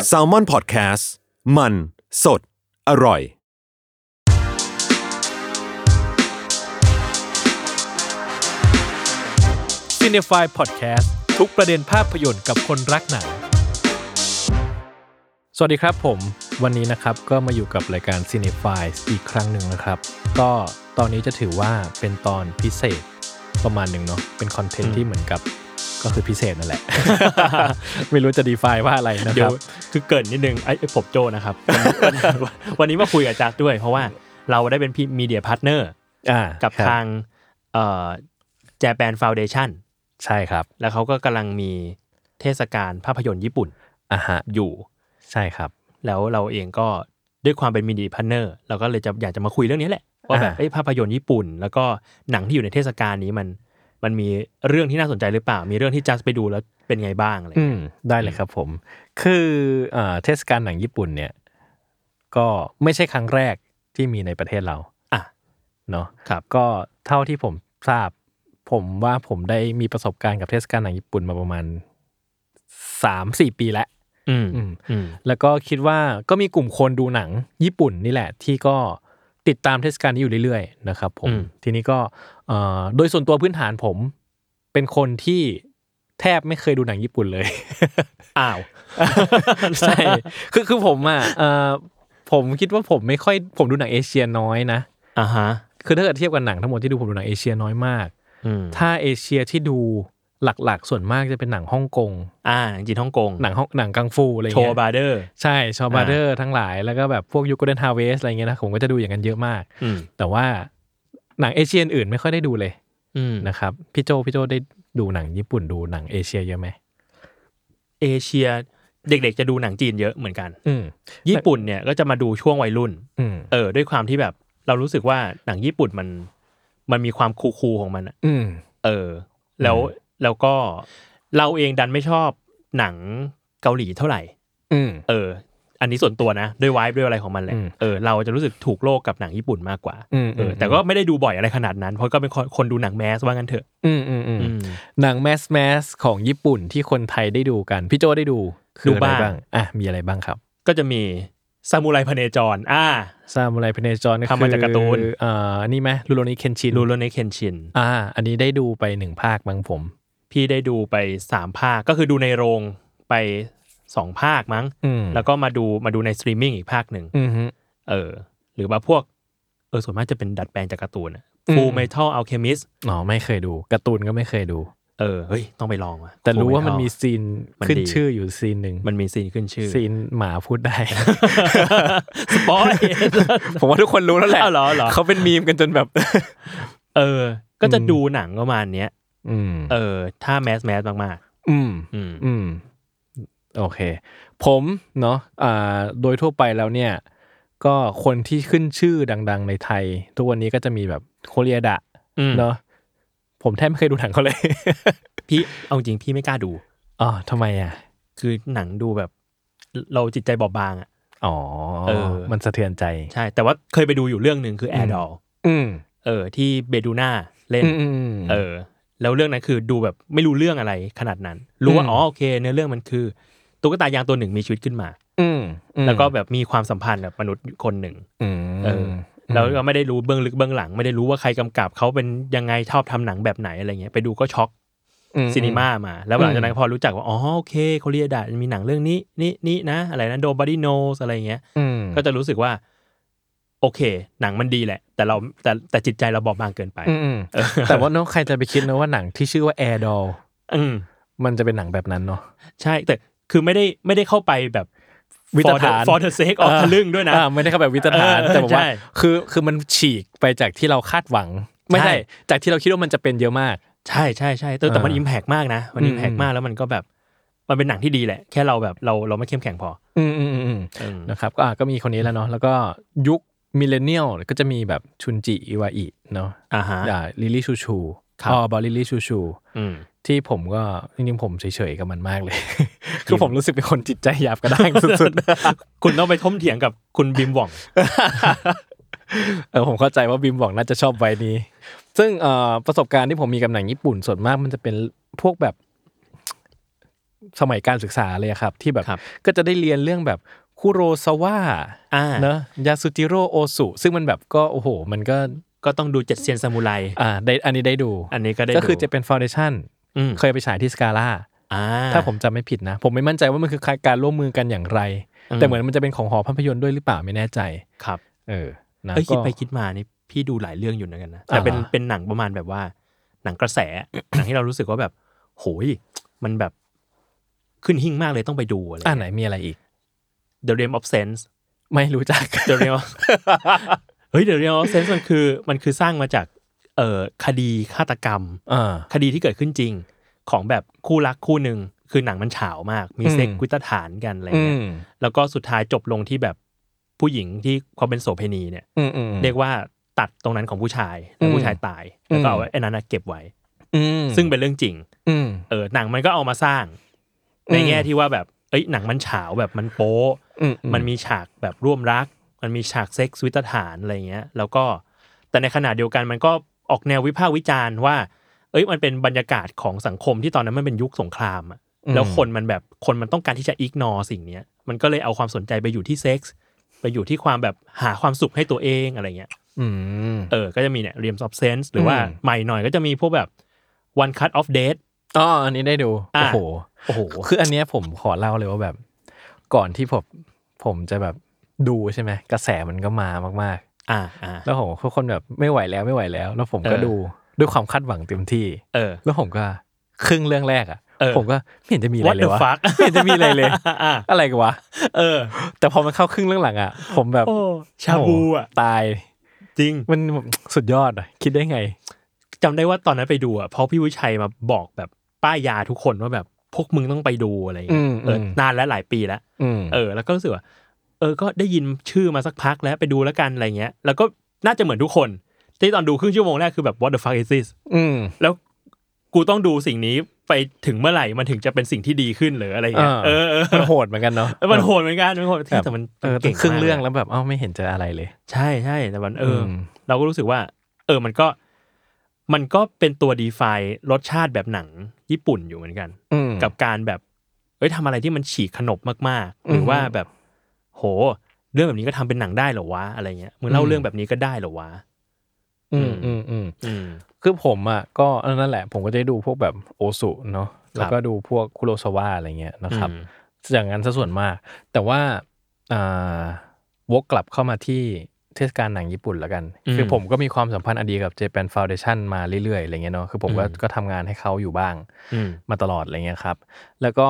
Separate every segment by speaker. Speaker 1: s a l ม o n PODCAST มันสดอร่อย
Speaker 2: c i n e f y Podcast ทุกประเด็นภาพยนตร์กับคนรักหนัง สวัสดีครับผม วันนี้นะครับก็มาอยู่กับรายการ c i n e f y อีกครั้งหนึ่งนะครับ ก็ตอนนี้จะถือว่าเป็นตอนพิเศษประมาณหนึ่งเนาะเป็นคอนเทนต์ที่เหมือนกับก็คือพิเศษนั่นแหละ ไม่รู้จะ define ว่าอะไรนะค
Speaker 3: เดี๋ย
Speaker 2: รั
Speaker 3: ว
Speaker 2: บ
Speaker 3: คือเกรินนิดนึงไอ้ไอ้ผมโจนะครับ วันนี้ วันนี้มาคุยกับจากด้วย เพราะว่าเราได้เป็นพี่มีเดียพาร์ทเนอร์
Speaker 2: อ่า
Speaker 3: กับ
Speaker 2: ครับ
Speaker 3: ทางเอ่อ Japan Foundation
Speaker 2: ใช่ครับ
Speaker 3: แล้วเขาก็กำลังมีเทศกาลภาพยนตร์ญี่ปุ่น
Speaker 2: อ่าฮะ
Speaker 3: อยู่
Speaker 2: ใช่ครับ
Speaker 3: แล้วเราเองก็ด้วยความเป็นมีเดียพาร์ทเนอร์เราก็เลยจะอยากจะมาคุยเรื่องนี้แหละ ว่าแบบ
Speaker 2: อ่า
Speaker 3: เอ้ยภาพยนตร์ญี่ปุ่น แล้วก็หนังที่อยู่ในเทศกาลนี้มันมันมีเรื่องที่น่าสนใจหรือเปล่า มีเรื่องที่จัสไปดูแล้วเป็นไงบ้างอะไร
Speaker 2: อืมได้เลยครับผม คือเอ่อเทศกาลหนังญี่ปุ่นเนี่ย ก็ไม่ใช่ครั้งแรกที่มีในประเทศเรา
Speaker 3: อ่ะ
Speaker 2: เนาะ
Speaker 3: ครับ
Speaker 2: ก็เท่าที่ผมทราบ ผมว่าผมได้มีประสบการณ์กับเทศกาลหนังญี่ปุ่นมาประมาณสามสี่ปีแล้ว
Speaker 3: อืม
Speaker 2: อืม
Speaker 3: อืม
Speaker 2: แล้วก็คิดว่าก็มีกลุ่มคนดูหนังญี่ปุ่นนี่แหละ ที่ก็ติดตามเทศกาลนี้อยู่เรื่อยๆนะครับผมทีนี้ก็เอ่อโดยส่วนตัวพื้นฐานผมเป็นคนที่แทบไม่เคยดูหนังญี่ปุ่นเลย
Speaker 3: อ้าว
Speaker 2: ใช่ คือคือผมอ่ะเอ่อผมคิดว่าผมไม่ค่อยผมดูหนังเอเชียน้อยนะ
Speaker 3: อ่าฮะ
Speaker 2: คือถ้าเกิดเทียบกับหนังทั้งหมดที่ดูผมดูหนังเอเชียน้อยมาก
Speaker 3: อืม
Speaker 2: ถ้าเอเชียที่ดูหลักๆ ส่วนมากจะเป็นหนังฮ่องกง
Speaker 3: อ่าหนังจีนฮ่องกง
Speaker 2: หนังฮ่องหนังกังฟูอะไร
Speaker 3: โช
Speaker 2: เงี้
Speaker 3: ว์บาย ร์เดอร์
Speaker 2: ใช่ชอบาเดอร์ทั้งหลายแล้วก็แบบพวกยูโกเดนฮาเวสอะไรเงี้ยนะผมก็จะดูอย่างนั้นเยอะมาก
Speaker 3: อืม
Speaker 2: แต่ว่าหนังเอเชียอื่นๆไม่ค่อยได้ดูเลย
Speaker 3: อืม
Speaker 2: นะครับพี่โจพี่โจได้ดูหนังญี่ปุ่นดูหนังเอเชียเยอะไหม
Speaker 3: เอเชียเด็กๆจะดูหนังจีนเยอะเหมือนกัน
Speaker 2: อืม
Speaker 3: ญี่ปุ่นเนี่ยก็จะมาดูช่วงวัยรุ่น
Speaker 2: อืม
Speaker 3: เออ ด้วยความที่แบบเรารู้สึกว่าหนังญี่ปุ่นมัน มันมีความคูลๆของมันอะ
Speaker 2: อืม
Speaker 3: เออ แล้วแล้วก็เราเองดันไม่ชอบหนังเกาหลีเท่าไหร่
Speaker 2: อืม
Speaker 3: เออ อันนี้ส่วนตัวนะ ด้วยวายด้วยอะไรของมันแหละ
Speaker 2: อืม
Speaker 3: เออเราจะรู้สึกถูกโลกกับหนังญี่ปุ่นมากกว่า
Speaker 2: อืม
Speaker 3: เออ
Speaker 2: ม
Speaker 3: แต่ก็ไม่ได้ดูบ่อยอะไรขนาดนั้นเพราะก็เป็นคนคนดูหนังแมสว่างั้นเถอะ
Speaker 2: อืมอืมอืม
Speaker 3: อืม
Speaker 2: หนังแมสแมสของญี่ปุ่นที่คนไทยได้ดูกัน พี่โจได้ดูคือ
Speaker 3: ดู
Speaker 2: อะไร
Speaker 3: บ้าง
Speaker 2: บ้างอ่ะมีอะไรบ้างครับ
Speaker 3: ก็จะมีซามูไรพเนจร อ่า
Speaker 2: ซามูไรพเนจรก็คือ
Speaker 3: ทำมาจากการ์ตูน
Speaker 2: เอ่ออันนี้ไหมลูโรนิเคนชิน
Speaker 3: รูโรเนเคนชิน
Speaker 2: อ่า อันนี้ได้ดูไปหนึ่งภาคบางผม
Speaker 3: พี่ได้ดูไปสามภาค ก็คือดูในโรงไปสองภาคมั้ง
Speaker 2: อืม
Speaker 3: แล้วก็มาดูมาดูในสตรีมมิ่งอีกภาคหนึ่ง
Speaker 2: อืมฮึ
Speaker 3: เออ หรือว่าพวก เออ ส่วนมากจะเป็นดัดแปลงจากการ์ตูนอะ
Speaker 2: อืม
Speaker 3: ฟูเมทัลอัลเคมิส
Speaker 2: อ๋อไม่เคยดูการ์ตูนก็ไม่เคยดู
Speaker 3: เออ เฮ้ย ต้องไปลองว่ะ
Speaker 2: แต่รู้
Speaker 3: Full
Speaker 2: ว่ามัน
Speaker 3: Metal
Speaker 2: มีซีน
Speaker 3: มัน
Speaker 2: ขึ้น
Speaker 3: ดี
Speaker 2: ชื่ออยู่ซีนหนึ่ง
Speaker 3: มันมีซีนขึ้นชื่อ
Speaker 2: ซีนหมาพูดได้
Speaker 3: สปอย
Speaker 2: ผมว่าทุกคนรู้แล้วแหละ
Speaker 3: อ้าวเหรอเหรอ
Speaker 2: เขาเป็นมีมกันจนแบบ
Speaker 3: เออ ก็จะดูหนังประมาณเนี้ย
Speaker 2: อืม
Speaker 3: เออ ถ้าแมสแมสมาก
Speaker 2: อืม
Speaker 3: ๆอืม
Speaker 2: อืม โอเค ผมเนาะอ่าโดยทั่วไปแล้วเนี่ย ก็คนที่ขึ้นชื่อดัง ๆ ในไทย ทุกวันนี้ก็จะมีแบบโคเรียดะ
Speaker 3: อืม
Speaker 2: เนาะผมแทบไม่เคยดูหนังเขาเลย
Speaker 3: พี่เอาจริงพี่ไม่กล้าดู
Speaker 2: อ๋อทำไมอ่ะ
Speaker 3: คือหนังดูแบบเราจิตใจบอบบางอ่ะ
Speaker 2: อ๋อ
Speaker 3: เออ
Speaker 2: มันสะเทือนใจ
Speaker 3: ใช่ แต่ว่าเคยไปดูอยู่เรื่องหนึ่งคือแอร์ดอล
Speaker 2: อืม
Speaker 3: เออ ที่เบดูน่าเล่น
Speaker 2: อืมอืม
Speaker 3: เออ แล้วเรื่องนั้นคือดูแบบไม่รู้เรื่องอะไรขนาดนั้น รู้ว่า
Speaker 2: อืม
Speaker 3: อ๋อโอเค เนื้อเรื่องมันคือตุ๊กตายางตัวหนึ่งมีชีวิตขึ้นมา
Speaker 2: อืมอืม
Speaker 3: แล้วก็แบบมีความสัมพันธ์กับมนุษย์คนหนึ่ง
Speaker 2: อืม
Speaker 3: เออ แล้วก็ไม่ได้รู้เบื้องลึกเบื้องหลัง ไม่ได้รู้ว่าใครกำกับเขาเป็นยังไงชอบทำหนังแบบไหนอะไรเงี้ยไปดูก็ช็อก
Speaker 4: อืม
Speaker 3: ซีนีมามา แล้วหลังจากนั้นพอรู้จักว่าอ๋อโอเคโคเรียดะมีหนังเรื่องนี้นี่นี่นะ อะไรนะโดบอดี้โนสอะไรอย่างเงี้ย
Speaker 4: อืม
Speaker 3: ก็จะรู้สึกว่า โอเค หนังมันดีแหละ แต่เราแต่แต่จิตใจเราบอบบางเกินไป
Speaker 4: อืมอืมแต่ว่าเนอะใครจะไปคิดนะว่าหนังที่ชื่อว่า Air Doll
Speaker 3: อืม
Speaker 2: มันจะเป็นหนังแบบนั้นเนาะ
Speaker 3: ใช่ แต่คือไม่ได้ไม่ได้เข้าไปแบบ
Speaker 2: วิตฐาน
Speaker 3: for the sake of ทะลึ่งด้วยนะ
Speaker 2: อ่าไม่ได้เข้าแบบวิตรฐาน
Speaker 3: เออ
Speaker 2: แต่บอกว่า
Speaker 3: ใช่
Speaker 2: คือคือมันฉีกไปจากที่เราคาดหวัง ไม่
Speaker 3: ใช่
Speaker 2: ใช่จากที่เราคิดว่ามันจะเป็นเยอะมาก
Speaker 3: ใช่ใช่ใช่แต่แต่มัน
Speaker 2: อ่า
Speaker 3: อิมแพกมากนะ มัน
Speaker 2: อืม
Speaker 3: อิมแพกมากแล้วมันก็แบบ มันเป็นหนังที่ดีแหละ แค่เราแบบเราเราไม่เข้มแข็งพอ
Speaker 2: อืมอืมอืมอืม
Speaker 3: อืม
Speaker 2: นะครับก็อ่ะก็มีคนนี้แล้วเนาะแล้วก็ยุคมิเลเนียลก็จะมีแบบชุนจิอิวาอิเนาะ
Speaker 3: อ่าฮะ
Speaker 2: อ่าลิลลี่ชูชู
Speaker 3: ครับ
Speaker 2: อ๋อบอลลิลลี่ชูชู
Speaker 3: อืม
Speaker 2: ที่ผมก็จริงๆผมเฉยๆกับมันมากเลย คือผมรู้สึกเป็นคนจิตใจหยาบกระด้างสุด
Speaker 3: คุณต้องไปท้มเถียงกับคุณบิมหว่อง
Speaker 2: ๆ เออผมเข้าใจว่าบิมบอกน่าจะชอบไวนี้ ซึ่งเอ่อประสบการณ์ที่ผมมีกับหนังญี่ปุ่นส่วนมากมันจะเป็นพวกแบบ สมัยการศึกษาเลยอะครับ ที่แบบ
Speaker 3: ครับ
Speaker 2: ก็จะได้เรียนเรื่องแบบคุโรซาวะ
Speaker 3: อ่า
Speaker 2: เนอะยาสุจิโร่โอสุซึ่งมันแบบก็โอ้โห มันก็
Speaker 3: ก็ต้องดูเจ็ดเซียนซามูไร
Speaker 2: อ่าได้อันนี้ได้ดู
Speaker 3: อันนี้ก็ได้
Speaker 2: ก็คือ
Speaker 3: ดู
Speaker 2: จะเป็นฟ u n เดชั่น
Speaker 3: อืม
Speaker 2: เคยไปฉายที่สกาล่า
Speaker 3: อ่า
Speaker 2: ถ้าผมจำไม่ผิดนะ ผมไม่มั่นใจว่ามันคือการร่วมมือกันอย่างไร
Speaker 3: อืม
Speaker 2: แต่เหมือนมันจะเป็นของหอภาพยนตร์ด้วยหรือเปล่าไม่แน่ใจ
Speaker 3: ครับ
Speaker 2: เออนะ
Speaker 3: เอ้ย
Speaker 2: ก็
Speaker 3: คิดไปคิดมานี่พี่ดูหลายเรื่องอยู่เหมือนกันนะแต่
Speaker 2: อ่า
Speaker 3: เป็น
Speaker 2: ฮะ
Speaker 3: เป็นหนังประมาณแบบว่า หนังกระแส หนังที่เรารู้สึกว่าแบบ โหย มันแบบขึ้นหิ่งมากเลยต้องไปดูอะไร
Speaker 2: อ่า
Speaker 3: เงี้ย
Speaker 2: ไหนมีอะไรอีก
Speaker 3: The Realm of Sense
Speaker 2: ไม่รู้จัก
Speaker 3: The Realm เฮ้ย The Realm of Sense มันคือมันคือสร้างมาจากเอ่อคดีฆาตกรรม
Speaker 2: อ่า
Speaker 3: คดีที่เกิดขึ้นจริงของแบบคู่รักคู่หนึ่งคือหนังมันเฉาวมาก มีเซ็ก
Speaker 2: อืม
Speaker 3: วิตฐานกันอะไร
Speaker 2: อื
Speaker 3: เงี้ย
Speaker 2: ม
Speaker 3: แล้วก็สุดท้ายจบลงที่แบบผู้หญิงที่เขาเป็นโสเภณีเนี่ย
Speaker 2: อืมอืม
Speaker 3: เรียกว่าตัดตรงนั้นของผู้ชายแล้ว
Speaker 2: อืม
Speaker 3: ผู้ชายตาย แล้วก็เอา
Speaker 2: อืม
Speaker 3: ไอ้นั้นนะเก็บไว้
Speaker 2: อืม
Speaker 3: ซึ่งเป็นเรื่องจริง
Speaker 2: อืม
Speaker 3: เออหนังมันก็เอามาสร้าง ใน
Speaker 2: อืม
Speaker 3: แง่ที่ว่าแบบเอ้ยหนังมันเฉาวแบบมันโป๊ะ
Speaker 2: อืมอืม
Speaker 3: มันมีฉากแบบร่วมรัก มันมีฉากเซ็กซ์วิตฐานอะไรเงี้ย แล้วก็แต่ในขณะเดียวกันมันก็ออกแนววิพากษ์วิจารณ์ว่า เอ้ยมันเป็นบรรยากาศของสังคมที่ตอนนั้นมันเป็นยุคสงครามอะแล้วคนมันแบบคนมันต้องการที่จะอิกนอสิ่งเนี้ยมันก็เลยเอาความสนใจไปอยู่ที่เซ็กซ์ไปอยู่ที่ความแบบหาความสุขให้ตัวเองอะไรเงี้ย
Speaker 2: อืม
Speaker 3: เออ ก็จะมีเนี่ย Realms of Sense หรือว่า
Speaker 2: อืม
Speaker 3: ใหม่หน่อยก็จะมีพวกแบบ One Cut of Death
Speaker 2: อ๋ออันนี้ได้ดูโอ้
Speaker 3: อ่ะ
Speaker 2: โห
Speaker 3: โอ้โห
Speaker 2: คืออันเนี้ยผมขอเล่าเลยว่าแบบ ก่อนที่ผมผมจะแบบดูใช่ไหมกระแสมันก็มามาก
Speaker 3: อ่าอ่า
Speaker 2: ๆ แล้วผมก็คนแบบไม่ไหวแล้วไม่ไหวแล้ว แล้วผมก็
Speaker 3: เออ
Speaker 2: ดูด้วยความคาดหวังเต็มที่
Speaker 3: เออ
Speaker 2: แล้วผมก็ครึ่งเรื่องแรกอ่ะ
Speaker 3: เออ
Speaker 2: ผมก็ไม่เห็นจะมีอะไร
Speaker 3: What
Speaker 2: เล
Speaker 3: the
Speaker 2: ยวะ
Speaker 3: fuck
Speaker 2: ไม่เห็นจะมีอะไรเลย
Speaker 3: อ่า
Speaker 2: อะไรกันวะ
Speaker 3: เออ
Speaker 2: แต่พอมันเข้าครึ่งเรื่องหลังอ่ะ ผมแบบ
Speaker 3: โอ้ชาบูอ่ะ
Speaker 2: โโหตาย
Speaker 3: จริง
Speaker 2: มันสุดยอดอะคิดได้ไง
Speaker 3: จำได้ว่าตอนนั้นไปดูอ่ะเพราะพี่วิชัยมาบอกแบบป้ายยาทุกคนว่าแบบ พวกมึงต้องไปดูอะไรอย่างเงี้ย
Speaker 2: อืม
Speaker 3: เออ
Speaker 2: ม
Speaker 3: นานแล้วหลายปีแล้ว
Speaker 2: อืม
Speaker 3: เออ แล้วก็รู้สึกว่า เออ ก็ได้ยินชื่อมาสักพักแล้วไปดูแล้วกันอะไรเงี้ย แล้วก็น่าจะเหมือนทุกคน ที่ตอนดูครึ่งชั่วโมงแรกคือแบบ what the fuck is this
Speaker 2: อืม
Speaker 3: แล้วกูต้องดูสิ่งนี้ไปถึงเมื่อไหร่มันถึงจะเป็นสิ่งที่ดีขึ้นหรืออะไรเงี้ย
Speaker 2: เอ
Speaker 3: เอ
Speaker 2: อ
Speaker 3: อเออ
Speaker 2: มันโหดเหมือนกันเนาะ
Speaker 3: เออมันโหดเหมือนกันมันโหดแต่มัน
Speaker 2: เออ
Speaker 3: เก่ง
Speaker 2: ครึ่ง
Speaker 3: มาก
Speaker 2: เรื่องแล้วแบบเอ้าไม่เห็นเจออะไรเลย
Speaker 3: ใช่ใช่แต่มันเอออ
Speaker 2: ม
Speaker 3: เราก็รู้สึกว่า เออมันก็ มันก็เป็นตัวดีไฟรสชาติแบบหนังญี่ปุ่นอยู่เหมือนกัน
Speaker 2: อืม
Speaker 3: กับการแบบเอ้ยทำอะไรที่มันฉีกขนบมากๆ
Speaker 2: อืม
Speaker 3: หรือว่าแบบ โห เรื่องแบบนี้ก็ทำเป็นหนังได้เหรอวะอะไรเงี้ยมึงเล่า
Speaker 2: อืม
Speaker 3: เรื่องแบบนี้ก็ได้เหรอวะ
Speaker 2: อืมอืมอืม
Speaker 3: อืม
Speaker 2: คือผมอ่ะก็เออนั่นแหละ ผมก็จะได้ดูพวกแบบโอสุเนาะแล้วก็ดูพวกคุโรซาวะอะไรเงี้ยนะครับ
Speaker 3: อืม
Speaker 2: อย่างนั้นซะส่วนมาก แต่ว่าอ่าวกกลับเข้ามาที่เทศกาลหนังญี่ปุ่นแล้วกัน
Speaker 3: อืม
Speaker 2: คือผมก็มีความสัมพันธ์อนดีกับ Japan Foundation มาเรื่อยๆอะไรเงี้ยเนาะคือผมก็
Speaker 3: อืม
Speaker 2: ก็ทำงานให้เขาอยู่บ้าง
Speaker 3: อืม
Speaker 2: มาตลอดอะไรเงี้ยครับ แล้วก็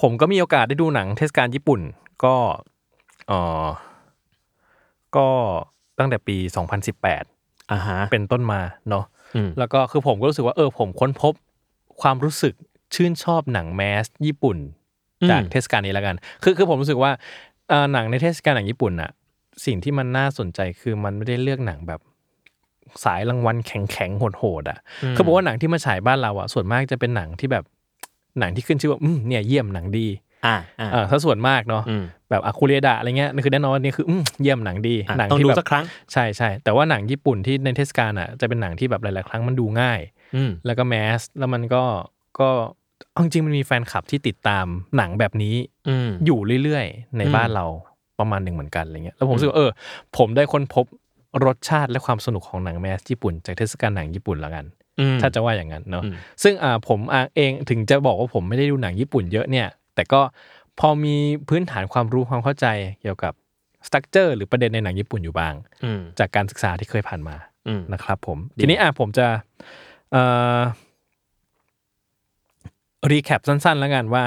Speaker 2: ผมก็มีโอกาสได้ดูหนังเทศกาลญี่ปุ่น ก็เออก็ตั้งแต่ปี 2018
Speaker 3: อ่าฮะ
Speaker 2: เป็นต้นมาเนาะ
Speaker 3: อืม
Speaker 2: แล้วก็คือผมก็รู้สึกว่าเออผมค้นพบความรู้สึกชื่นชอบหนังแมสญี่ปุ่น จากเทศกาลนี้แล้วกัน คือคือผมรู้สึกว่าเอ่อหนังในเทศกาลหนังญี่ปุ่นอะสิ่งที่มันน่าสนใจคือมันไม่ได้เลือกหนังแบบสายรางวัลแข็งๆโหดๆอะเขาบอกว่าหนังที่มาฉายบ้านเราอะส่วนมากจะเป็นหนังที่แบบหนังที่ขึ้นชื่อว่าอืมเนี่ยเยี่ยมหนังดี
Speaker 3: อ่าอ่า
Speaker 2: เออถ้าส่วนมากเนาะ
Speaker 3: อืม
Speaker 2: แบบอาคูเรดะอะไรเงี้ยนี่คือแน่นอนว่านี่คืออืมเยี่ยมหนังดี
Speaker 3: อ่ะ
Speaker 2: หนั
Speaker 3: ต้อง
Speaker 2: ที่
Speaker 3: ดู
Speaker 2: แบบ
Speaker 3: สักครั้ง
Speaker 2: ใช่ใช่แต่ว่าหนังญี่ปุ่นที่ในเทศกาลอะจะเป็นหนังที่แบบหลายๆครั้งมันดูง่าย
Speaker 3: อืม
Speaker 2: แล้วก็แมสแล้วมันก็ก็เอาจริงๆมันมีแฟนคลับที่ติดตามหนังแบบนี้
Speaker 3: อืม
Speaker 2: อยู่เรื่อยๆ ใน
Speaker 3: อืม
Speaker 2: บ้านเราประมาณหนึ่งเหมือนกันอะไรเงี้ยแล้วผมรู้สึกว่าเออ ผมได้ค้นพบรสชาติและความสนุกของหนังแมสญี่ปุ่น จากเทศกาลหนังญี่ปุ่นแล้วกัน
Speaker 3: อืม
Speaker 2: ถ้าจะว่าอย่างนั้นเนาะ
Speaker 3: อืม
Speaker 2: ซึ่งอ่าผมอ่ะเองถึงจะบอกว่าผมไม่ได้ดูหนังญี่ปุ่นเยอะเนี่ย แต่ก็พอมีพื้นฐานความรู้ความเข้าใจเกี่ยวกับสตั๊กเจอร์หรือประเด็นในหนังญี่ปุ่นอยู่บ้าง
Speaker 3: อืม
Speaker 2: จากการศึกษาที่เคยผ่านมา
Speaker 3: อืม
Speaker 2: นะครับผม ทีนี้อ่ะผมจะเอ่อรีแคปสั้นๆ แล้วกันว่า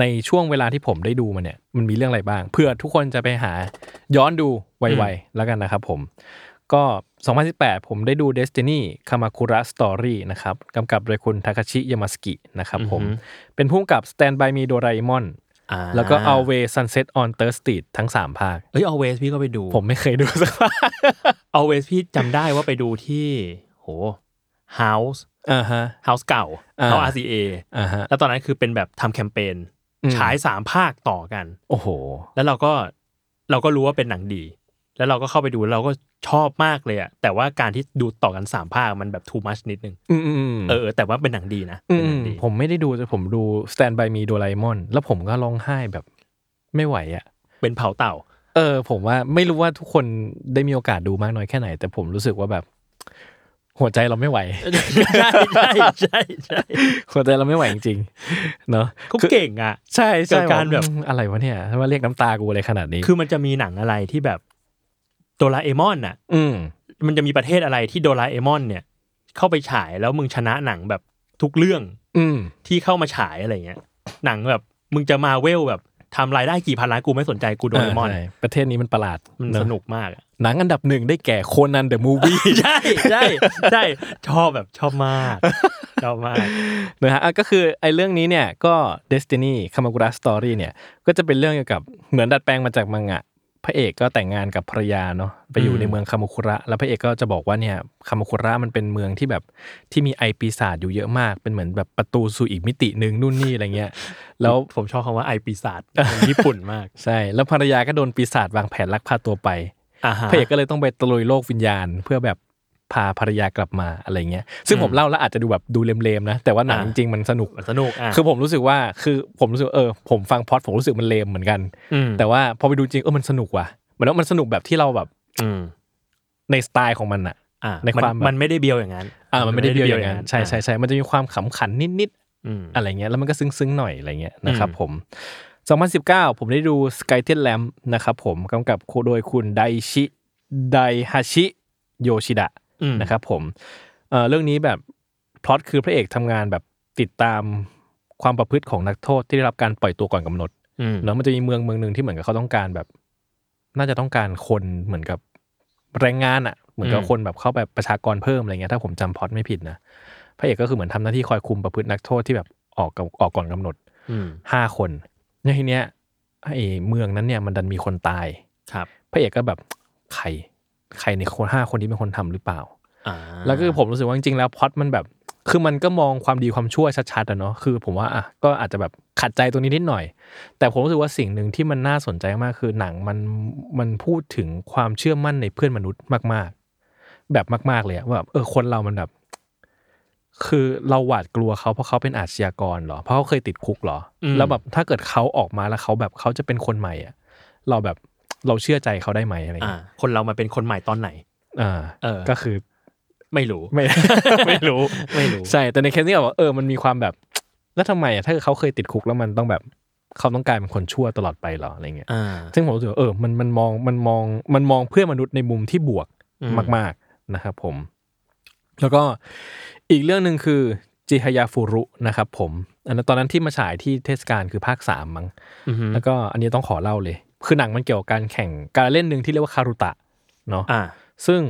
Speaker 2: ในช่วงเวลาที่ผมได้ดูมันเนี่ยมันมีเรื่องอะไรบ้างเผื่อทุกคนจะไปหาย้อนดูไวๆแล้วกันนะครับผม ก็ 2018 ผมได้ดู Destiny Kamakura Story นะครับกำกับโดยคุณทาคาชิยามาสกินะครับผม เป็นผู้กำกับ Stand by Me Doraemon
Speaker 3: อ่า
Speaker 2: แล้วก็ Always Sunset on Third Street ทั้ง 3 ภาค
Speaker 3: เอ้ย always พี่ก็ไปดู
Speaker 2: ผมไม่เคยดูสักภาค
Speaker 3: always พี่จำได้ว่าไปดูที่โห house
Speaker 2: อ่าฮะ
Speaker 3: house เก่า
Speaker 2: อ่า
Speaker 3: house RCA
Speaker 2: อ่าฮะ
Speaker 3: แล้วตอนนั้นคือเป็นแบบทำแคมเปญ
Speaker 2: อืม
Speaker 3: ฉายสามภาคต่อกัน
Speaker 2: โอ้โห
Speaker 3: แล้วเราก็เราก็รู้ว่าเป็นหนังดี แล้วเราก็เข้าไปดูแล้วเราก็ชอบมากเลยอะแต่ว่าการที่ดูต่อกันสามภาคมันแบบ too much นิดนึง
Speaker 2: อืมอืมม
Speaker 3: เออเออแต่ว่าเป็นหนังดีนะ
Speaker 2: อื
Speaker 3: เป็นหนั
Speaker 2: ม
Speaker 3: งดี
Speaker 2: ผมไม่ได้ดูแต่ผมดู Stand by Me Doraemon แล้วผมก็ร้องไห้แบบไม่ไหวอะ่ะ
Speaker 3: เป็นเผาเต่า
Speaker 2: เออ ผมว่าไม่รู้ว่าทุกคนได้มีโอกาสดูมากน้อยแค่ไหน แต่ผมรู้สึกว่าแบบ หัวใจเราไม่ ไหว
Speaker 3: ใช่ใช่ใช่ใช่
Speaker 2: หัวใจเราไม่ไหวจริงๆเนาะ
Speaker 3: เขาเก่งอ่ะ
Speaker 2: ใช่ใช่
Speaker 3: กับการแบบ
Speaker 2: อืมอะไรวะเนี่ยทำไมเรียกน้ำตากูอะไรขนาดนี้
Speaker 3: คือมันจะมีหนังอะไรที่แบบโดราเอมอนน่ะ
Speaker 2: อืม
Speaker 3: มันจะมีประเทศอะไรที่โดราเอมอนเนี่ย เข้าไปฉายแล้วมึงชนะหนังแบบทุกเรื่อง
Speaker 2: อืม
Speaker 3: ที่เข้ามาฉายอะไรเงี้ย หนังแบบมึงจะมาเวลแบบทำรายได้กี่พันล้านกูไม่สนใจกูโดราเอมอน
Speaker 2: ใช่ประเทศนี้มันประหลาด
Speaker 3: มัน
Speaker 2: เอะ
Speaker 3: สนุกมากอะ
Speaker 2: หนังอันดับหนึ่งได้แก่โคนันเดอะมูวี่
Speaker 3: ใช่ใช่ใช่ชอบแบบชอบมาก ชอบมาก
Speaker 2: นะฮะอ่ะก็คือไอ้เรื่องนี้เนี่ยก็ Destiny Kamakura Story เนี่ยก็จะเป็นเรื่องเกี่ยวกับเหมือนดัดแปลงมาจากมังงะพระเอกก็แต่งงานกับภรรยาเนาะไปอยู่
Speaker 3: อืม
Speaker 2: ในเมืองคามาคุระ แล้วพระเอกก็จะบอกว่าเนี่ยคามาคุระมันเป็นเมืองที่แบบที่มีไอปีศาจอยู่เยอะมาก เป็นเหมือนแบบประตูสู่อีกมิติหนึ่งนู่นนี่อะไร เงี้ยแล้ว
Speaker 3: ผมชอบคำว่าไอปีศาจของญี่ปุ่นมาก
Speaker 2: ใช่แล้วภรรยาก็โดนปีศาจวางแผนลักพาตัวไป
Speaker 3: อ่าฮะ
Speaker 2: พระเอกก็เลยต้องไปตะลุยโลกวิญญาณ เพื่อแบบพาภรรยากลับมาอะไรเงี้ย ซึ่งผมเล่าแล้วอาจจะดูแบบดูเลมๆนะ แต่ว่าหนังจริงๆมันสนุก
Speaker 3: สนุกอ่ะ
Speaker 2: คือผมรู้สึกว่าคือผมรู้สึกเออผมฟังพล็อดผมรู้สึกมันเลมเหมือนกัน
Speaker 3: ม
Speaker 2: แต่ว่าพอไปดูจริงเออมันสนุกว่ะเหมือนว่ามันสนุกแบบที่เราแบบ
Speaker 3: อืม
Speaker 2: ในสไตล์ของมันอะ
Speaker 3: อ่า
Speaker 2: ในความแบบ
Speaker 3: มันไม่ได้เบียวอย่างนั้น
Speaker 2: อ่ามันไม่ได้เบียวอย่างนั้นใช่ใช่ใช่มันจะมีความขำขันนิด
Speaker 3: อืม
Speaker 2: ๆอะไรเงี้ยแล้วมันก็ซึ้งๆหน่อยอะไรเงี้ยนะครับผม 2019 ผมได้ดู Sky t e l l a m นะครับผมกำกับโดยคุณไดชิไดฮาชิโยชิดะ
Speaker 3: อืม
Speaker 2: นะครับผมเอ่อเรื่องนี้แบบพล็อตคือพระเอกทำงานแบบติดตามความประพฤติของนักโทษที่ได้รับการปล่อยตัวก่อนกำหนด
Speaker 3: อืม
Speaker 2: เนาะมันจะมีเมืองเมืองหนึ่งที่เหมือนกับเขาต้องการแบบ น่าจะต้องการคนเหมือนกับแรงงานอะ่ะ เหมือนกับคนแบบเข้าแบบประชากรเพิ่มอะไรเงี้ยถ้าผมจำพล็อตไม่ผิดนะพระเอกก็คือเหมือนทำหน้าที่คอยคุมประพฤตินักโทษที่แบบออกกับออกก่อนกำหนด
Speaker 3: อืม
Speaker 2: ห้าคนในทีเนี้ยไอ้เมืองนั้นเนี่ยมันดันมีคนตาย
Speaker 3: ครับ
Speaker 2: พระเอกก็แบบใครใครในคนห้าคนนี้เป็นคนทำหรือเปล่า
Speaker 3: อ่า
Speaker 2: แล้วก็คือผมรู้สึกว่าจริงๆแล้วพล็อตมันแบบ คือมันก็มองความดีความชั่วชัดๆอะเนาะคือผมว่าอ่ะก็อาจจะแบบขัดใจตรงนี้นิดหน่อย แต่ผมรู้สึกว่าสิ่งหนึ่งที่มันน่าสนใจมากคือหนังมันมันพูดถึงความเชื่อมั่นในเพื่อนมนุษย์มาก ๆ แบบมาก ๆ เลยอะว่าแบบเออคนเรามันแบบ คือเราหวาดกลัวเขาเพราะเขาเป็นอาชญากรเหรอเพราะเขาเคยติดคุกเหรออแล้วแบบถ้าเกิดเขาออกมาแล้วเขาแบบเขาจะเป็นคนใหม่อะเราแบบเราเชื่อใจเขาได้ไหมอะไรอย่าง
Speaker 3: อ่า
Speaker 2: เงี้ย
Speaker 3: คนเรามาเป็นคนใหม่ตอนไหน
Speaker 2: อ่า
Speaker 3: เออ
Speaker 2: ก็คือ
Speaker 3: ไม่ รู้
Speaker 2: ไม่ ไม่รู้
Speaker 3: ไม่รู้
Speaker 2: ใช่แต่ในเคสนี้บอกว่าเออมันมีความแบบ แล้วทำไมอ่ะถ้าเกิดเขาเคยติดคุกแล้วมันต้องแบบเขาต้องกลายเป็นคนชั่วตลอดไปเหรออะไรเงี้ย
Speaker 3: อ่า
Speaker 2: ซึ่งผมรู้สึกว่าเออมันมันมองมันมองมันมองเพื่อนมนุษย์ในมุมที่บวก
Speaker 3: อืม
Speaker 2: มาก ๆนะครับผม แล้วก็อีกเรื่องหนึ่งคือจิฮยาฟูรุนะครับผมอันนั้นตอนนั้นที่มาฉายที่เทศกาลคือภาคสามมั้ง
Speaker 3: อือฮึ
Speaker 2: แล้วก็อันนี้ต้องขอเล่าเลย คือหนังมันเกี่ยวกับการแข่งการเล่นหนึ่งที่เรียกว่าคารุตะเนาะ
Speaker 3: อ่า
Speaker 2: ซึ่ง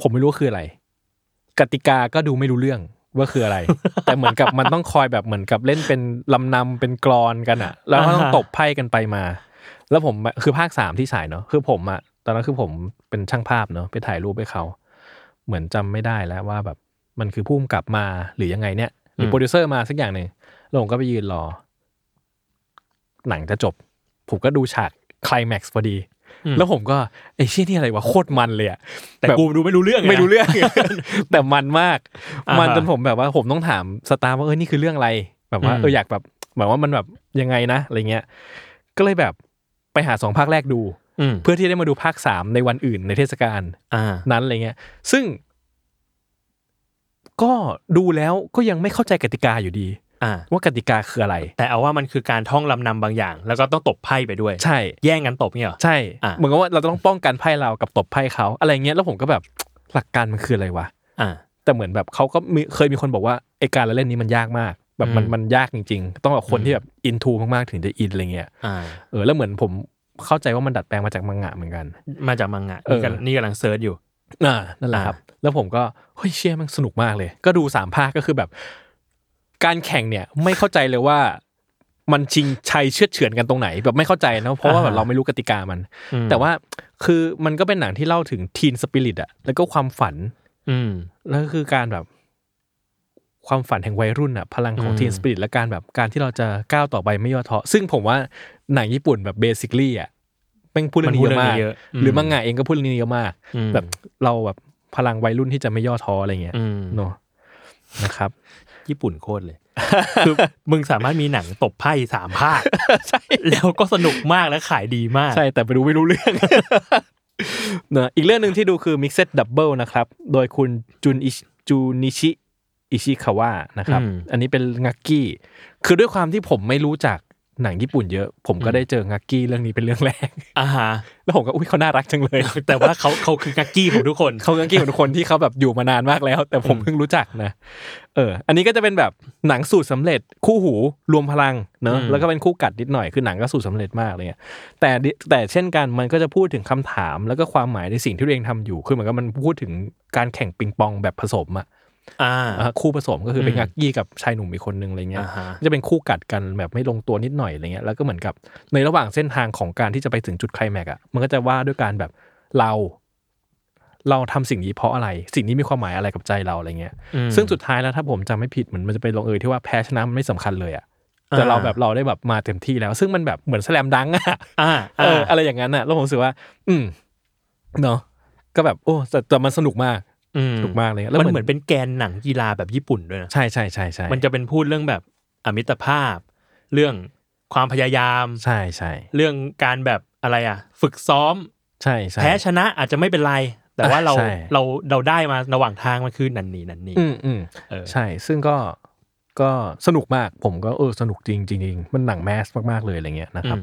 Speaker 2: ผมไม่รู้ว่าคืออะไร กติกาก็ดูไม่รู้เรื่องว่าคืออะไร แต่เหมือนกับมันต้องคอยแบบเหมือนกับเล่นเป็นลำนำเป็นกรอนกันอะแล้วก็ต้อง
Speaker 3: อ่าฮะ
Speaker 2: ตบไพ่กันไปมา แล้วผมอะคือภาคสามที่ฉายเนาะคือผมอะตอนนั้นคือผมเป็นช่างภาพเนาะไปถ่ายรูปให้เขา เหมือนจำไม่ได้แล้วว่าแบบมันคือผู้กำกับมาหรือยังไงเนี่ยหรือโปรดิวเซอร์มาสักอย่างหนึ่งแล้วผมก็ไปยืนรอ หนังจะจบ ผมก็ดูฉากไคลแม็กซ์พอดี แล้วผมก็ไอ้เชี่ยนี่อะไรวะโคตรมันเลยอะ
Speaker 3: แต่กูดูไม่รู้เรื่องลยนะ
Speaker 2: ไม่รู้เรื่อง แต่มันมาก
Speaker 3: อ่าฮะ
Speaker 2: มันจนผมแบบว่าผมต้องถามสตาร์ว่าเออนี่คือเรื่องอะไร แบบว่า
Speaker 3: อืม
Speaker 2: เอออยากแบบแบบว่ามันแบบยังไงนะอะไรเงี้ย ก็เลยแบบไปหาสองภาคแรกดู
Speaker 3: อืม
Speaker 2: เพื่อที่ได้มาดูภาคสามในวันอื่นในเทศกาล
Speaker 3: อ่า
Speaker 2: นั้นอะไรเงี้ย ซึ่ง ก็ดูแล้วก็ยังไม่เข้าใจกติกาอยู่ดี
Speaker 3: อ่า
Speaker 2: ว่ากติกาคืออะไร
Speaker 3: แต่เอาว่ามันคือการท่องลำนำบางอย่าง แล้วก็ต้องตบไพ่ไปด้วย
Speaker 2: ใช่
Speaker 3: แย่งกันตบเนี่ยเหรอ
Speaker 2: ใช่
Speaker 3: อ่ะ
Speaker 2: เหมือนกับว่าเราต้องป้องกันไพ่เรากับตบไพ่เขาอะไรเงี้ยแล้วผมก็แบบหลักการมันคืออะไรวะ
Speaker 3: อ่า
Speaker 2: แต่เหมือนแบบเขาก็มีเคยมีคนบอกว่าไอการละเล่นนี้มันยากมาก แบบมัน
Speaker 3: อืม
Speaker 2: มันยากจริง ๆ ต้องแบบคนที่แบบอินทูมากๆถึงจะอินอะไรเงี้ย
Speaker 3: อ่า
Speaker 2: เออแล้วเหมือนผมเข้าใจว่ามันดัดแปลงมาจากมังงะเหมือนกัน
Speaker 3: มาจากมังงะ
Speaker 2: เอ
Speaker 3: นี่
Speaker 2: อ
Speaker 3: กำลังนี่กำลังเซิร์ชอยู่
Speaker 2: อ่านั่นแหละครับ แล้วผมก็เฮ้ยเชี่ยมันสนุกมากเลย ก็ดูสามภาคก็คือแบบ การแข่งเนี่ยไม่เข้าใจเลยว่ามันชิงชัยเชือดเฉือนกันตรงไหน แบบไม่เข้าใจนะเพราะว่าแบบ
Speaker 3: อ่าฮะ
Speaker 2: เราไม่รู้กติกามัน
Speaker 3: อืม
Speaker 2: แต่ว่าคือมันก็เป็นหนังที่เล่าถึงทีนสปิริตอะแล้วก็ความฝัน
Speaker 3: อืม
Speaker 2: แล้วก็คือการแบบความฝันแห่งวัยรุ่นอะพลังของ
Speaker 3: อืม
Speaker 2: ทีนสปิริตและการแบบการที่เราจะก้าวต่อไปไม่ย่อท้อซึ่งผมว่าหนังญี่ปุ่นแบบเบสิคลี่อะเป็นพูดเรื่องนี้เยอะมาก
Speaker 3: นพูดเยอะ
Speaker 2: หรือมังงะเองก็พูดเรื่องนี้เยอะมาก
Speaker 3: ม
Speaker 2: แบบเราแบบพลังวัยรุ่นที่จะไม่ย่อท้ออะไรเงี้ย
Speaker 3: อื ม
Speaker 2: เนาะนะครับ
Speaker 3: ญี่ปุ่นโคตรเลย คือมึงสามารถมีหนังตบไพ่สามภาค
Speaker 2: ใช่
Speaker 3: แล้วก็สนุกมากและขายดีมาก
Speaker 2: ใช่แต่ไปดูไม่รู้เรื่อง เนอะอีกเรื่องหนึ่งที่ดูคือ Mixed Double นะครับ โดยคุณจุนอิจูนิชิอิชิคาวะนะครับ
Speaker 3: อืม
Speaker 2: อันนี้เป็นงักกี้ คือด้วยความที่ผมไม่รู้จักหนังญี่ปุ่นเยอะ ผมก็ได้เจองักกี้เรื่องนี้เป็นเรื่องแรก
Speaker 3: อ่าฮะ
Speaker 2: แล้วผมก็อุ้ยเขาน่ารักจังเลย
Speaker 3: แต่ว่าเขาเขาคือกักกี้ของทุกคน
Speaker 2: เขาเรื่องเกี่ยวกับคนที่เขาแบบอยู่มานานมากแล้ว แต่ผมเพิ่งรู้จักนะ เออ อันนี้ก็จะเป็นแบบหนังสูตรสำเร็จคู่หูรวมพลังเนอะ
Speaker 3: อืม
Speaker 2: แล้วก็เป็นคู่กัดนิดหน่อยคือหนังก็สูตรสำเร็จมากอะไรเลยแต่ดิแต่เช่นกันมันก็จะพูดถึงคำถามแล้วก็ความหมายในสิ่งที่ตัวเองทำอยู่คือเหมือนกับมันพูดถึงการแข่งปิงปองแบบผสมอะ
Speaker 3: อ่า
Speaker 2: อ่ะคู่ผสมก็คือเป็น
Speaker 3: อืม
Speaker 2: งักกี้กับชายหนุ่มอีกคนนึงอะไรเงี้ย
Speaker 3: อ่าฮะ
Speaker 2: จะเป็นคู่กัดกันแบบไม่ลงตัวนิดหน่อยอะไรเงี้ยแล้วก็เหมือนกับในระหว่างเส้นทางของการที่จะไปถึงจุดไคลแม็กซ์อะมันก็จะว่าด้วยการแบบเรา เราทำสิ่งนี้เพราะอะไร สิ่งนี้มีความหมายอะไรกับใจเราอะไรเงี้ย
Speaker 3: อืม
Speaker 2: ซึ่งสุดท้ายแล้วถ้าผมจำไม่ผิดเหมือนมันจะไปลงเอยที่ว่าแพ้ชนะมันไม่สำคัญเลยอะแต่เราแบบเราได้แบบมาเต็มที่แล้ว ซึ่งมันแบบเหมือนแสลมดังอะ
Speaker 3: อ่า
Speaker 2: เอออะไรอย่างนั้นอะแล้วผมรู้สึกว่า อืมเนาะก็แบบโอ้แต่แต่มันสนุกมากสนุกมากเลยแล้ว
Speaker 3: มันเหมือนเป็นแกนหนังกีฬาแบบญี่ปุ่นด้วยนะ
Speaker 2: ใช่ใช่ใช่ใช่
Speaker 3: มันจะเป็นพูดเรื่องแบบอมิตรภาพ เรื่องความพยายาม
Speaker 2: ใช่ใช่
Speaker 3: เรื่องการแบบอะไรอ่ะ ฝึกซ้อม
Speaker 2: ใช่ใช่
Speaker 3: แพ้ชนะอาจจะไม่เป็นไร แต่ว่าเรา
Speaker 2: ใช่
Speaker 3: เราเราได้มาระหว่างทางมันคือนันนี่นันนี่
Speaker 2: อืมอืม
Speaker 3: เออ
Speaker 2: ใช่ ซึ่งก็ ก็สนุกมาก ผมก็เออสนุกจริงจริงๆมันหนังแมสมาก ๆ เลยอะไรเงี้ยนะค
Speaker 3: อื
Speaker 2: รับ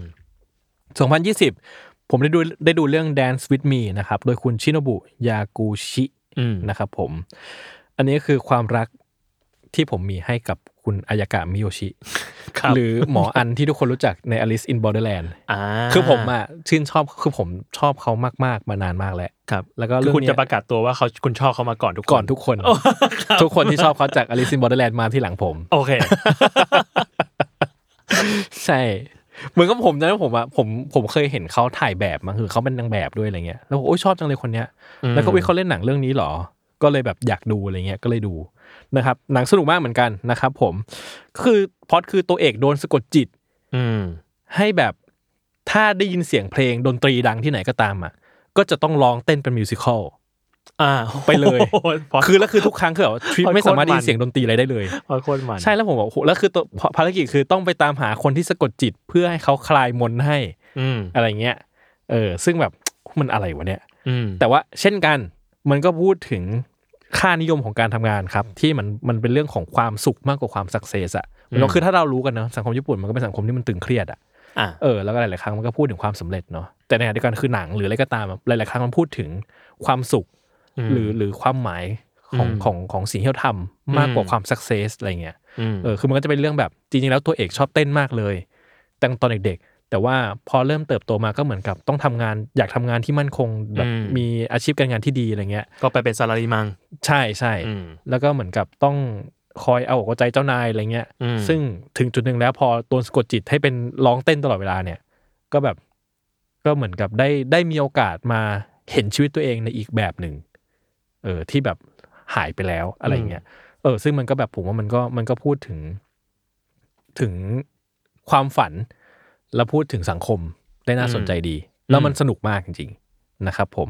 Speaker 3: ม
Speaker 2: 2020 ผมได้ดูได้ดูเรื่อง Dance with Me นะครับ โดยคุณชิโนบุ ยากูชิ
Speaker 3: อืม
Speaker 2: นะครับผม อันนี้คือความรักที่ผมมีให้กับคุณอายากะมิโยชิ
Speaker 3: ครับ
Speaker 2: หรือหมออันที่ทุกคนรู้จักใน Alice in Borderland
Speaker 3: า
Speaker 2: คือผมอ่ะชื่นชอบคือผมชอบเขามาก ๆ มานานมากแล้ว
Speaker 3: ครับ
Speaker 2: แล้วก็
Speaker 3: คือ
Speaker 2: เรื่อง
Speaker 3: คุณ
Speaker 2: เนี้
Speaker 3: จะ
Speaker 2: ย
Speaker 3: ประกาศตัวว่าเขาคุณชอบเขามาก่อนทุกคน
Speaker 2: ก่อนทุกคน ทุกคนที่ชอบเขาจาก Alice in Borderland มาที่หลังผม
Speaker 3: โอ เค
Speaker 2: ใช่ เหมือนกับผมนะผมอะผมผมเคยเห็นเขาถ่ายแบบมาคือเขาเป็นนางแบบด้วยอะไรเงี้ยแล้วผมโอ้ยชอบจังเลยคนเนี้ย
Speaker 3: อืม
Speaker 2: แล้วก็วิเขาเล่นหนังเรื่องนี้เหรอ ก็เลยแบบอยากดูอะไรเงี้ยก็เลยดูนะครับหนังสนุกมากเหมือนกันนะครับผมคือพล็อดคือตัวเอกโดนสะกดจิต
Speaker 3: อืม
Speaker 2: ให้แบบถ้าได้ยินเสียงเพลงดนตรีดังที่ไหนก็ตามอ่ะก็จะต้องร้องเต้นเป็นมิวสิควล
Speaker 3: อ่า
Speaker 2: ไปเลย
Speaker 3: โอ้โหพอ
Speaker 2: คือแล้วคือทุกครั้งคือแบบทริป
Speaker 3: โคตร
Speaker 2: ไม่สามารถได้ยิ
Speaker 3: มัน
Speaker 2: นเสียงดนตรีอะไรได้เลย
Speaker 3: พอโคตรมัน
Speaker 2: ใช่แล้วผมบอกโอ้โหแล้วคือตัวภารกิจคือต้องไปตามหาคนที่สะกดจิตเพื่อให้เขาคลายมนต์ให้
Speaker 3: อืม
Speaker 2: อะไรเงี้ย เออ ซึ่งแบบ มันอะไรวะเนี่ย
Speaker 3: อืม
Speaker 2: แต่ว่าเช่นกัน มันก็พูดถึงค่านิยมของการทำงานครับ ที่มัน มันเป็นเรื่องของความสุขมากกว่าความสักเซสอะเหมือนเราคือถ้าเรารู้กันเนาะ สังคมญี่ปุ่นมันก็เป็นสังคมที่มันตึงเครียดอะ
Speaker 3: อ่า
Speaker 2: เออ แล้วก็หลาย ๆ ครั้งมันก็พูดถึงความสำเร็จเนาะ แต่ในขณะเดียวกันคือหนังหรืออะไรก็ตามอะหลาย ๆ ครั้งมันพูดถึงความสุข
Speaker 3: ม
Speaker 2: หรือ หรือความหมายของ
Speaker 3: อืม
Speaker 2: ของของสิ่งที่เราทำมากกว่า
Speaker 3: อืม
Speaker 2: ความสักเซสอะไรเงี้ย
Speaker 3: ม
Speaker 2: เออคือมันก็จะเป็นเรื่องแบบจริงๆแล้วตัวเอกชอบเต้นมากเลยตั้งตอนเด็กๆ แต่ว่าพอเริ่มเติบโตมาก็เหมือนกับต้องทำงานอยากทำงานที่มั่นคงแบบมีอาชีพการงานที่ดีอะไรเงี้ย
Speaker 3: ก็ไปเป็นซาลารีมัง
Speaker 2: ใช่ใช่
Speaker 3: อืม
Speaker 2: แล้วก็เหมือนกับต้องคอยเอาอกเอาใจเจ้านายอะไรเงี้ย
Speaker 3: อืม
Speaker 2: ซึ่งถึงจุดหนึ่งแล้วพอโดนสะกดจิตให้เป็นร้องเต้นตลอดเวลาเนี่ย ก็แบบก็เหมือนกับได้ได้มีโอกาสมาเห็นชีวิตตัวเองในอีกแบบหนึ่งเออที่แบบหายไปแล้วอะไรเงี้ยเออ ซึ่งมันก็แบบผมว่ามันก็มันก็พูดถึง ถึงความฝัน แล้วพูดถึงสังคมได้น่าสนใจดี แล้วมันสนุกมากจริงๆนะครับผม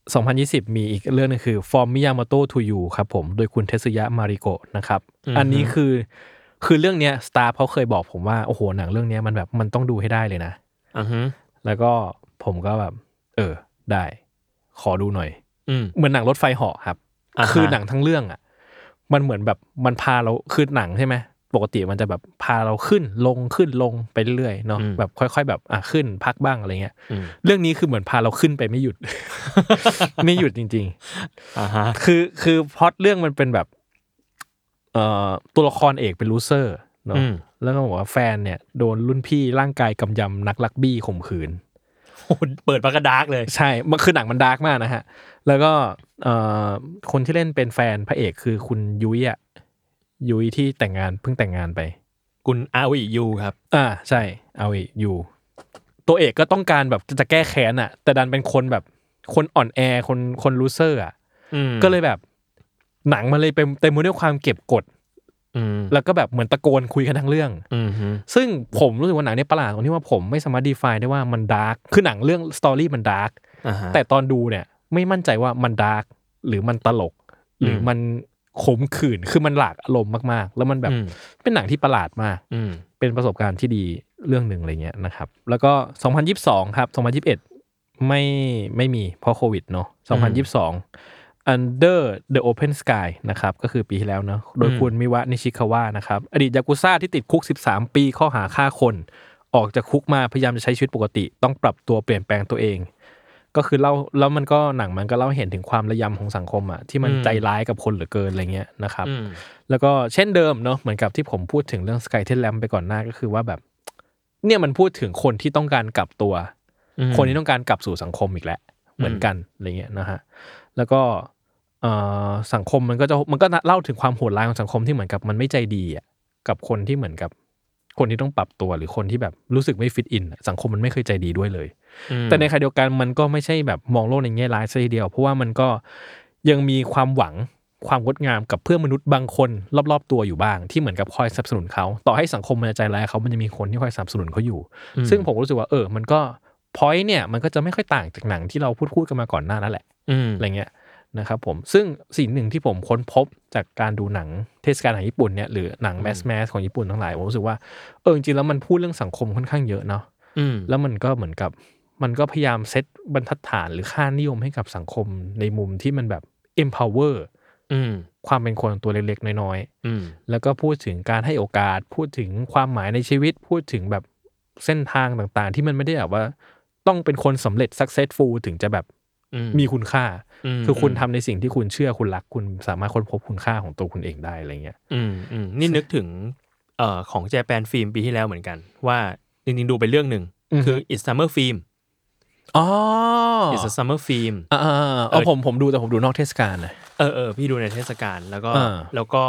Speaker 2: 2020 มีอีกเรื่องหนึงคือ From Miyamoto to You ครับผม โดยคุณเทสุยะมาริโกะนะครับ อันนี้คือคือเรื่องเนี้ยสตาร์เขาเคยบอกผมว่า โอ้โห หนังเรื่องเนี้ยมันแบบมันต้องดูให้ได้เลยนะ
Speaker 3: อือฮึ
Speaker 2: แล้วก็ผมก็แบบ เออ ได้ ขอดูหน่อย
Speaker 3: อืม
Speaker 2: เหมือนหนังรถไฟเหาะครับ
Speaker 3: าฮะ
Speaker 2: คือหนังทั้งเรื่องอ่ะ มันเหมือนแบบมันพาเราคือหนังใช่ไหมปกติมันจะแบบพาเราขึ้นลงขึ้นลงไปเรื่อยๆเนาะ
Speaker 3: อืม
Speaker 2: แบบค่อย ๆ แบบอ่ะขึ้นพักบ้างอะไรเงี้ย
Speaker 3: อืม
Speaker 2: เรื่องนี้คือเหมือนพาเราขึ้นไปไม่หยุด ไม่หยุดจริง
Speaker 3: อ่าฮะ
Speaker 2: ๆ คือคือพล็อตเรื่องมันเป็นแบบเอ่อตัวละครเอกเป็นลูเซอร์เนาะ
Speaker 3: อืม
Speaker 2: แล้วก็บอกว่าแฟนเนี่ยโดนรุ่นพี่ร่างกายกำยำนักลักบี้ข่มขืน
Speaker 3: โอ้โห เปิดปากกาดาร์กเลย
Speaker 2: ใช่ มันคือหนังมันดาร์กมากนะฮะ แล้วก็เอ่อคนที่เล่นเป็นแฟนพระเอกคือคุณยุ้ยอะยุ้ยที่แต่งงานเพิ่งแต่งงานไป
Speaker 3: คุณอาวียูครับ
Speaker 2: อ่าใช่ เอาอีกอยู่ ตัวเอกก็ต้องการแบบจะแก้แค้นอะแต่ดันเป็นคนแบบคนอ่อนแอคนคนลูเซอร์อะ
Speaker 3: อืม
Speaker 2: ก็เลยแบบหนังมันเลยเป็นเต็มไปด้วยความเก็บกด
Speaker 3: อืม
Speaker 2: แล้วก็แบบเหมือนตะโกนคุยกันทั้งเรื่อง
Speaker 3: อืมฮึ
Speaker 2: ซึ่งผมรู้สึกว่าหนังเนี้ประหลาดตรงที่ว่าผมไม่สามารถดีไฟได้ว่ามันดาร์กคือหนังเรื่องสตอรี่มันดาร์ก
Speaker 3: อ่าฮะ
Speaker 2: แต่ตอนดูเนี่ยไม่มั่นใจว่ามันดาร์กหรือมันตลก หรืออ
Speaker 3: ม
Speaker 2: มันขมขื่นคือมันหลากอารมณ์มากๆ แล้วมันแบบ
Speaker 3: อืม
Speaker 2: เป็นหนังที่ประหลาดมาก
Speaker 3: อืม
Speaker 2: เป็นประสบการณ์ที่ดีเรื่องหนึ่งอะไรเงี้ยนะครับ แล้วก็ 2022 ครับ 2021 ไม่ไม่มีเพราะโควิดเนาะ2022 Under the Open Sky นะครับ ก็คือปีที่แล้วเนาะโดยคุณมิวะนิชิคาวะนะครับ อดีตยากุซ่าที่ติดคุก 13 ปีข้อหาฆ่าคน ออกจากคุกมาพยายามจะใช้ชีวิตปกติ ต้องปรับตัวเปลี่ยนแปลงตัวเอง ก็คือเล่าแล้วมันก็หนังมันก็เล่าให้เห็นถึงความระยำของสังคมอะที่มันใจร้ายกับคนเหลือเกินอะไรเงี้ยนะครับ
Speaker 3: อืม
Speaker 2: แล้วก็เช่นเดิมเนาะเหมือนกับที่ผมพูดถึงเรื่อง Sky t e l a m p ไปก่อนหน้าก็คือว่าแบบ เนี่ยมันพูดถึงคนที่ต้องการกลับตัว
Speaker 3: อืม
Speaker 2: คนที่ต้องการกลับสู่สังคมอีกแล้วเหมือนกันอะไรเงี้ยนะฮะแล้วก็เอ่อสังคมมันก็จะมันก็เล่าถึงความโหดร้ายของสังคมที่เหมือนกับมันไม่ใจดีอะกับคนที่เหมือนกับ คนที่ต้องปรับตัวหรือคนที่แบบรู้สึกไม่ฟิตอินอะสังคมมันไม่เคยใจดีด้วยเลย
Speaker 3: อืม
Speaker 2: แต่ในขณะเดียวกันมันก็ไม่ใช่แบบมองโลกในแง่ร้ายซะทีเดียว เพราะว่ามันก็ยังมีความหวังความงดงามกับเพื่อนมนุษย์บางคนรอบๆตัวอยู่บ้าง ที่เหมือนกับคอยสนับสนุนเขา ต่อให้สังคมมันจะใจร้ายเขามันจะมีคนที่คอยสนับสนุนเขาอยู่
Speaker 3: อืม
Speaker 2: ซึ่งผมรู้สึกว่าเออ มันก็พอยต์เนี่ยมันก็จะไม่ค่อยต่างจากหนังที่เราพูดพูดๆกันมาก่อนหน้านั่นแหละ
Speaker 3: อืม
Speaker 2: อะไรเงี้ยนะครับผมซึ่งสิ่งหนึ่งที่ผมค้นพบจากการดูหนังเทศกาลหนังญี่ปุ่นเนี่ยหรือหนังแมสแมสของญี่ปุ่นทั้งหลายผมรู้สึกว่าเออจริงๆแล้วมันพูดเรื่องสังคมค่อนข้างเยอะเนาะ
Speaker 3: อืม
Speaker 2: แล้วมันก็เหมือนกับมันก็พยายามเซตบรรทัดฐานหรือค่านิยมให้กับสังคมในมุมที่มันแบบ empower
Speaker 3: อืม
Speaker 2: ความเป็นคนตัวเล็กๆ น้อย
Speaker 3: อืม
Speaker 2: ๆ แล้วก็พูดถึงการให้โอกาส พูดถึงความหมายในชีวิต พูดถึงแบบเส้นทางต่างๆ ที่มันไม่ได้แบบว่า ต้องเป็นคนสำเร็จ successful ถึงจะแบบ
Speaker 3: อืม
Speaker 2: มีคุณค่า
Speaker 3: อืม
Speaker 2: คือคุณทำในสิ่งที่คุณเชื่อคุณรัก คุณสามารถค้นพบคุณค่าของตัวคุณเองได้อะไรเงี้ย
Speaker 3: อืมอืมนี่นึกถึงเอ่อของแจแปนฟิล์มปีที่แล้วเหมือนกัน ว่าจริงๆดูไปเรื่องหนึ่ง
Speaker 2: อือฮึ
Speaker 3: คือ It's Summer Film
Speaker 2: อ๋อ
Speaker 3: It's a Summer Film
Speaker 2: อ่าๆๆเอาผมผมดูแต่ผมดูนอกเทศกาลนะ
Speaker 3: เออเออพี่ดูในเทศกาลแล้วก็
Speaker 2: อ่า
Speaker 3: แล้วก็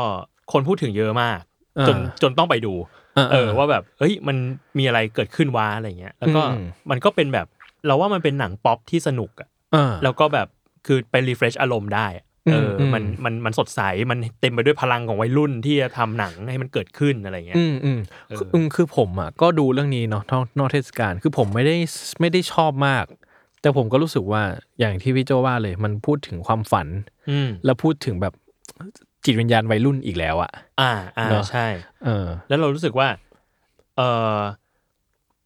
Speaker 3: คนพูดถึงเยอะมาก จน
Speaker 2: อ่า
Speaker 3: จนต้องไปดู
Speaker 2: อ่าๆ
Speaker 3: เออว่าแบบเฮ้ยมันมีอะไรเกิดขึ้นวะอะไรเงี้ย แล้วก็
Speaker 2: อืม
Speaker 3: มันก็เป็นแบบเราว่ามันเป็นหนังป๊อปที่สนุกอะ
Speaker 2: อ่า
Speaker 3: แล้วก็แบบคือไปรีเฟรชอารมณ์ได้อะเอออ
Speaker 2: ม
Speaker 3: มันมันมันสดใสมันเต็มไปด้วยพลังของวัยรุ่นที่จะทำหนังให้มันเกิดขึ้นอะไรเงี้ย
Speaker 2: อืมอืม
Speaker 3: เออ
Speaker 2: คืออืมคือผมอ่ะก็ดูเรื่องนี้เนาะนอกนอกเทศกาลคือผมไม่ได้ไม่ได้ชอบมาก แต่ผมก็รู้สึกว่าอย่างที่พี่โจว่าเลย มันพูดถึงความฝัน
Speaker 3: อืม
Speaker 2: แล้วพูดถึงแบบจิตวิญญาณวัยรุ่นอีกแล้วอ่ะ
Speaker 3: อ่าอ่า
Speaker 2: เนอะ
Speaker 3: ใช่
Speaker 2: เออ
Speaker 3: แล้วเรารู้สึกว่า เออ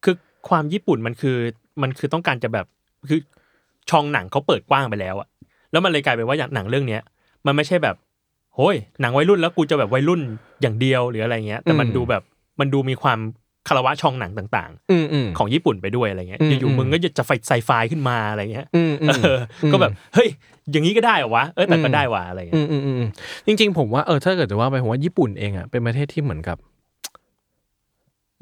Speaker 3: คือความญี่ปุ่นมันคือ มันคือต้องการจะแบบ คือช่องหนังเขาเปิดกว้างไปแล้วอะแล้วมันเลยกลายเป็นว่าอย่างหนังเรื่องเนี้ย มันไม่ใช่แบบ โห้ยหนังวัยรุ่นแล้วกูจะแบบวัยรุ่นอย่างเดียวหรืออะไรเงี้ย แต่มัน
Speaker 2: อืม
Speaker 3: ดูแบบ มันดูมีความคารวะช่องหนังต่าง
Speaker 2: อืมอืม
Speaker 3: ๆ ของญี่ปุ่นไปด้วยอะไรเงี้ย
Speaker 2: อืม
Speaker 3: อยู่
Speaker 2: อืม
Speaker 3: ๆมึงก็จะไฟไซไฟขึ้นมาอะไรเงี้ย
Speaker 2: อืมอืม
Speaker 3: เออก็แบบ เฮ้ย อย่างนี้ก็ได้เหรอวะ เออ แต่ก็
Speaker 2: อืม
Speaker 3: ได้ว่ะอะไร
Speaker 2: อื
Speaker 3: เงี้ย
Speaker 2: มอืมอืมอืมจริง ๆ ผมว่าเออถ้าเกิดจะว่าไปผมว่าญี่ปุ่นเองอ่ะเป็นประเทศที่เหมือนกับ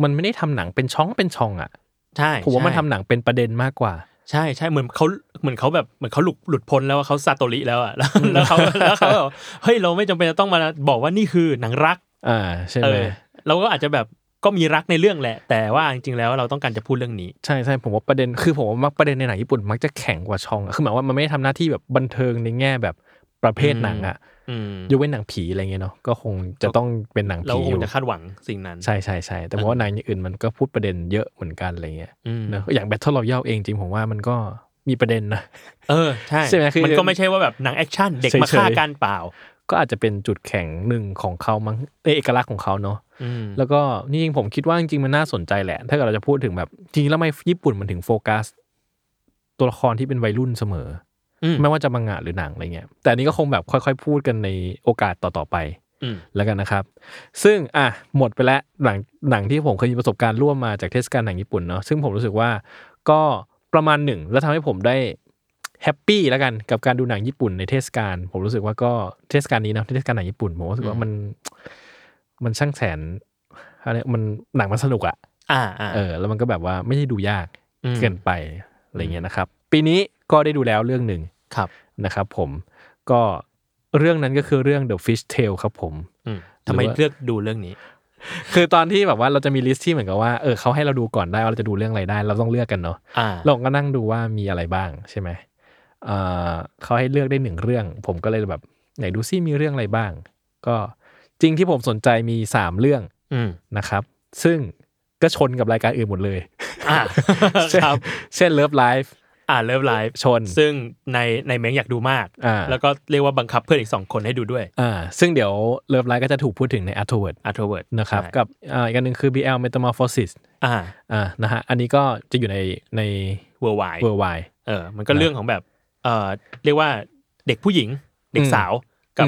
Speaker 2: มันไม่ได้ทำหนังเป็นช่องเป็นช่องอ่ะ
Speaker 3: ใช่
Speaker 2: ผมว่ามัน
Speaker 3: ใช่
Speaker 2: ทำหนังเป็นประเด็นมากกว่า
Speaker 3: ใช่ใช่เหมือนเขาเหมือนเขาแบบเหมือนเขาหลุดหลุดพ้นแล้วว่าเขาซาโตริแล้วอ่ะ แล้วแล้วเขาแล้วเขาแบบเฮ้ยเราไม่จำเป็นจะต้องมาบอกว่านี่คือหนังรัก
Speaker 2: อ่า ใช่
Speaker 3: เอ
Speaker 2: ไหม
Speaker 3: อเราก็อาจจะแบบก็มีรักในเรื่องแหละ แต่ว่าจริงๆแล้วเราต้องการจะพูดเรื่องนี้
Speaker 2: ใช่ใช่ผมว่าประเด็นคือผมว่ามักประเด็นในหนังญี่ปุ่นมักจะแข็งกว่าช่องอะคือหมายว่ามันไม่ได้ทำหน้าที่แบบบันเทิงในแง่แบบประเภทหนังอ่ะ
Speaker 3: อืม
Speaker 2: ยกเว้นหนังผีอะไรเงี้ยเนาะก็คงจะต้องเป็นหนัง
Speaker 3: เรา
Speaker 2: ผี
Speaker 3: ค
Speaker 2: องยู่
Speaker 3: จะคาดหวังสิ่งนั้น
Speaker 2: ใช่ใช่ใช่แต่ผมว่าหนังอย่างอื่นมันก็พูดประเด็นเยอะเหมือนกันอะไรเงี้ย
Speaker 3: อืม
Speaker 2: เนอะอย่างแบทเทิลรอยัลเองจริงผมว่ามันก็มีประเด็นนะ
Speaker 3: เออใช่
Speaker 2: ใช่ไหมคือ
Speaker 3: มันก็ไม่ใช่ว่าแบบหนังแอคชั่นเด็กมา
Speaker 2: เฉยๆ
Speaker 3: ฆ่ากันเปล่า
Speaker 2: ก็อาจจะเป็นจุดแข็งหนึ่งของเขามั้งเออเอกลักษณ์ของเขาเนาะ
Speaker 3: อืม
Speaker 2: แล้วก็นี่จริงผมคิดว่าจริงๆมันน่าสนใจแหละ ถ้าเกิดเราจะพูดถึงแบบจริงๆแล้วทำไมญี่ปุ่นมันถึงโฟกัส ตัวละครที่เป็นวัยรุ่นเสมอ
Speaker 3: อืม
Speaker 2: ไม่ว่าจะมังงะหรือหนังอะไรเงี้ย แต่อันนี้ก็คงแบบค่อยๆ พูดกันในโอกาสต่อๆไป
Speaker 3: อืม
Speaker 2: แล้วกันนะครับ ซึ่งอ่ะหมดไปแล้วหนังหนังที่ผมเคยมีประสบการณ์ร่วมมาจากเทศกาลหนังญี่ปุ่นเนาะซึ่งผมรู้สึกว่าก็ประมาณหนึ่ง แล้วทำให้ผมได้แฮปปี้แล้วกันกับการดูหนังญี่ปุ่นในเทศกาลผมรู้สึกว่าก็เทศกาลนี้เนอะเทศกาลหนังญี่ปุ่นผมรู้สึกว่ามันมันช่างแสนอะไรมันหนังมันสนุกอะ
Speaker 3: อ่าอ่า
Speaker 2: เออแล้วมันก็แบบว่าไม่ได้ดูยาก
Speaker 3: อืม
Speaker 2: เกินไปอะไรเงี้ยนะครับ ปีนี้ก็ได้ดูแล้วเรื่องหนึ่ง
Speaker 3: ครับ
Speaker 2: นะครับผมก็เรื่องนั้นก็คือเรื่อง The Fish Tale ครับผม
Speaker 3: อืมทำไม
Speaker 2: หรือว่า
Speaker 3: เลือกดูเรื่องนี้
Speaker 2: คือตอนที่แบบว่าเราจะมีลิสต์ที่เหมือนกับว่าเออเขาให้เราดูก่อนได้ว่าเราจะดูเรื่องอะไรได้ เราต้องเลือกกันเนาะ
Speaker 3: อ่า
Speaker 2: เราก็นั่งดูว่ามีอะไรบ้างใช่ไหมเออเขาให้เลือกได้หนึ่งเรื่อง ผมก็เลยแบบไหนดูซิมีเรื่องอะไรบ้าง ก็จริงที่ผมสนใจมีสามเรื่อง
Speaker 3: อืม
Speaker 2: นะครับ ซึ่งก็ชนกับรายการอื่นหมดเลย
Speaker 3: อ่า ครับ
Speaker 2: เช่น Love Live
Speaker 3: อ่าเลิฟไลฟ์
Speaker 2: ชน
Speaker 3: ซึ่งในในเม้งอยากดูมาก
Speaker 2: อ่า
Speaker 3: แล้วก็เรียกว่าบังคับเพื่อนอีกสองคนให้ดูด้วย
Speaker 2: อ่าซึ่งเดี๋ยวเลิฟไลฟ์ก็จะถูกพูดถึงใน Afterward
Speaker 3: อาร์ทเวิร์ด
Speaker 2: นะครับกับอ่าอีกอันหนึ่งคือ BL Metamorphosis
Speaker 3: อ่า
Speaker 2: อ่านะฮะอันนี้ก็จะอยู่ในใน
Speaker 3: เวอร์ไว
Speaker 2: w o r l d w i d e
Speaker 3: เออ มันก็เรื่องของแบบ เออเรียกว่าเด็กผู้หญิง เด็กสาวกับ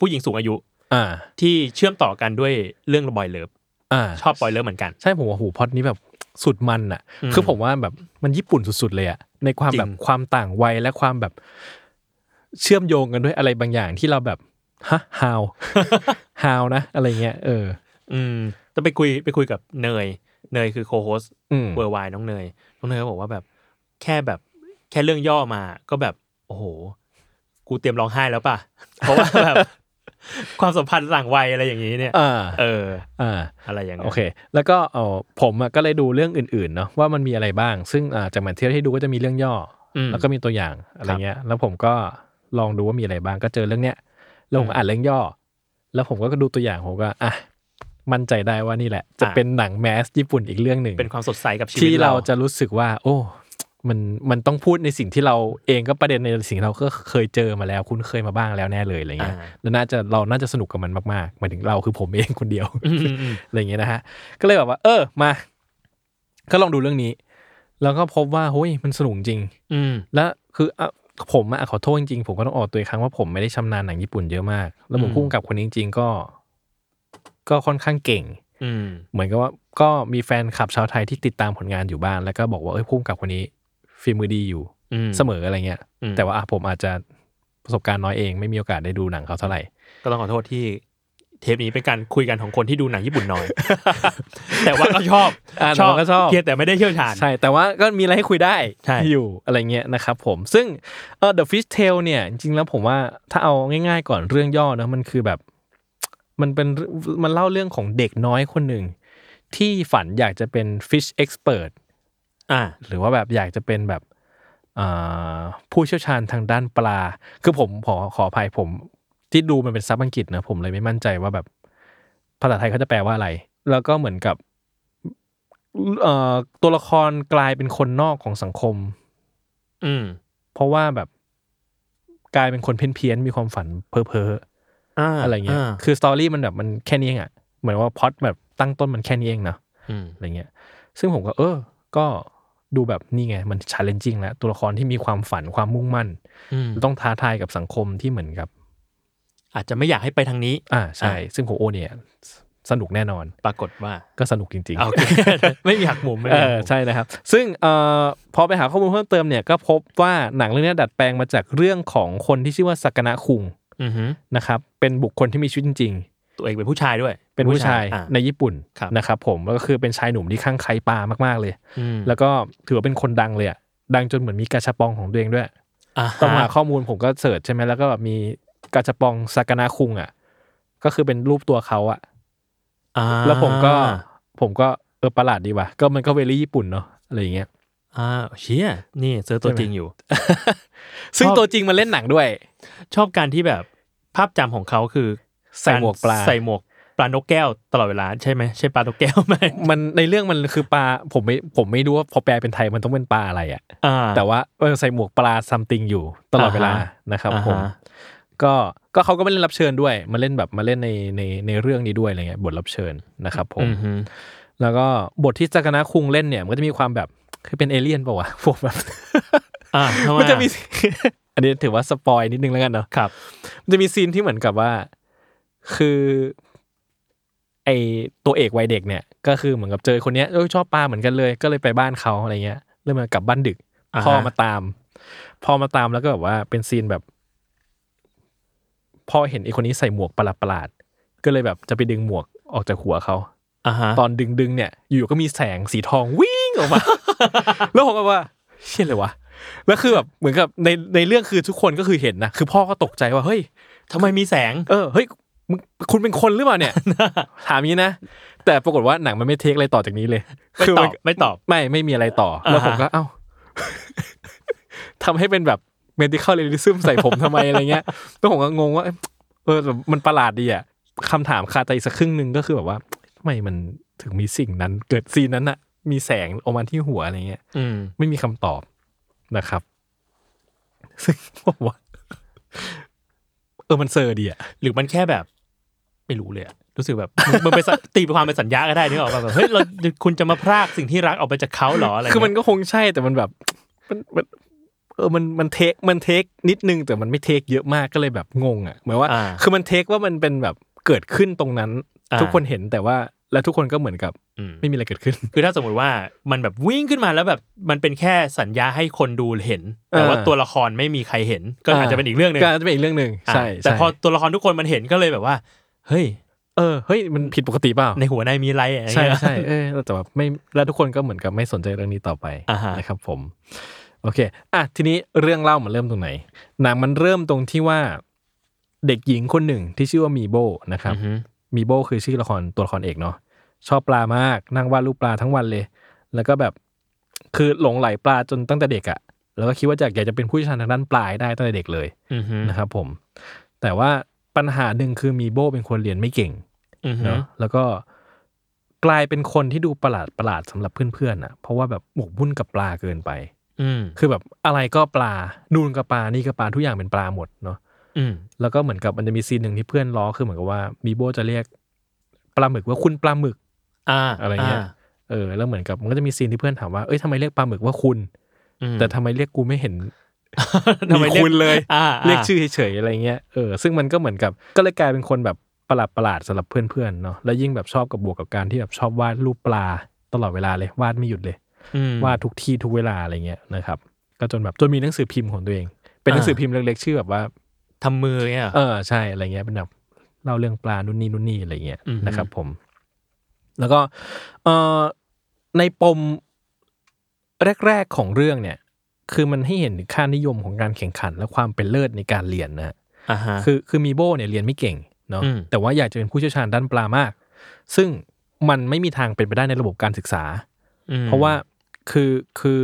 Speaker 3: ผู้หญิงสูงอายุ
Speaker 2: อ่า
Speaker 3: ที่เชื่อมต่อกันด้วยเรื่องบอยเลิฟ
Speaker 2: อ่า
Speaker 3: ชอบบอยเลิฟเหมือนกัน
Speaker 2: ใช่ผมว่าหูพล็อดนี้แบบสุดมันอ่ะ คือผมว่าแบบมันญี่ปุ่นสุดๆเลยอ่ะ ในความ
Speaker 3: จริง
Speaker 2: แบบความต่างวัยและความแบบเชื่อมโยงกันด้วยอะไรบางอย่างที่เราแบบ ฮะ how how นะ อะไรเงี้ยเออ
Speaker 3: อืมจะไปคุยไปคุยกับเนย เนยคือโคโฮส
Speaker 2: อืม
Speaker 3: เวอร์ไวน้องเนย น้องเนยก็บอกว่าแบบแค่แบบแค่เรื่องย่อมาก็แบบ โอ้โห กูเตรียมร้องไห้แล้วป่ะ เพราะว่าแบบ ความสัมพันธ์หลังวัยอะไรอย่างนี้เนี่ย
Speaker 2: อ่า
Speaker 3: เออ
Speaker 2: อ่า
Speaker 3: อะไรอย่าง
Speaker 2: โอ
Speaker 3: เงี้ย
Speaker 2: เค แล้วก็เออผมอะก็เลยดูเรื่องอื่นๆเนาะว่ามันมีอะไรบ้าง ซึ่งอ่าจากมันเทียที่ดูก็จะมีเรื่องย่ออ
Speaker 3: อืม
Speaker 2: แล้วก็มีตัวอย่างอะไร
Speaker 3: ครับ
Speaker 2: เงี้ย แล้วผมก็ลองดูว่ามีอะไรบ้าง ก็เจอเรื่องเนี้ย แล้วผมก็อ่านเรื่องย่อ แล้วผมก็ดูตัวอย่างผมก็อ่ะมั่นใจได้ว่านี่แหละ จะเป็นหนังแมสญี่ปุ่นอีกเรื่องหนึ่ง
Speaker 3: เป็นความสดใสกับชีวิ
Speaker 2: ที่
Speaker 3: ต
Speaker 2: เรา
Speaker 3: เรา
Speaker 2: จะรู้สึกว่า โอ้ มันมันต้องพูดในสิ่งที่เราเองก็ประเด็นในสิ่งที่เราก็เคยเจอมาแล้วคุ้นเคยมาบ้างแล้วแน่เลยอะไรเงี้ย แล้วน่าจะเราน่าจะสนุกกับมันมากๆหมายถึงเราคือผมเองคนเดียว
Speaker 3: อืมอืมอืม
Speaker 2: อะไรอย่างเงี้ยนะฮะ ก็เลยแบบว่า เออ มา ก็ลองดูเรื่องนี้ แล้วก็พบว่า โห้ย มันสนุกจริง
Speaker 3: อืม
Speaker 2: แล้วคืออ่ะผมอะขอโทษจริงๆ ผมก็ต้องออกตัวอีกครั้งว่าผมไม่ได้ชำนาญหนังญี่ปุ่นเยอะมาก แล้วผม
Speaker 3: อืม
Speaker 2: พุ่งกับคนนี้จริงๆ ก็ ก็ค่อนข้างเก่ง
Speaker 3: อืม
Speaker 2: เหมือนกับว่า ก็มีแฟนคลับชาวไทยที่ติดตามผลงานอยู่บ้าง แล้วก็บอกว่า เอ้ยพุ่งกับคนนี้ฝีมือดีอยู่
Speaker 3: อืม
Speaker 2: เสมออะไรเงี้ย
Speaker 3: อืม
Speaker 2: แต่ว่าอ่ะผมอาจจะประสบการณ์น้อยเอง ไม่มีโอกาสได้ดูหนังเขาเท่าไหร่
Speaker 3: ก็ต้องขอโทษที่เทปนี้เป็นการคุยกันของคนที่ดูหนังญี่ปุ่นน้อย แต่ว่าก็ชอบ
Speaker 2: อ่าแต่ว่าก็ชอบ
Speaker 3: เพียงแต่ไม่ได้เชี่ยวชาญ
Speaker 2: ใช่ แต่ว่าก็มีอะไรให้คุยได้
Speaker 3: ใช่
Speaker 2: อยู่อะไรเงี้ยนะครับผม ซึ่งเอ่อ The Fish Tale เนี่ยจริงๆแล้วผมว่าถ้าเอาง่ายๆก่อนเรื่องย่อนะมันคือแบบ มันเป็นมันเล่าเรื่องของเด็กน้อยคนหนึ่ง ที่ฝันอยากจะเป็น fish expert
Speaker 3: อ่า
Speaker 2: หรือว่าแบบอยากจะเป็นแบบเอ่อผู้เชี่ยวชาญทางด้านปลา คือผมขอขออภัยผม ที่ดูมันเป็นซับอังกฤษนะผมเลยไม่มั่นใจว่าแบบภาษาไทยเขาจะแปลว่าอะไร แล้วก็เหมือนกับเอ่อตัวละครกลายเป็นคนนอกของสังคม
Speaker 3: อืม
Speaker 2: เพราะว่าแบบกลายเป็นคนเพี้ยนๆมีความฝันเพ้อเพ้อ
Speaker 3: อ่า
Speaker 2: ๆอะไรเงี้ยคือสตอรี่มันแบบมันแค่นี้เองอะเหมือนว่าพล็อดแบบตั้งต้นมันแค่นี้เองเนาะ
Speaker 3: อืม
Speaker 2: อะไรเงี้ย ซึ่งผมก็เออ ก็ดูแบบนี่ไง มัน challenging แล้ว ตัวละครที่มีความฝันความมุ่งมั่น
Speaker 3: อืม
Speaker 2: ต้องท้าทายกับสังคมที่เหมือนกับ
Speaker 3: อาจจะไม่อยากให้ไปทางนี้
Speaker 2: อ่าใช่ ซึ่งผมโอเนี่ย สนุกแน่นอน
Speaker 3: ปรากฏว่า
Speaker 2: ก็สนุกจริง
Speaker 3: อ่ะโอเค ไม่มีหักมุมไม่
Speaker 2: เอ
Speaker 3: มีหัก
Speaker 2: อ
Speaker 3: มุม
Speaker 2: ใช่นะครับ ซึ่งเอ่อพอไปหาข้อมูลเพิ่มเติมเนี่ยก็พบว่าหนังเรื่องนี้ดัดแปลงมาจากเรื่องของคนที่ชื่อว่าสักนะคุง
Speaker 3: อือหือ
Speaker 2: นะครับ เป็นบุคคลที่มีชีวิตจริง
Speaker 3: ตัวเองเป็นผู้ชายด้วย
Speaker 2: ๆ เป็นผู้ชาย
Speaker 3: อ่ะ
Speaker 2: ในญี่ปุ่น
Speaker 3: ครับ
Speaker 2: นะครับ ผมแล้วก็คือเป็นชายหนุ่มที่ข้างใครปลามากๆเลย
Speaker 3: อืม
Speaker 2: แล้วก็ถือว่าเป็นคนดังเลยอะดังจนเหมือนมีกาชาปองของตัวเองด้วย
Speaker 3: อ่าฮะ
Speaker 2: ต้องหาข้อมูลผมก็เสิร์ชใช่ไหมแล้วก็แบบมีกาชาปองซากานาคุงอ่ะ ก็คือเป็นรูปตัวเขาอ่ะ
Speaker 3: อ่า
Speaker 2: แล้วผมก็ผมก็เออประหลาดดีว่ะ ก็มันก็เวลี่ญี่ปุ่นเนาะอะไรอย่างเงี้ย
Speaker 3: อ่าเชี่ยนี่เจอตัวจริงอยู่
Speaker 2: ซึ่งตัวจริงมันเล่นหนังด้วย
Speaker 3: ชอบการที่แบบภาพจำของเขาคือ
Speaker 2: ใส่หมวกปลา
Speaker 3: ใส่หมวกปลานกแก้วตลอดเวลาใช่ไหมใช่ปลานกแก้ว ไหม
Speaker 2: มันในเรื่องมันคือปลาผมไม่ผมไม่รู้ว่าพอแปลเป็นไทยมันต้องเป็นปลาอะไรอ่ะ
Speaker 3: อ่า
Speaker 2: แต่ว่าเออใส่หมวกปลาซัมติงอยู่ตลอดเวลา
Speaker 3: อ่าฮะ
Speaker 2: นะครับ
Speaker 3: อ่าฮะ
Speaker 2: ผมก็ก็เขาก็ไม่เล่นรับเชิญด้วย มาเล่นแบบมาเล่นในในในเรื่องนี้ด้วยอะไรเงี้ยบทรับเชิญนะครับผม
Speaker 3: อือหือ
Speaker 2: แล้วก็บทที่จักรนะคุงเล่นเนี่ย มันก็จะมีความแบบคือเป็นเอเลี่ยนเปล่าวะ พวกแบบ
Speaker 3: อ่าทำไม
Speaker 2: มันจะ
Speaker 3: อ่
Speaker 2: มี อันนี้ถือว่าสปอยนิดนึงแล้วกันเนาะ
Speaker 3: ครับ
Speaker 2: มันจะมีซีนที่เหมือนกับว่า คือไอตัวเอกวัยเด็กเนี่ย ก็คือเหมือนกับเจอคนเนี้ยเอ้ยชอบปลาเหมือนกันเลย ก็เลยไปบ้านเขาอะไรเงี้ยเริ่มมากลับบ้านดึก
Speaker 3: อ่าฮะ
Speaker 2: พ่อมาตามพ่อมาตามแล้วก็แบบว่าเป็นซีนแบบพ่อเห็นไอคนนี้ใส่หมวกประหลาดๆก็เลยแบบจะไปดึงหมวกออกจากหัวเขา
Speaker 3: อ่าฮะ
Speaker 2: ตอนดึงดึงๆเนี่ย อยู่ๆก็มีแสงสีทองวิ่งอ อกมา แล้วผมก็ว่าเชี่ยเลยวะแล้วคือแบบเหมือนกับในในเรื่องคือทุกคนก็คือเห็นนะคือพ่อก็ตกใจว่าเฮ้ย
Speaker 3: ทำไมมีแสง
Speaker 2: เออเฮ้ยมึงคุณเป็นคนหรือเปล่า เนี่ย ถามอย่างนี้นะ แต่ปรากฏว่าหนังมันไม่เทคอะไรต่อจากนี้เลย
Speaker 3: ไม่
Speaker 2: คื
Speaker 3: ตอน บไม่ตอบ
Speaker 2: ไม่ไม่มีอะไรต่อ แล้ว
Speaker 3: อ่าฮะ
Speaker 2: ผมก็เอ้า ทำให้เป็นแบบ medical realism ใส่ผมทำไมอะไรเงี้ย แล้วผมก็งงว่า เออแบบมันประหลาดดีอ่ะคำถามคาใจอีกสักครึ่งหนึ่งก็คือแบบว่าทำไมมันถึงมีสิ่งนั้น เกิดซีนนั้นอะมีแสงออกมาที่หัวอะไรเงี้ย
Speaker 3: อืม
Speaker 2: ไม่มีคำตอบนะครับ ซึ่งผมว่าเออมันเซอร์ดีอ่ะ
Speaker 3: หรือมันแค่แบบ ไม่รู้เลยอะรู้สึกแบบมึงมึงไปสั ตีความเป็นสัญญาก็ได้นึกออกป่ะแบบเฮ้ยเราคุณจะมาพรากสิ่งที่รักออกไปจากเขาเหรออะไรเงี้ย
Speaker 2: คือมันก็คงใช่แต่มันแบบ มันมันเออมันมันเทคมันเทคนิดนึงแต่มันไม่เทคเยอะมากก็เลยแบบงงอ่ะเหมือนว่า
Speaker 3: อ่า
Speaker 2: คือมันเทคว่ามันเป็นแบบเกิดขึ้นตรงนั้น
Speaker 3: อ่า
Speaker 2: ทุกคนเห็นแต่ว่าและทุกคนก็เหมือนกับ
Speaker 3: อืม
Speaker 2: ไม่มีอะไรเกิดขึ้น
Speaker 3: คือถ้าสมมติว่ามันแบบวิ่งขึ้นมาแล้วแบบมันเป็นแค่สัญญาให้คนดูเห็น แต่ว่า
Speaker 2: เออ
Speaker 3: ตัวละครไม่มีใครเห็น ก็อาจจะเป็นอีกเรื่องหนึ่ง
Speaker 2: ก็าจจะเป็นอีกเรื่องหนึ่ง
Speaker 3: อ่ะ
Speaker 2: ใช่
Speaker 3: แต่
Speaker 2: ใช่
Speaker 3: พอตัวละครทุกคนมันเห็นก็เลยแบบว่า เฮ้ย
Speaker 2: เออเฮ้ยมันผิดปกติเปล่า
Speaker 3: ในหัวนายมีอะไรอะไร
Speaker 2: ใช่
Speaker 3: เงี้ย
Speaker 2: ใช่เออแต่แบบไม่แล้วทุกคนก็เหมือนกับไม่สนใจเรื่องนี้ต่อไป
Speaker 3: อ่าฮะ
Speaker 2: นะครับ ผม โอเค อ่ะทีนี้เรื่องเล่ามันเริ่มตรงไหนหนังมันเริ่มตรงที่ว่าเด็กหญิงคนหนึ่งที่ชื่อว่ามีโบนะครับ
Speaker 3: อือฮึ
Speaker 2: มีโบคือชื่อละครตัวละครเอกเนาะชอบปลามากนั่งวาดรูปปลาทั้งวันเลย แล้วก็แบบคือหลงไหลปลาจนตั้งแต่เด็กอะแล้วก็คิดว่าอยากอยากจะเป็นผู้เชี่ยวชาญทางด้านปลาให้ได้ตั้งแต่เด็กเลย
Speaker 3: อือฮึ
Speaker 2: นะครับผม แต่ว่าปัญหาหนึ่งคือมีโบเป็นคนเรียนไม่เก่ง
Speaker 3: อือฮึ
Speaker 2: เนาะแล้วก็กลายเป็นคนที่ดูประหลาดประหลาดสำหรับเพื่อนๆอะเพราะว่าแบบหมกมุ่นกับปลาเกินไป
Speaker 3: อืม
Speaker 2: คือแบบอะไรก็ปลานูนก็ปลานี่ก็ปลาทุกอย่างเป็นปลาหมดเนาะ
Speaker 3: อืม
Speaker 2: แล้วก็เหมือนกับมันจะมีซีนหนึ่งที่เพื่อนล้อคือเหมือนกับว่ามีโบจะเรียกปลาหมึกว่าคุณปลาหมึก
Speaker 3: อ่า
Speaker 2: อะไรเงี้ย
Speaker 3: า
Speaker 2: เออแล้วเหมือนกับมันก็จะมีซีนที่เพื่อนถามว่าเอ้ยทำไมเรียกปลาหมึกว่าคุณ
Speaker 3: อืม
Speaker 2: แต่ทำไมเรียกกูไม่เห็น
Speaker 3: ทำไม
Speaker 2: มี
Speaker 3: เรียก
Speaker 2: คุณเลย
Speaker 3: อ่า
Speaker 2: เรียกชื่อเฉยๆอะไรเงี้ยเออซึ่งมันก็เหมือนกับก็เลยกลายเป็นคนแบบประหลาดประหลาดๆสำหรับเพื่อนๆเนาะแล้วยิ่งแบบชอบกับบวกกับการที่แบบชอบวาดรูปปลาตลอดเวลาเลยวาดไม่หยุดเลย
Speaker 3: อืม
Speaker 2: วาดทุกที่ทุกเวลาอะไรเงี้ยนะครับก็จนแบบจนมีหนังสือพิมพ์ของตัวเอง เป็นหนังสือพิมพ์เล็กๆชื่อแบบว่า
Speaker 3: ทำมือเนี่ยเหรอ
Speaker 2: เออใช่อะไรเงี้ยเป็นแบบเล่าเรื่องปลานู่นนี่นู่นนี่อะไรเงี้ย
Speaker 3: อือฮึ
Speaker 2: นะครับ ผม แล้วก็เออในปมแรกๆของเรื่องเนี่ย คือมันให้เห็นถึงค่านิยมของการแข่งขัน และความเป็นเลิศในการเรียนนะฮะ
Speaker 3: อ่าฮะ
Speaker 2: คือคือมีโบเนี่ยเรียนไม่เก่งเนาะ
Speaker 3: อืม
Speaker 2: แต่ว่าอยากจะเป็นผู้เชี่ยวชาญด้านปลามาก ซึ่งมันไม่มีทางเป็นไปได้ในระบบการศึกษา
Speaker 3: ม
Speaker 2: เพราะว่าคือคือ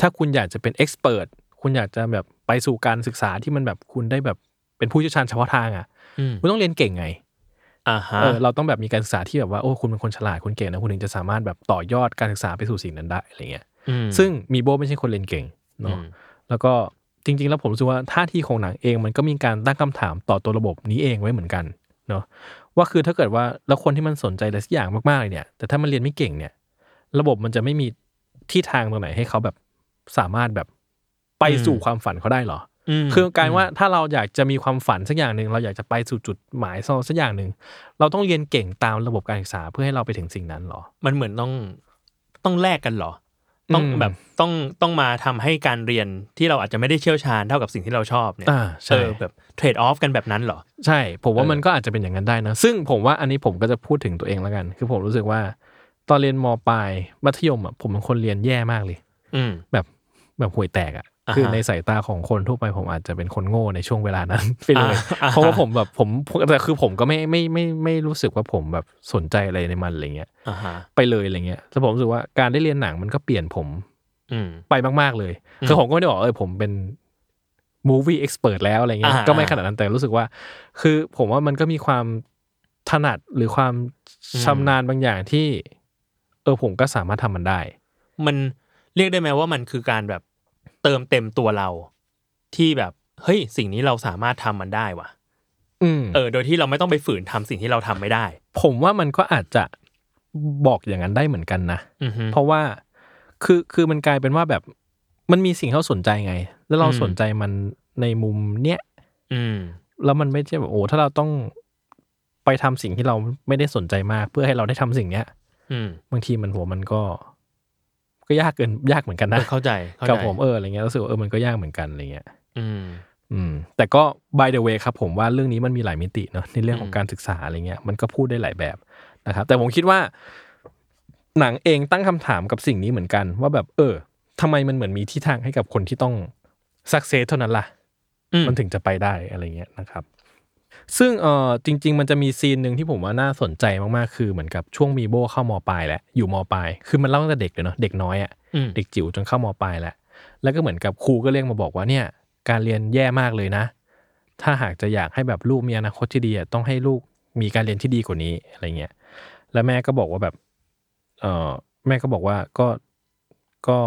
Speaker 2: ถ้าคุณอยากจะเป็นเอ็กซ์เพรสคุณอยากจะแบบไปสู่การศึกษาที่มันแบบคุณได้แบบเป็นผู้เชี่ยวชาญเฉพาะทางอ่ะ
Speaker 3: อืม
Speaker 2: คุณต้องเรียนเก่งไง
Speaker 3: อ่าฮะ
Speaker 2: เออเราต้องแบบมีการศึกษาที่แบบว่าโอ้คุณเป็นคนฉลาดคุณเก่งนะคุณถึงจะสามารถแบบต่อยอดการศึกษาไปสู่สิ่งนั้นได้อะไรเงี้ย
Speaker 3: ม
Speaker 2: ซึ่งมีโบไม่ใช่คนเรียนเก่ง
Speaker 3: อื
Speaker 2: เนาะ
Speaker 3: ม
Speaker 2: แล้วก็จริง ๆ แล้วผมรู้สึกว่าท่าทีของหนังเองมันก็มีการตั้งคำถามต่อตัวระบบนี้เองไว้เหมือนกันเนาะว่าคือถ้าเกิดว่าแล้วคนที่มันสนใจอะไรสักอย่างมากๆเลยเนี่ย แต่ถ้ามันเรียนไม่เก่งเนี่ย ระบบมันจะไม่มีที่ทางตรงไหนให้เขาแบบสามารถแบบไปสู่ความฝันเขาได้เหรอ
Speaker 3: ม
Speaker 2: คือการว่าถ้าเราอยากจะมีความฝันสักอย่างหนึ่งเราอยากจะไปสู่จุดหมายสักอย่างหนึ่งเราต้องเรียนเก่งตามระบบการศึกษาเพื่อให้เราไปถึงสิ่งนั้นเหรอ
Speaker 3: มันเหมือนต้องต้องแลกกันเหรอ ต้อง
Speaker 2: อืม
Speaker 3: แบบต้องต้องมาทำให้การเรียนที่เราอาจจะไม่ได้เชี่ยวชาญเท่ากับสิ่งที่เราชอบเนี่ย
Speaker 2: อ่า
Speaker 3: เอ
Speaker 2: ใช่
Speaker 3: อแบบเทรดออฟกันแบบนั้นเหรอ
Speaker 2: ใช่ ผมว่า
Speaker 3: เออ
Speaker 2: มันก็อาจจะเป็นอย่างนั้นได้นะ ซึ่งผมว่าอันนี้ผมก็จะพูดถึงตัวเองแล้วกัน คือผมรู้สึกว่า ตอนเรียนมปลายมัธยมอ่ะผมเป็นคนเรียนแย่มากเลย
Speaker 3: อืม
Speaker 2: แบบแบบห่วยแตกอ่ะ
Speaker 3: อ่าฮะ
Speaker 2: คือในสายตาของคนทั่วไปผมอาจจะเป็นคนโง่ในช่วงเวลานั้น ไปเลย
Speaker 3: อ่าฮะ
Speaker 2: เพราะว่าผมแบบผมแต่คือผมก็ไม่ไม่ไม่ไม่รู้สึกว่าผมแบบสนใจอะไรในมันอะไรเงี้ย
Speaker 3: อ่าฮะ
Speaker 2: ไปเลยอะไรเงี้ยแต่ผมรู้สึกว่าการได้เรียนหนังมันก็เปลี่ยนผม
Speaker 3: อืม
Speaker 2: ไปมากๆเลย
Speaker 3: อืม
Speaker 2: คือผมก็ไม่ได้บอกว่าเออผมเป็น movie expert แล้วอะไรเงี้ย
Speaker 3: อ่า
Speaker 2: ก็ไม่
Speaker 3: อ่า
Speaker 2: ขนาดนั้นแต่รู้สึกว่า คือผมว่ามันก็มีความถนัดหรือความ
Speaker 3: อืม
Speaker 2: ชำนาญบางอย่างที่ เออผมก็สามารถทำมันได้
Speaker 3: มันเรียกได้ไหมว่ามันคือการแบบเติมเต็มตัวเรา ที่แบบเฮ้ยสิ่งนี้เราสามารถทำมันได้ว่ะ
Speaker 2: อืม
Speaker 3: เออโดยที่เราไม่ต้องไปฝืนทำสิ่งที่เราทำไม่ได้
Speaker 2: ผมว่ามันก็อาจจะบอกอย่างนั้นได้เหมือนกันนะ
Speaker 3: อือฮึ
Speaker 2: เพราะว่าคือคือมันกลายเป็นว่าแบบมันมีสิ่งที่เราสนใจไง แล้วเรา
Speaker 3: อืม
Speaker 2: สนใจมันในมุมเนี้ย
Speaker 3: อืม
Speaker 2: แล้วมันไม่ใช่แบบโอ้ถ้าเราต้อง ไปทำสิ่งที่เราไม่ได้สนใจมาก เพื่อให้เราได้ทำสิ่งเนี้ย
Speaker 3: อืม
Speaker 2: บางทีมันหัวมันก็ ก็ยากเกินยากเหมือนกัน
Speaker 3: เอ
Speaker 2: นะ
Speaker 3: อเข้าใจเข้าใจ
Speaker 2: กับผมเอออะไรเงี้ยรู้สึกว่าเออมันก็ยากเหมือนกันอะไรเงี้ย
Speaker 3: อืม
Speaker 2: อืมแต่ก็ by the way ครับผมว่าเรื่องนี้มันมีหลายมิติเนาะในเรื่องขอ
Speaker 3: อื
Speaker 2: ง
Speaker 3: ม
Speaker 2: การศึกษาอะไรเงี้ยมันก็พูดได้หลายแบบนะครับ แต่ผมคิดว่า หนังเองตั้งคำถามกับสิ่งนี้เหมือนกัน ว่าแบบเออทำไมมันเหมือนมีที่ทางให้กับคนที่ต้องสักเซสเท่านั้นล่ะ
Speaker 3: อืม
Speaker 2: มันถึงจะไปได้อะไรเงี้ยนะครับ ซึ่งเออจริง ๆ มันจะมีซีนหนึ่งที่ผมว่าน่าสนใจมากๆ คือเหมือนกับช่วงมีโบเข้ามปลายแหละอยู่มปลายคือมันเล่าตั้งแต่เด็กเลยเนาะเด็กน้อยอะ
Speaker 3: อืม
Speaker 2: เด็กจิ๋วจนเข้ามปลายแล้ว แล้วก็เหมือนกับครูก็เรียกมาบอกว่าเนี่ยการเรียนแย่มากเลยนะ ถ้าหากจะอยากให้แบบลูกมีอนาคตที่ดีอะต้องให้ลูกมีการเรียนที่ดีกว่านี้อะไรเงี้ย แล้วแม่ก็บอกว่าแบบ เออแม่ก็บอกว่าก็ ก็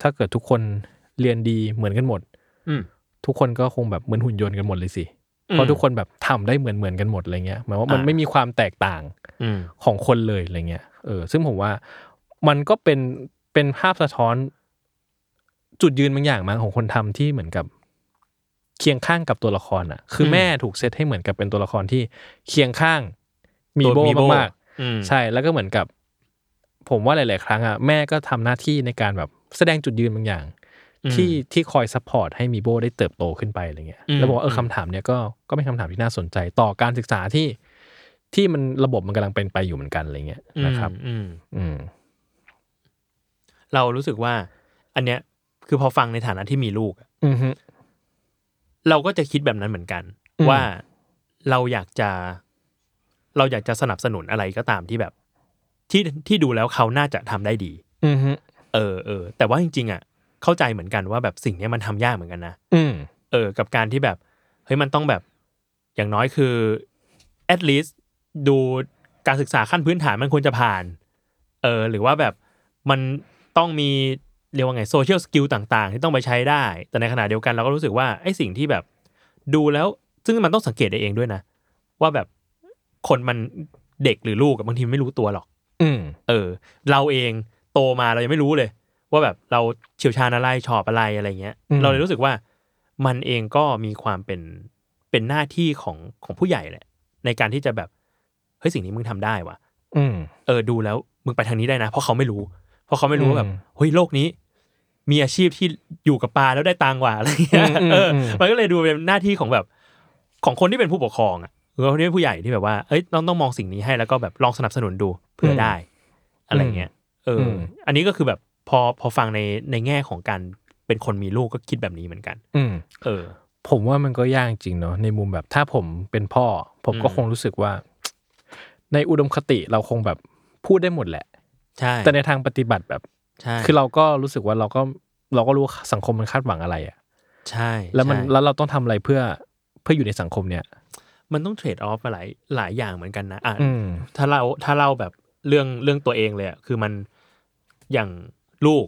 Speaker 2: ถ้าเกิดทุกคนเรียนดีเหมือนกันหมด
Speaker 3: อืม
Speaker 2: ทุกคนก็คงแบบเหมือนหุ่นยนต์กันหมดเลยสิ
Speaker 3: อืม
Speaker 2: เพราะทุกคนแบบทำได้เหมือนเหมือนๆกันหมดอะไรเงี้ย หมายว่ามัน
Speaker 3: อ่า
Speaker 2: ไม่มีความแตกต่าง
Speaker 3: อืม
Speaker 2: ของคนเลยอะไรเงี้ย เออ ซึ่งผมว่ามันก็เป็นเป็นภาพสะท้อนจุดยืนบางอย่างมาของคนทำที่เหมือนกับเคียงข้างกับตัวละครอ่ะ คืออ
Speaker 3: ม
Speaker 2: แม่ถูกเซตให้เหมือนกับเป็นตัวละครที่เคียงข้างมีโบ
Speaker 3: ตัว
Speaker 2: มาก
Speaker 3: อืม
Speaker 2: ๆใช่ แล้วก็เหมือนกับ ผมว่าหลาย ๆ ครั้งอ่ะแม่ก็ทำหน้าที่ในการแบบแสดงจุดยืนบางอย่าง
Speaker 3: อืม
Speaker 2: ที่ที่คอยซัพพอร์ตให้มีโบได้เติบโตขึ้นไปอะไรเงี้ย
Speaker 3: อืม
Speaker 2: แล้วบอกว่าเออ
Speaker 3: ม
Speaker 2: คำถามเนี้ยก็ก็เป็นคำถามที่น่าสนใจต่อการศึกษาที่ที่มันระบบมันกำลังเป็นไปอยู่เหมือนกันอะไรเงี้ยนะครับ
Speaker 3: อืม
Speaker 2: อืม
Speaker 3: เรารู้สึกว่า อันเนี้ยคือพอฟังในฐานะที่มีลูกอะ
Speaker 2: อืมฮึ
Speaker 3: เราก็จะคิดแบบนั้นเหมือนกัน
Speaker 2: อืม
Speaker 3: ว่าเราอยากจะ เราอยากจะสนับสนุนอะไรก็ตามที่แบบ ที่ที่ดูแล้วเขาน่าจะทำได้ดี
Speaker 2: อืมฮึ
Speaker 3: เออเออแต่ว่าจริงๆอ่ะเข้าใจเหมือนกันว่าแบบสิ่งเนี้ยมันทำยากเหมือนกันนะ
Speaker 2: อืม
Speaker 3: เออ กับการที่แบบเฮ้ยมันต้องแบบ อย่างน้อยคือ at least ดูการศึกษาขั้นพื้นฐานมันควรจะผ่าน เออ หรือว่าแบบมันต้องมีเรียกว่าไงโซเชียลสกิลต่างๆ ที่ต้องไปใช้ได้ แต่ในขณะเดียวกันเราก็รู้สึกว่าไอ้สิ่งที่แบบดูแล้วซึ่งมันต้องสังเกตได้เองด้วยนะ ว่าแบบคนมันเด็กหรือลูกอะบางทีไม่รู้ตัวหรอก
Speaker 2: อืม
Speaker 3: เออเราเองโตมาเรายังไม่รู้เลย ว่าแบบเราเชี่ยวชาญอะไรชอบอะไรอะไรเงี้ย เราเลยรู้สึกว่ามันเองก็มีความเป็นเป็นหน้าที่ของของผู้ใหญ่แหละ ในการที่จะแบบเฮ้ยสิ่งนี้มึงทำได้วะ
Speaker 2: อืม
Speaker 3: เออดูแล้วมึงไปทางนี้ได้นะ เพราะเขาไม่รู้ เพราะเขาไม่รู้ว่าแบบ
Speaker 2: อืม
Speaker 3: เฮ้ยโลกนี้ มีอาชีพที่อยู่กับปลาแล้วได้ตังกว่าอะไรเงี้ย
Speaker 2: อืมอืม
Speaker 3: เอออ
Speaker 2: ม
Speaker 3: มันก็เลยดูเป็นหน้าที่ของแบบของคนที่เป็นผู้ปกครองอ่ะหรือว่าคนที่เป็นผู้ใหญ่ที่แบบว่าเอ้ยต้องต้องมองสิ่งนี้ให้แล้วก็แบบลองสนับสนุนดูเผื่อได้ อะไรเงี้ย เอออ
Speaker 2: ม
Speaker 3: อันนี้ก็คือแบบพอพอฟังในในแง่ของการเป็นคนมีลูกก็คิดแบบนี้เหมือนกัน
Speaker 2: อืม
Speaker 3: เออ
Speaker 2: ผมว่ามันก็ยากจริงเนาะในมุมแบบถ้าผมเป็นพ่อ ผมก็
Speaker 3: อืม
Speaker 2: คงรู้สึกว่า ในอุดมคติเราคงแบบพูดได้หมดแหละ
Speaker 3: ใช่
Speaker 2: แต่ในทางปฏิบัติแบบ
Speaker 3: ใช่
Speaker 2: คือเราก็รู้สึกว่าเราก็เราก็รู้สังคมมันคาดหวังอะไรอะ
Speaker 3: ใช่
Speaker 2: แล้วมัน
Speaker 3: ใช่
Speaker 2: แล้วเราต้องทำอะไรเพื่อเพื่ออยู่ในสังคมเนี่ย
Speaker 3: มันต้องเทรดออฟมาหลายหลายอย่างเหมือนกันนะอ่ะ
Speaker 2: อืม
Speaker 3: ถ้าเราถ้าเล่าแบบเรื่องเรื่องตัวเองเลยอะคือมันอย่างลูก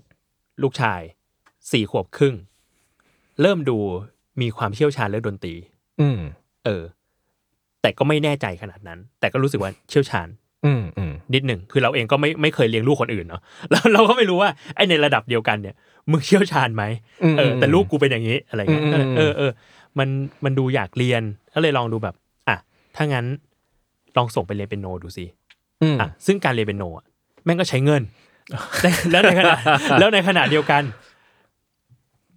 Speaker 3: ลูกชายสี่ขวบครึ่ง เริ่มดูมีความเชี่ยวชาญเรื่องดนตรี
Speaker 2: อืม
Speaker 3: เออ แต่ก็ไม่แน่ใจขนาดนั้น แต่ก็รู้สึกว่าเชี่ยวชาญ
Speaker 2: อืมอืม
Speaker 3: นิดหนึ่งคือเราเองก็ไม่ไม่เคยเลี้ยงลูกคนอื่นเนาะ แล้วเราก็ไม่รู้ว่าไอในระดับเดียวกันเนี่ยมึงเชี่ยวชาญไหม
Speaker 2: ม
Speaker 3: เออแต่ลูกกูเป็นอย่างนี้อะไรเงี้ย
Speaker 2: อืมอืมอืม
Speaker 3: เออเออมันมันดูอยากเรียนก็เลยลองดูแบบ อ่ะถ้างั้นลองส่งไปเรียนเป็นโนดูสิ
Speaker 2: อืม
Speaker 3: อ่ะซึ่งการเรียนเป็นโนอ่ะแม่งก็ใช้เงิน แต่แล้วในข ณะแล้วในขณะเดียวกัน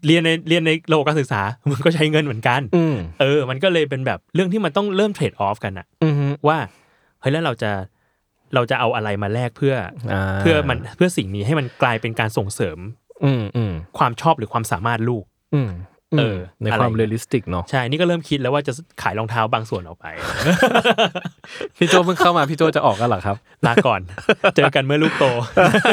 Speaker 3: เรียนในเรียนในระบบการศึกษามันก็ใช้เงินเหมือนกัน
Speaker 2: อืม
Speaker 3: เออ มันก็เลยเป็นแบบเรื่องที่มันต้องเริ่มเทรดออฟกันอะ
Speaker 2: อืมฮึ
Speaker 3: ว่าเฮ้ยแล้วเราจะเราจะเอาอะไรมาแลกเพื่ออา เพื่อมันเพื่อสิ่งนี้ให้มันกลายเป็นการส่งเสริม
Speaker 2: อืมอืม
Speaker 3: ความชอบหรือความสามารถลูก
Speaker 2: อืม
Speaker 3: เออ
Speaker 2: ในความ
Speaker 3: อะไร
Speaker 2: เรียลลิสติกเนาะ
Speaker 3: ใช่นี่ก็เริ่มคิดแล้วว่าจะขายรองเท้าบางส่วนออกไป
Speaker 2: พี่โจเพิ่งเข้ามา พี่โจจะออกกันเหรอครับ
Speaker 3: ลาก่อน เจอกันเมื่อลูกโต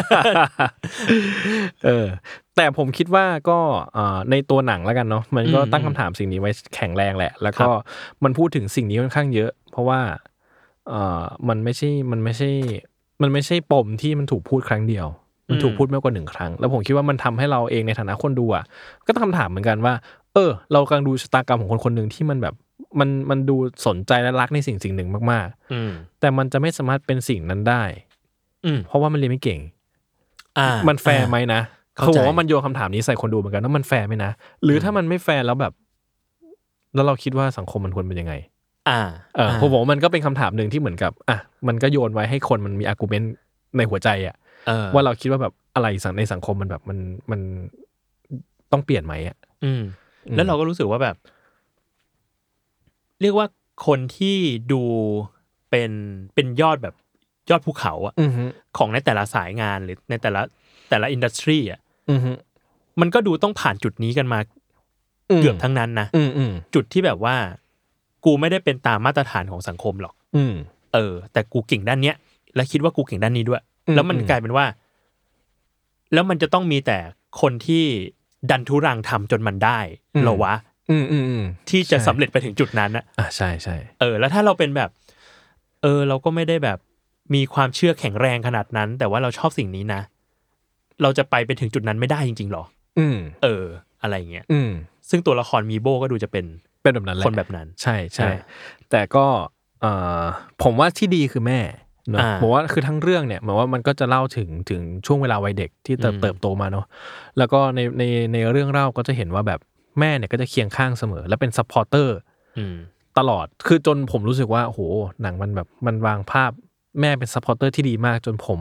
Speaker 2: เออ แต่ผมคิดว่าก็เอ่อในตัวหนังแล้วกันเนาะมันก็
Speaker 3: อืม
Speaker 2: ตั้งคำถามสิ่งนี้ไว้แข็งแรงแหละ แล้วก็
Speaker 3: ครับ
Speaker 2: มันพูดถึงสิ่งนี้ค่อนข้างเยอะ เพราะว่าเอ่อมันไม่ใช่มันไม่ใช่ มันไม่ใช่ปมที่มันถูกพูดครั้งเดียว มันถูกพูดมากกว่าหนึ่งครั้ง แล้วผมคิดว่ามันทำให้เราเองในฐานะคนดูอ่ะก็ตั้งคำถามเหมือนกันว่า เออ เรากำลังดูชะตากรรมของคนคนหนึ่งที่มันแบบมันมันดูสนใจและรักในสิ่งสิ่งหนึ่งมาก
Speaker 3: อืม
Speaker 2: ๆ แต่มันจะไม่สามารถเป็นสิ่งนั้นได้
Speaker 3: อืม
Speaker 2: เพราะว่ามันเรียนไม่เก่ง
Speaker 3: อ่า
Speaker 2: มันแฟร์ไหมนะ
Speaker 3: เข้า
Speaker 2: เขา
Speaker 3: ใจ
Speaker 2: บอกว่ามันโยนคำถามนี้ใส่คนดูเหมือนกันว่ามันแฟร์ไหมนะ หรือถ้ามันไม่แฟร์แล้วแบบ แล้วเราคิดว่าสังคมมันควรเป็นยังไง
Speaker 3: อ่า
Speaker 2: เออผมบอกว่ามันก็เป็นคำถามหนึ่งที่เหมือนกับอ่ะมันก็โยนไว้ให้คนมันมีอาร์กิวเมนต์ในหัวใจอ่ะ
Speaker 3: เออ
Speaker 2: ว่าเราคิดว่าแบบอะไรสังในสังคมมันแบบมันมันต้องเปลี่ยนไหมอ่ะ
Speaker 3: อืม แล้วเราก็รู้สึกว่าแบบ เรียกว่าคนที่ดูเป็นเป็นยอดแบบยอดภูเขาอะ
Speaker 2: อือฮึ
Speaker 3: ของในแต่ละสายงานหรือในแต่ละแต่ละอินดัสทรีอะ
Speaker 2: อือฮึ
Speaker 3: มันก็ดูต้องผ่านจุดนี้กันมาเกือบทั้งนั้นนะ
Speaker 2: อืมอืม
Speaker 3: จุดที่แบบว่า กูไม่ได้เป็นตามมาตรฐานของสังคมหรอก
Speaker 2: อืม
Speaker 3: เออ แต่กูเก่งด้านเนี้ย และคิดว่ากูเก่งด้านนี้ด้วย
Speaker 2: อืม
Speaker 3: แล้วมัน
Speaker 2: อืม
Speaker 3: กลายเป็นว่า แล้วมันจะต้องมีแต่คนที่ดันทุรังทำจนมันได้เหรอวะ
Speaker 2: อืมอืมอืม
Speaker 3: ที่จะ
Speaker 2: ใช่
Speaker 3: สำเร็จไปถึงจุดนั้นนะ
Speaker 2: อ่ะใช่ใช่
Speaker 3: เออ แล้วถ้าเราเป็นแบบ เออ เราก็ไม่ได้แบบมีความเชื่อแข็งแรงขนาดนั้น แต่ว่าเราชอบสิ่งนี้นะ เราจะไปไปถึงจุดนั้นไม่ได้จริงๆหรอ
Speaker 2: อืม
Speaker 3: เออ อะไรอย่างเงี้ย
Speaker 2: อืม
Speaker 3: ซึ่งตัวละครมีโบก็ดูจะเป็น
Speaker 2: เป็นแบบนั้นแหละ
Speaker 3: คนแบบนั้น
Speaker 2: ใช่ใช่
Speaker 3: อ่า
Speaker 2: แต่ก็เอ่อผมว่าที่ดีคือแม่เนอะ
Speaker 3: อ่า
Speaker 2: ผมว่าคือทั้งเรื่องเนี่ยเหมือนว่ามันก็จะเล่าถึงถึงช่วงเวลาวัยเด็กที่เติบ
Speaker 3: อืม
Speaker 2: เติบโตมาเนอะแล้วก็ในในในเรื่องเล่าก็จะเห็นว่าแบบแม่เนี่ยก็จะเคียงข้างเสมอ และเป็นซัพพอร์เตอร์
Speaker 3: อืม
Speaker 2: ตลอด คือจนผมรู้สึกว่าโอ้โห หนังมันแบบ มันวางภาพแม่เป็นซัพพอร์เตอร์ที่ดีมากจนผม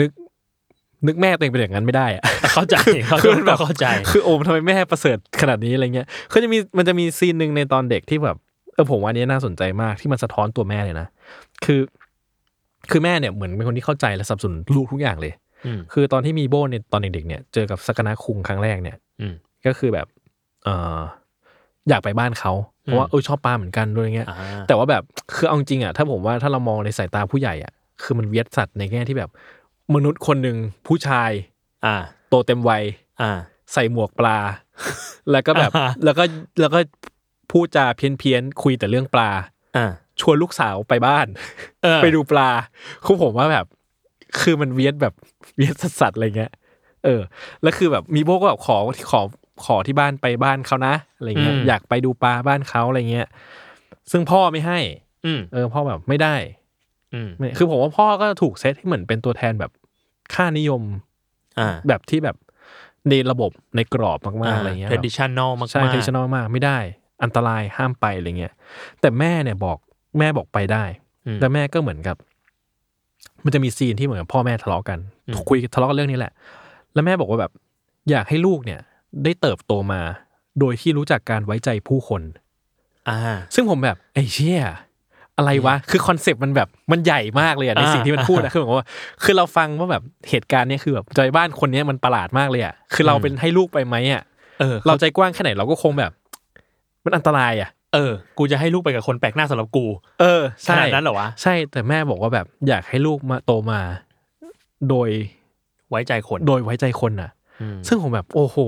Speaker 2: นึก นึกแม่ตัวเองเป็นอย่างนั้นไม่ได้อะ
Speaker 3: เข้า ใจเข้าใจ
Speaker 2: คือมันแบบ
Speaker 3: เข้าใจ
Speaker 2: คือโอมทำไมแม่ประเสริฐขนาดนี้อะไรเงี้ยคือจะมี มันจะมีซีนหนึ่งในตอนเด็กที่แบบ เออผมว่าอันนี้น่าสนใจมากที่มันสะท้อนตัวแม่เลยนะ คือ คือแม่เนี่ยเหมือนเป็นคนที่เข้าใจและสนับสนุนลูกทุกอย่างเลย
Speaker 3: อืม
Speaker 2: คือตอนที่มีโบ้เนี่ยตอนเด็กๆเนี่ยเจอกับสกนาคุงครั้งแรกเนี่ย
Speaker 3: อืม
Speaker 2: ก็คือแบบเอออยากไปบ้านเขาเพราะว่า
Speaker 3: อืม
Speaker 2: เออชอบปลาเหมือนกันด้วยอย่างเงี้ย
Speaker 3: อ่า
Speaker 2: แต่ว่าแบบคือเอาจริงๆอ่ะถ้าผมว่าถ้าเรามองในสายตาผู้ใหญ่อ่ะคือมันเวียดสัตว์ในแง่ที่แบบ มนุษย์คนหนึ่งผู้ชาย
Speaker 3: อ่า
Speaker 2: โตเต็มวัย
Speaker 3: อ่า
Speaker 2: ใส่หมวกปลา แล้วก็แบบ
Speaker 3: อ่าฮะ
Speaker 2: แล้วก็แล้วก็พูดจาเพี้ยนเพียนๆคุยแต่เรื่องปลา
Speaker 3: อ่า
Speaker 2: ชวนลูกสาวไปบ้าน
Speaker 3: เออ
Speaker 2: ไปดูปลาคือผมว่าแบบ คือมันเวียดแบบ เวียดสัสๆอะไรเงี้ย เออ แล้วคือแบบมีโบก็แบบขอขอขอที่บ้านไปบ้านเขานะอะไรเงี้ย
Speaker 3: อืม
Speaker 2: อยากไปดูปลาบ้านเขาอะไรเงี้ย ซึ่งพ่อไม่ให้
Speaker 3: อืม
Speaker 2: เออพ่อแบบไม่ได้
Speaker 3: อืม
Speaker 2: ไม่คือผมว่าพ่อก็ถูกเซตให้เหมือนเป็นตัวแทนแบบค่านิยม
Speaker 3: อ่า
Speaker 2: แบบที่แบบในระบบในกรอบมากๆอะไรเงี้ย
Speaker 3: เท
Speaker 2: แบ
Speaker 3: ร
Speaker 2: บ
Speaker 3: ดิชันแนลมากๆ
Speaker 2: ใช่ traditional มากไม่ได้อันตรายห้ามไปอะไรเงี้ยแต่แม่เนี่ยบอกแม่บอกไปได้
Speaker 3: อืม
Speaker 2: แล้วแม่ก็เหมือนกับ มันจะมีซีนที่เหมือนกับพ่อแม่ทะเลาะกัน
Speaker 3: อืม
Speaker 2: คุยทะเลาะกันเรื่องนี้แหละ แล้วแม่บอกว่าแบบ อยากให้ลูกเนี่ย ได้เติบโตมา โดยที่รู้จักการไว้ใจผู้คน
Speaker 3: อ่า
Speaker 2: ซึ่งผมแบบไอ้เชี่ยอะไรวะ คือคอนเซปต์มันแบบมันใหญ่มากเลยอะใน
Speaker 3: อ่า
Speaker 2: สิ่งที่มันพูดนะคือผมว่า คือเราฟังว่าแบบเหตุการณ์เนี้ยคือแบบใจบ้านคนเนี้ยมันประหลาดมากเลยอะคือเรา
Speaker 3: อืม
Speaker 2: เป็นให้ลูกไปไหมอะ
Speaker 3: เออ
Speaker 2: เราใจกว้างแค่ไหนเราก็คงแบบ มันอันตรายอ่ะ
Speaker 3: เออ กูจะให้ลูกไปกับคนแปลกหน้าสำหรับกู
Speaker 2: เออ
Speaker 3: ขนาดนั้นเหรอวะ
Speaker 2: ใช่แต่แม่บอกว่าแบบ อยากให้ลูกมาโตมา โดย
Speaker 3: ไว้ใจคน
Speaker 2: โดยไว้ใจคนน่ะ
Speaker 3: อืม
Speaker 2: ซึ่งผมแบบโอ้โห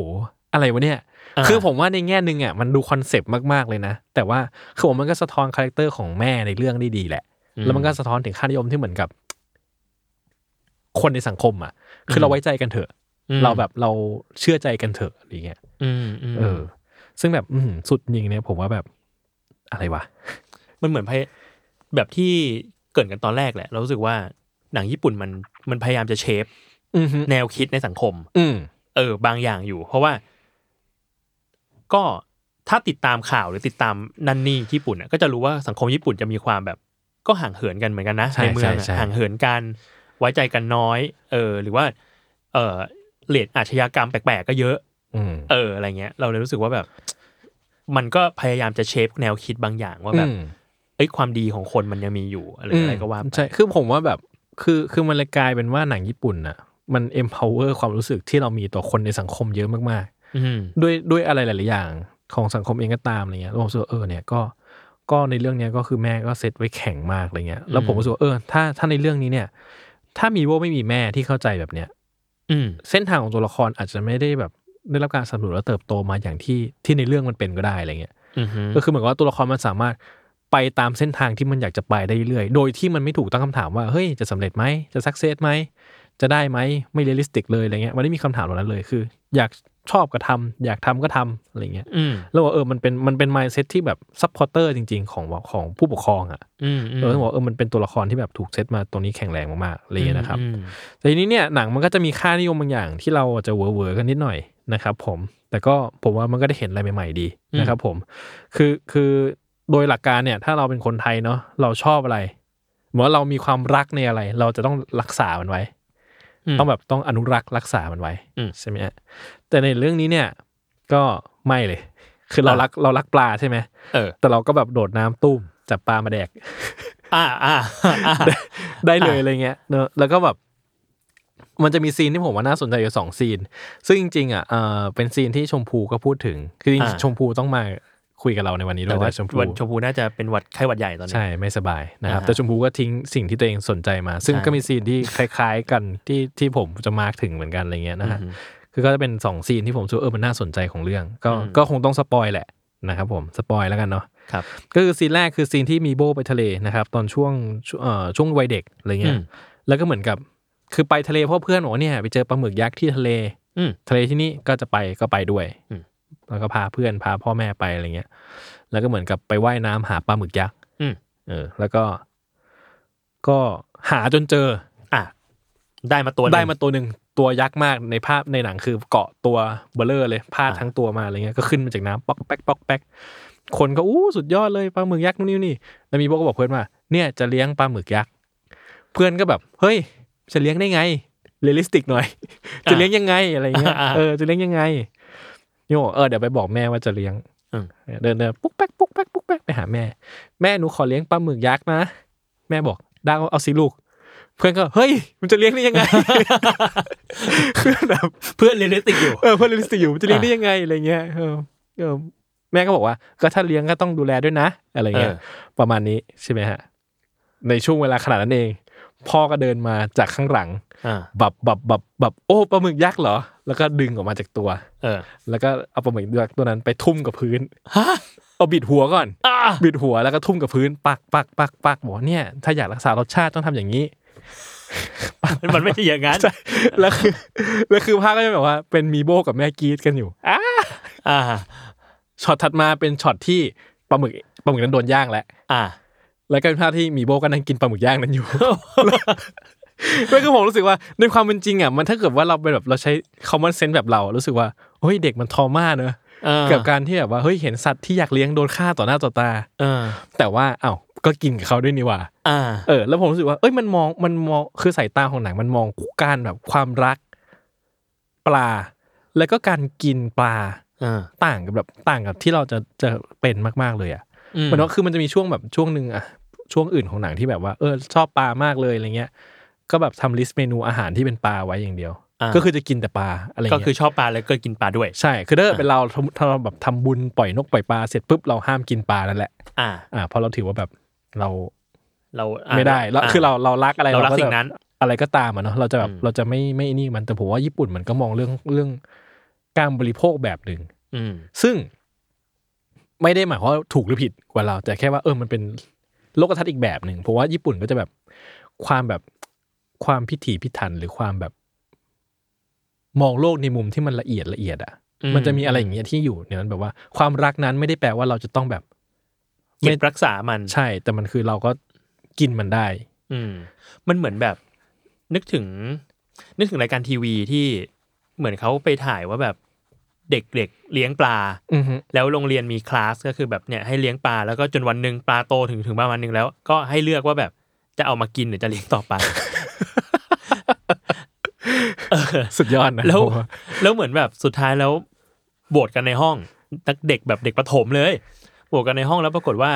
Speaker 2: อะไรวะเนี่ย
Speaker 3: อ่า
Speaker 2: คือผมว่าในแง่หนึ่งอ่ะมันดูคอนเซปต์มากๆเลยนะ แต่ว่าคือผมมันก็สะท้อนคาแรคเตอร์ของแม่ในเรื่องได้ดีแหละ แล้วมันก็สะท้อนถึงค่านิยมที่เหมือนกับ คนในสังคมอ่ะ คือเราไว้ใจกันเถอะ
Speaker 3: อืม
Speaker 2: เราแบบเราเชื่อใจกันเถอะอะไรเงี้ย
Speaker 3: อืมอืม
Speaker 2: เออ ซึ่งแบบอื้อหือสุดยิงเนี่ยผมว่าแบบอะไรวะ
Speaker 3: มันเหมือนพยแบบที่เกริดกันตอนแรกแหละ เรารู้สึกว่าหนังญี่ปุ่นมันมันพยายามจะเชฟ
Speaker 2: อือฮึ
Speaker 3: แนวคิดในสังคม
Speaker 2: อืม
Speaker 3: เออบางอย่างอยู่ เพราะว่า ก็ถ้าติดตามข่าวหรือติดตามนันนี่ญี่ปุ่นน่ะก็จะรู้ว่าสังคมญี่ปุ่นจะมีความแบบ ก็ห่างเหินกันเหมือนกันนะ
Speaker 2: ใช่
Speaker 3: ในเมือง
Speaker 2: ใช่
Speaker 3: น่ะ
Speaker 2: ใช่
Speaker 3: ห่างเหินกัน ไว้ใจกันน้อย เออ หรือว่า เออเลดอาชญากรรมแปลกๆก็เยอะ
Speaker 2: อืม
Speaker 3: เอออะไรเงี้ย เราเลยรู้สึกว่าแบบ มันก็พยายามจะเชฟแนวคิดบางอย่างว่าแบบ
Speaker 2: อืม
Speaker 3: เอ้ยความดีของคนมันยังมีอยู่อะไรอะไรก็ว่าไป
Speaker 2: ใช่คือผมว่าแบบ คือคือมันเลยกลายเป็นว่าหนังญี่ปุ่นน่ะ มัน empower ความรู้สึกที่เรามีต่อคนในสังคมเยอะมาก
Speaker 3: อืม
Speaker 2: ๆ ด้วยด้วยอะไรหลาย ๆ อย่างของสังคมเองก็ตามอะไรเงี้ยแล้วผมรู้สึกว่าเออเนี่ยก็ก็ในเรื่องเนี้ยก็คือแม่ก็เซตไว้แข็งมากอะไรเงี้ย แล้วผมรู้สึกว่าเออถ้าถ้าในเรื่องนี้เนี่ย ถ้ามีว่าไม่มีแม่ที่เข้าใจแบบเนี้ย
Speaker 3: อืม
Speaker 2: เส้นทางของตัวละครอาจจะไม่ได้แบบได้รับการสนับสนุนและเติบโตมาอย่างที่ที่ในเรื่องมันเป็นก็ได้อะไรเงี้ย
Speaker 3: อือฮึ
Speaker 2: ก็คือเหมือนกับว่าตัวละครมันสามารถไปตามเส้นทางที่มันอยากจะไปได้เรื่อยๆ โดยที่มันไม่ถูกตั้งคำถามว่า เฮ้ย จะสำเร็จไหม จะสักเซสไหม จะได้ไหม ไม่เรียลลิสติกเลยอะไรเงี้ย มันไม่มีคำถามเหล่านั้นเลย คือ อยากชอบก็ทำอยากทำก็ทำอะไรเงี้ย
Speaker 3: อืม
Speaker 2: แล้วบอกเออ มันเป็น มันเป็นมายเซตที่แบบซัพพอร์เตอร์จริง ๆ ของของผู้ปกครองอ่ะ
Speaker 3: อืมม
Speaker 2: เออต้องบอกว่าเออ มันเป็นตัวละครที่แบบถูกเซตมาตรงนี้แข็งแรงมากๆอะไรเงี้ยนะครับ
Speaker 3: อืม
Speaker 2: แต่ทีนี้เนี่ยหนังมันก็จะมีค่านิยมบางอย่างที่เราอาจจะเวอร์เวอร์ๆกันนิดหน่อยนะครับผมแต่ก็ผมว่ามันก็ได้เห็นอะไรใหม่ ๆ ดีนะครับผมคือคือ โดยหลักการเนี่ย ถ้าเราเป็นคนไทยเนาะเราชอบอะไรเหมื่อนเรามีความรักในอะไร เราจะต้องรักษามันไว้
Speaker 3: ม
Speaker 2: ต้องแบบต้องอนุรักษ์รักษามันไว้
Speaker 3: อืม
Speaker 2: ใช่ไหมฮะแต่ในเรื่องนี้เนี่ยก็ไม่เลย คือเรา
Speaker 3: อ่ะ
Speaker 2: รักเรารักปลาใช่ไหม
Speaker 3: เออ
Speaker 2: แต่เราก็แบบโดดน้ำตุ้มจับปลามาแดก
Speaker 3: อ่าอ่าอ่า
Speaker 2: ได้ได้เลย
Speaker 3: อ่ะ
Speaker 2: อะไรเงี้ยเนอะแล้วก็แบบ มันจะมีซีนที่ผมว่าน่าสนใจอยู่สองซีน ซึ่งจริงๆอ่ะเออเป็นซีนที่ชมพูก็พูดถึง คือจริง
Speaker 3: อ่า
Speaker 2: ๆชมพูต้องมาคุยกับ เราในวันนี้ด้ว
Speaker 3: แต่
Speaker 2: ย
Speaker 3: ว่า
Speaker 2: นะชมพู
Speaker 3: วันชมพูน่าจะเป็นหวัดไข้หวัดใหญ่ตอนนี้
Speaker 2: ใช่ไม่สบายนะครับ
Speaker 3: อ่าฮะ
Speaker 2: แต่ชมพูก็ทิ้งสิ่งที่ตัวเองสนใจมา ซึ่ง
Speaker 3: ใช่
Speaker 2: ก็มีซีนที่คล้าย ๆ กันที่ที่ผมจะมาร์กถึงเหมือนกันอะไรเงี้ยนะฮะ คือก็จะเป็นสองซีนที่ผมรู้สึกว่าเออมันน่าสนใจของเรื่อง ก็
Speaker 3: อืม
Speaker 2: ก็คงต้องสปอยแหละนะครับผมสปอยแล้วกันเนาะ
Speaker 3: ครับ
Speaker 2: ก็คือซีนแรกคือซีนที่มีโบไปทะเลนะครับ ตอนช่วงช่วงเอ่อช่วงวัยเด็กอะไรเงี้
Speaker 3: อื
Speaker 2: ย
Speaker 3: ม
Speaker 2: แล้วก็เหมือนกับคือไปทะเลเพราะเพื่อนบอกว่าเนี่ยไปเจอปลาหมึกยักษ์ที่ทะเล
Speaker 3: อืม
Speaker 2: ทะเลที่นี่ก็จะไปก็ไปด้วย
Speaker 3: อืม
Speaker 2: แล้วก็พาเพื่อนพาพ่อแม่ไปอะไรเงี้ย แล้วก็เหมือนกับไปว่ายน้ำหาปลาหมึกยักษ์
Speaker 3: อืม
Speaker 2: เออ แล้วก็ ก็หาจนเจอ
Speaker 3: อ่ะได้มาตัวหนึ่ง
Speaker 2: ได้มาตัวหนึ่งตัวยักษ์มากในภาพในหนังคือเกาะตัวเบลเลอร์เลยพาด
Speaker 3: อ่า
Speaker 2: ทั้งตัวมาอะไรเงี้ยก็ขึ้นมาจากน้ำป๊อกแป๊กป๊อกแป๊กคนก็อู้สุดยอดเลยปลาหมึกยักษ์นู่นนี่นี่แล้วมีโบก็บอกเพื่อนว่าเนี่ยจะเลี้ยงปลาหมึกยักษ์เพื่อนก็แบบ เฮ้ย จะเลี้ยงได้ไงเรียลลิสติกหน่อย จะเลี้ยงยังไงอะไรเงี้ย
Speaker 3: อ่า
Speaker 2: เออจะเลี้ยงยังไงนี่บอกเออเดี๋ยวไปบอกแม่ว่าจะเลี้ยง
Speaker 3: อืม
Speaker 2: เดินเดินปุ๊กแป๊กปุ๊กแป๊กปุ๊กแป๊กไปหาแม่ แม่หนูขอเลี้ยงปลาหมึกยักษ์นะแม่บอกได้เอาสิลูก เพื่อนก็เฮ้ยมันจะเลี้ยงได้ยังไง เพื่อนแบบ
Speaker 3: เพื่อนเรียนเลสติกอยู่
Speaker 2: เออเพื่อนเรียนลิสติกอยู่มันจะเลี้ยงได้ยังไงอะไรเงี้ยเออเออแม่ก็บอกว่า ก็ถ้าเลี้ยงก็ต้องดูแลด้วยนะ อะไรเงี้ย
Speaker 3: เออ
Speaker 2: ประมาณนี้ใช่ไหมฮะ ในช่วงเวลาขนาดนั้นเอง พ่อก็เดินมาจากข้างหลัง
Speaker 3: อ่า
Speaker 2: บับบับบับบับโอ้ปลาหมึกยักษ์เหรอ แล้วก็ดึงออกมาจากตัว
Speaker 3: เออ
Speaker 2: แล้วก็เอาปลาหมึกยักษ์ตัวนั้นไปทุ่มกับพื้นเอาบิดหัวก่อนบิดหัวแล้วก็ทุ่มกับพื้นปักปักปักปักบอกว่าเนี่ย ถ้าอยากรักษารสชาติต้องทำอย่างนี้
Speaker 3: มันไม่ใช่อย่างนั้น
Speaker 2: แล้วคือแล้วคือภาคก็จะแบบว่าเป็นมีโบกับแม่กรีดกันอยู่อ่ะ
Speaker 3: อ่า
Speaker 2: ช็อตถัดมาเป็นช็อตที่ปลาหมึกปลาหมึกนั้นโดนย่างแล้ว
Speaker 3: อ่า
Speaker 2: แล้วก็เป็นภาพที่มีโบก็นั่งกินปลาหมึกย่างนั้นอยู่ แล้วคือผมรู้สึกว่าในความเป็นจริงอ่ะมันถ้าเกิดว่าเราเป็นแบบเราใช้คอมมอนเซนส์แบบเรารู้สึกว่าเฮ้ยเด็กมันทอมาเนอะ
Speaker 3: เออ
Speaker 2: กับการที่แบบว่าเฮ้ยเห็นสัตว์ที่อยากเลี้ยงโดนฆ่าต่อหน้าต่อตา
Speaker 3: เออ
Speaker 2: แต่ว่าอ้าวก็กินกับเขาด้วยนี่หว่า
Speaker 3: อ่า
Speaker 2: เออแล้วผมรู้สึกว่าเอ้ยมันมองมันมองคือสายตาของหนังมันมองการแบบความรักปลา แล้วก็การกินปลา
Speaker 3: เออ
Speaker 2: ต่างกับแบบต่างกับที่เราจะจะเป็นมากๆเลยอ่ะ
Speaker 3: อืม
Speaker 2: มันก็คือมันจะมีช่วงแบบช่วงหนึ่งอะช่วงอื่นของหนังที่แบบว่าเออชอบปลามากเลยอะไรเงี้ย ก็แบบทำลิสต์เมนูอาหารที่เป็นปลาไว้อย่างเดียว
Speaker 3: า
Speaker 2: ก็คือจะกินแต่ปลาอะไร
Speaker 3: ก็
Speaker 2: เงี้ย
Speaker 3: คือชอบปลาแล้วก็กินปลาด้วย
Speaker 2: ใช่คือถ้าเป็นเราถ้าเราแบบทำบุญปล่อยนกปล่อยปลาเสร็จปุ๊บเราห้ามกินปลานั่นแหละ
Speaker 3: อ่า
Speaker 2: อ่าเพราะเราถือว่าแบบเรา
Speaker 3: เราอ่า
Speaker 2: ไม่ได้เรา
Speaker 3: า
Speaker 2: คือเราเรารักอะไร
Speaker 3: เรารัก
Speaker 2: ก็จะ
Speaker 3: สิ่งนั้น
Speaker 2: อะไรก็ตามอะเนาะเราจะแบบเราจะไม่ไม่นี่มันแต่ผมว่าญี่ปุ่นมันก็มองเรื่องเรื่องการบริโภคแบบหนึ่ง
Speaker 3: อืม
Speaker 2: ซึ่งไม่ได้หมายความว่าถูกหรือผิดกว่าเรา แต่แค่ว่าเออมันเป็นโลกทัศน์อีกแบบหนึ่งผมว่าญี่ปุ่นก็จะแบบความแบบความพิถีพิถันหรือความแบบ มองโลกในมุมที่มันละเอียดละเอียดอ่ะ
Speaker 3: อืม
Speaker 2: มันจะมีอะไรอย่างเงี้ยที่อยู่ในนั้นแบบว่า ความรักนั้นไม่ได้แปลว่าเราจะต้องแบบ
Speaker 3: เก็บรักษามัน
Speaker 2: ใช่ แต่มันคือเราก็กินมันได้
Speaker 3: อืมมันเหมือนแบบ นึกถึง นึกถึงรายการทีวีที่เหมือนเขาไปถ่ายว่าแบบเด็กๆเลี้ยงปลา
Speaker 2: อือฮึ
Speaker 3: แล้วโรงเรียนมีคลาสก็คือแบบเนี่ยให้เลี้ยงปลาแล้วก็จนวันหนึ่งปลาโตถึงถึงประมาณหนึงแล้ว ก็ให้เลือกว่าแบบจะเอามากินหรือจะเลี้ยงต่อไป เออ
Speaker 2: สุดยอดนะ
Speaker 3: แล้ว
Speaker 2: ผมว่า
Speaker 3: แล้วเหมือนแบบสุดท้ายแล้วโบวตกันในห้องนักเด็กแบบเด็กประถมเลยโบวตกันในห้องแล้วปรากฏว่า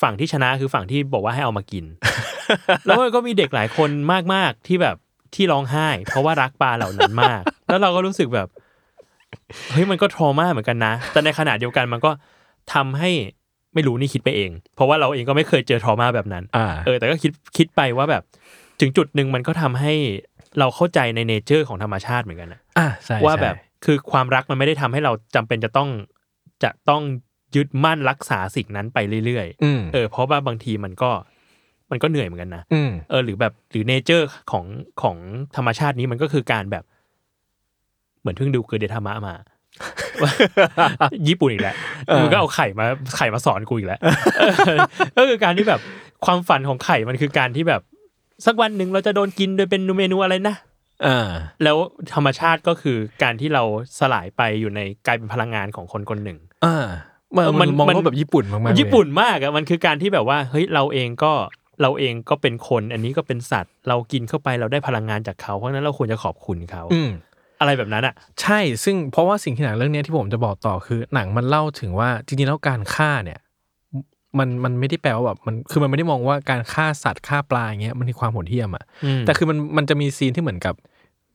Speaker 3: ฝั่งที่ชนะคือฝั่งที่บอกว่าให้เอามา กิน แล้วมันก็มีเด็กหลายคนมากๆที่แบบที่ร้องไห้ เพราะว่ารักปลาเหล่านั้นมาก แล้วเราก็รู้สึกแบบเฮ้ยมันก็ทรมาเหมือนกันนะ แต่ในขณะเดียวกันมันก็ทำให้ไม่รู้นี่คิดไปเอง เพราะว่าเราเองก็ไม่เคยเจอทรมาแบบนั้น
Speaker 2: อ่า
Speaker 3: เออแต่ก็คิดคิดไปว่าแบบถึงจุดหนึ่งมันก็ทำให้เราเข้าใจในเนเจอร์ของธรรมชาติเหมือนกันนะ
Speaker 2: อ่าใช่
Speaker 3: ว่า
Speaker 2: ใช่
Speaker 3: แบบคือความรักมันไม่ได้ทำให้เราจำเป็นจะต้องจะต้องยึดมั่นรักษาสิ่งนั้นไปเรื่อย
Speaker 2: อืม
Speaker 3: ๆเออเพราะว่าบางทีมันก็มันก็เหนื่อยเหมือนกันนะ
Speaker 2: อืม
Speaker 3: เออหรือแบบหรือเนเจอร์ของของธรรมชาตินี้มันก็คือการแบบ เหมือนเพิ่งดูเกิดเดธามะมา ญี่ปุ่นอีกแล้วมึงก็เอาไข่มาไข่มาสอนกู อีกแล้ว ก็คือการที่แบบความฝันของไข่มันคือการที่แบบ สักวันหนึ่งเราจะโดนกินโดยเป็นเมนูอะไรนะ
Speaker 2: อ่า
Speaker 3: แล้วธรรมชาติก็คือการที่เราสลายไปอยู่ในกลายเป็นพลังงานของคนคนหนึ่ง
Speaker 2: อ่า
Speaker 3: เออ
Speaker 2: มันมองโลกแบบญี่ปุ่นมากๆเลย
Speaker 3: ญี่ปุ่นมากอะมันคือการที่แบบว่าเฮ้ยเราเองก็เราเองก็เป็นคน อันนี้ก็เป็นสัตว์ เรากินเข้าไปเราได้พลังงานจากเขาเพราะฉะนั้นเราควรจะขอบคุณเขา
Speaker 2: อืม
Speaker 3: อะไรแบบนั้นอะ
Speaker 2: ใช่ ซึ่งเพราะว่าสิ่งที่หนังเรื่องเนี้ยที่ผมจะบอกต่อคือ หนังมันเล่าถึงว่าจริงๆแล้วการฆ่าเนี่ย มันมันไม่ได้แปลว่าแบบมันคือมันไม่ได้มองว่าการฆ่าสัตว์ฆ่าปลาอย่างเงี้ยมันคือความโหดเหี้ยมอะแต่คือมันมันจะมีซีนที่เหมือนกับ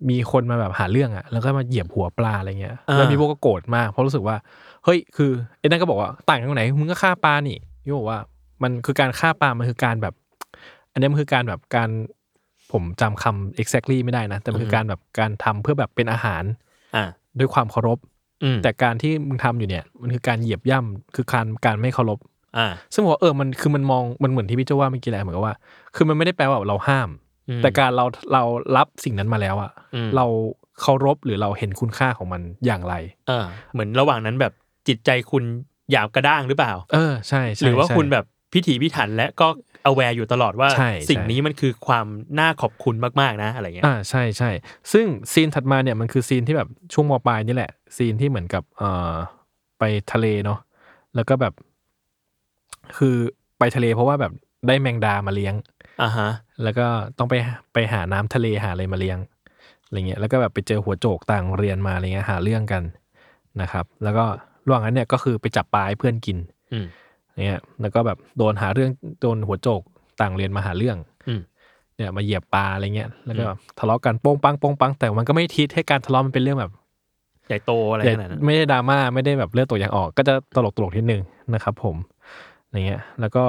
Speaker 2: มีคนมาแบบหาเรื่องอะแล้วก็มาเหยียบหัวปลาอะไรเงี้ยแล้วมีพวกก็โกรธมากเพราะรู้สึกว่าเฮ้ยคือไอ้นั่นก็บอกว่าต่างกันตรงไหนมึงก็ฆ่าปลานี่นี่บอกว่ามันคือการฆ่าปลามันคือการแบบ อันเนี้ยมันคือการแบบการผมจำคำ exactly ไม่ได้นะ แต่มันคือการแบบการทำเพื่อแบบเป็นอาหาร
Speaker 3: อ่า
Speaker 2: ด้วยความเคารพ
Speaker 3: อืม
Speaker 2: แต่การที่มึงทำอยู่เนี่ย มันคือการเหยียบย่ำคือการการไม่เคารพ
Speaker 3: อ่า
Speaker 2: ซึ่งผมว่าเออมันคือมันมองมันเหมือนที่พี่เจ้าว่าเมื่อกี้แหละเหมือนกับว่า คือมันไม่ได้แปลว่าเราห้าม
Speaker 3: อืม
Speaker 2: แต่การเราเรารับสิ่งนั้นมาแล้วอะ
Speaker 3: อืม
Speaker 2: เราเคารพหรือเราเห็นคุณค่าของมันอย่างไร
Speaker 3: เออเหมือนระหว่างนั้นแบบจิตใจคุณหยาบกระด้างหรือเปล่า
Speaker 2: เออใช่ใช่
Speaker 3: หรือว่า
Speaker 2: ใช่
Speaker 3: คุณแบบพิถีพิถันและก็ aware อยู่ตลอดว่า
Speaker 2: ใช่
Speaker 3: สิ่งนี้มันคือความน่าขอบคุณมากๆนะอะไรเงี้ย
Speaker 2: อ่าใช่ใช่ซึ่งซีนถัดมาเนี่ยมันคือซีนที่แบบช่วงมปลายนี่แหละ ซีนที่เหมือนกับเอ่อไปทะเลเนาะแล้วก็แบบ คือไปทะเลเพราะว่าแบบได้แมงดามาเลี้ยง
Speaker 3: อ่าฮะ
Speaker 2: แล้วก็ต้องไปไปหาน้ำทะเลหาอะไรมาเลี้ยงอะไรเงี้ยแล้วก็แบบไปเจอหัวโจกต่างเรียนมาอะไรเงี้ยหาเรื่องกันนะครับ แล้วก็ระหว่างนั้นเนี่ยก็คือไปจับปลาให้เพื่อนกิน
Speaker 3: อืม
Speaker 2: เนี่ยแล้วก็แบบโดนหาเรื่องโดนหัวโจกต่างเรียนมาหาเรื่อง
Speaker 3: อืม
Speaker 2: เนี่ยมาเหยียบปลาอะไรเงี้ยแล้วก็แบบทะเลาะกันโป้งปังโป้งปังแต่มันก็ไม่ทิศให้การทะเลาะมันเป็นเรื่องแบบ
Speaker 3: ใหญ่โตอะไรขนาดนั้น
Speaker 2: ไม่ได้ดราม่าไม่ได้แบบเลือดตกยางออก ก็จะตลกตลกๆนิดนึงนะครับผมอย่างเงี้ย แล้วก็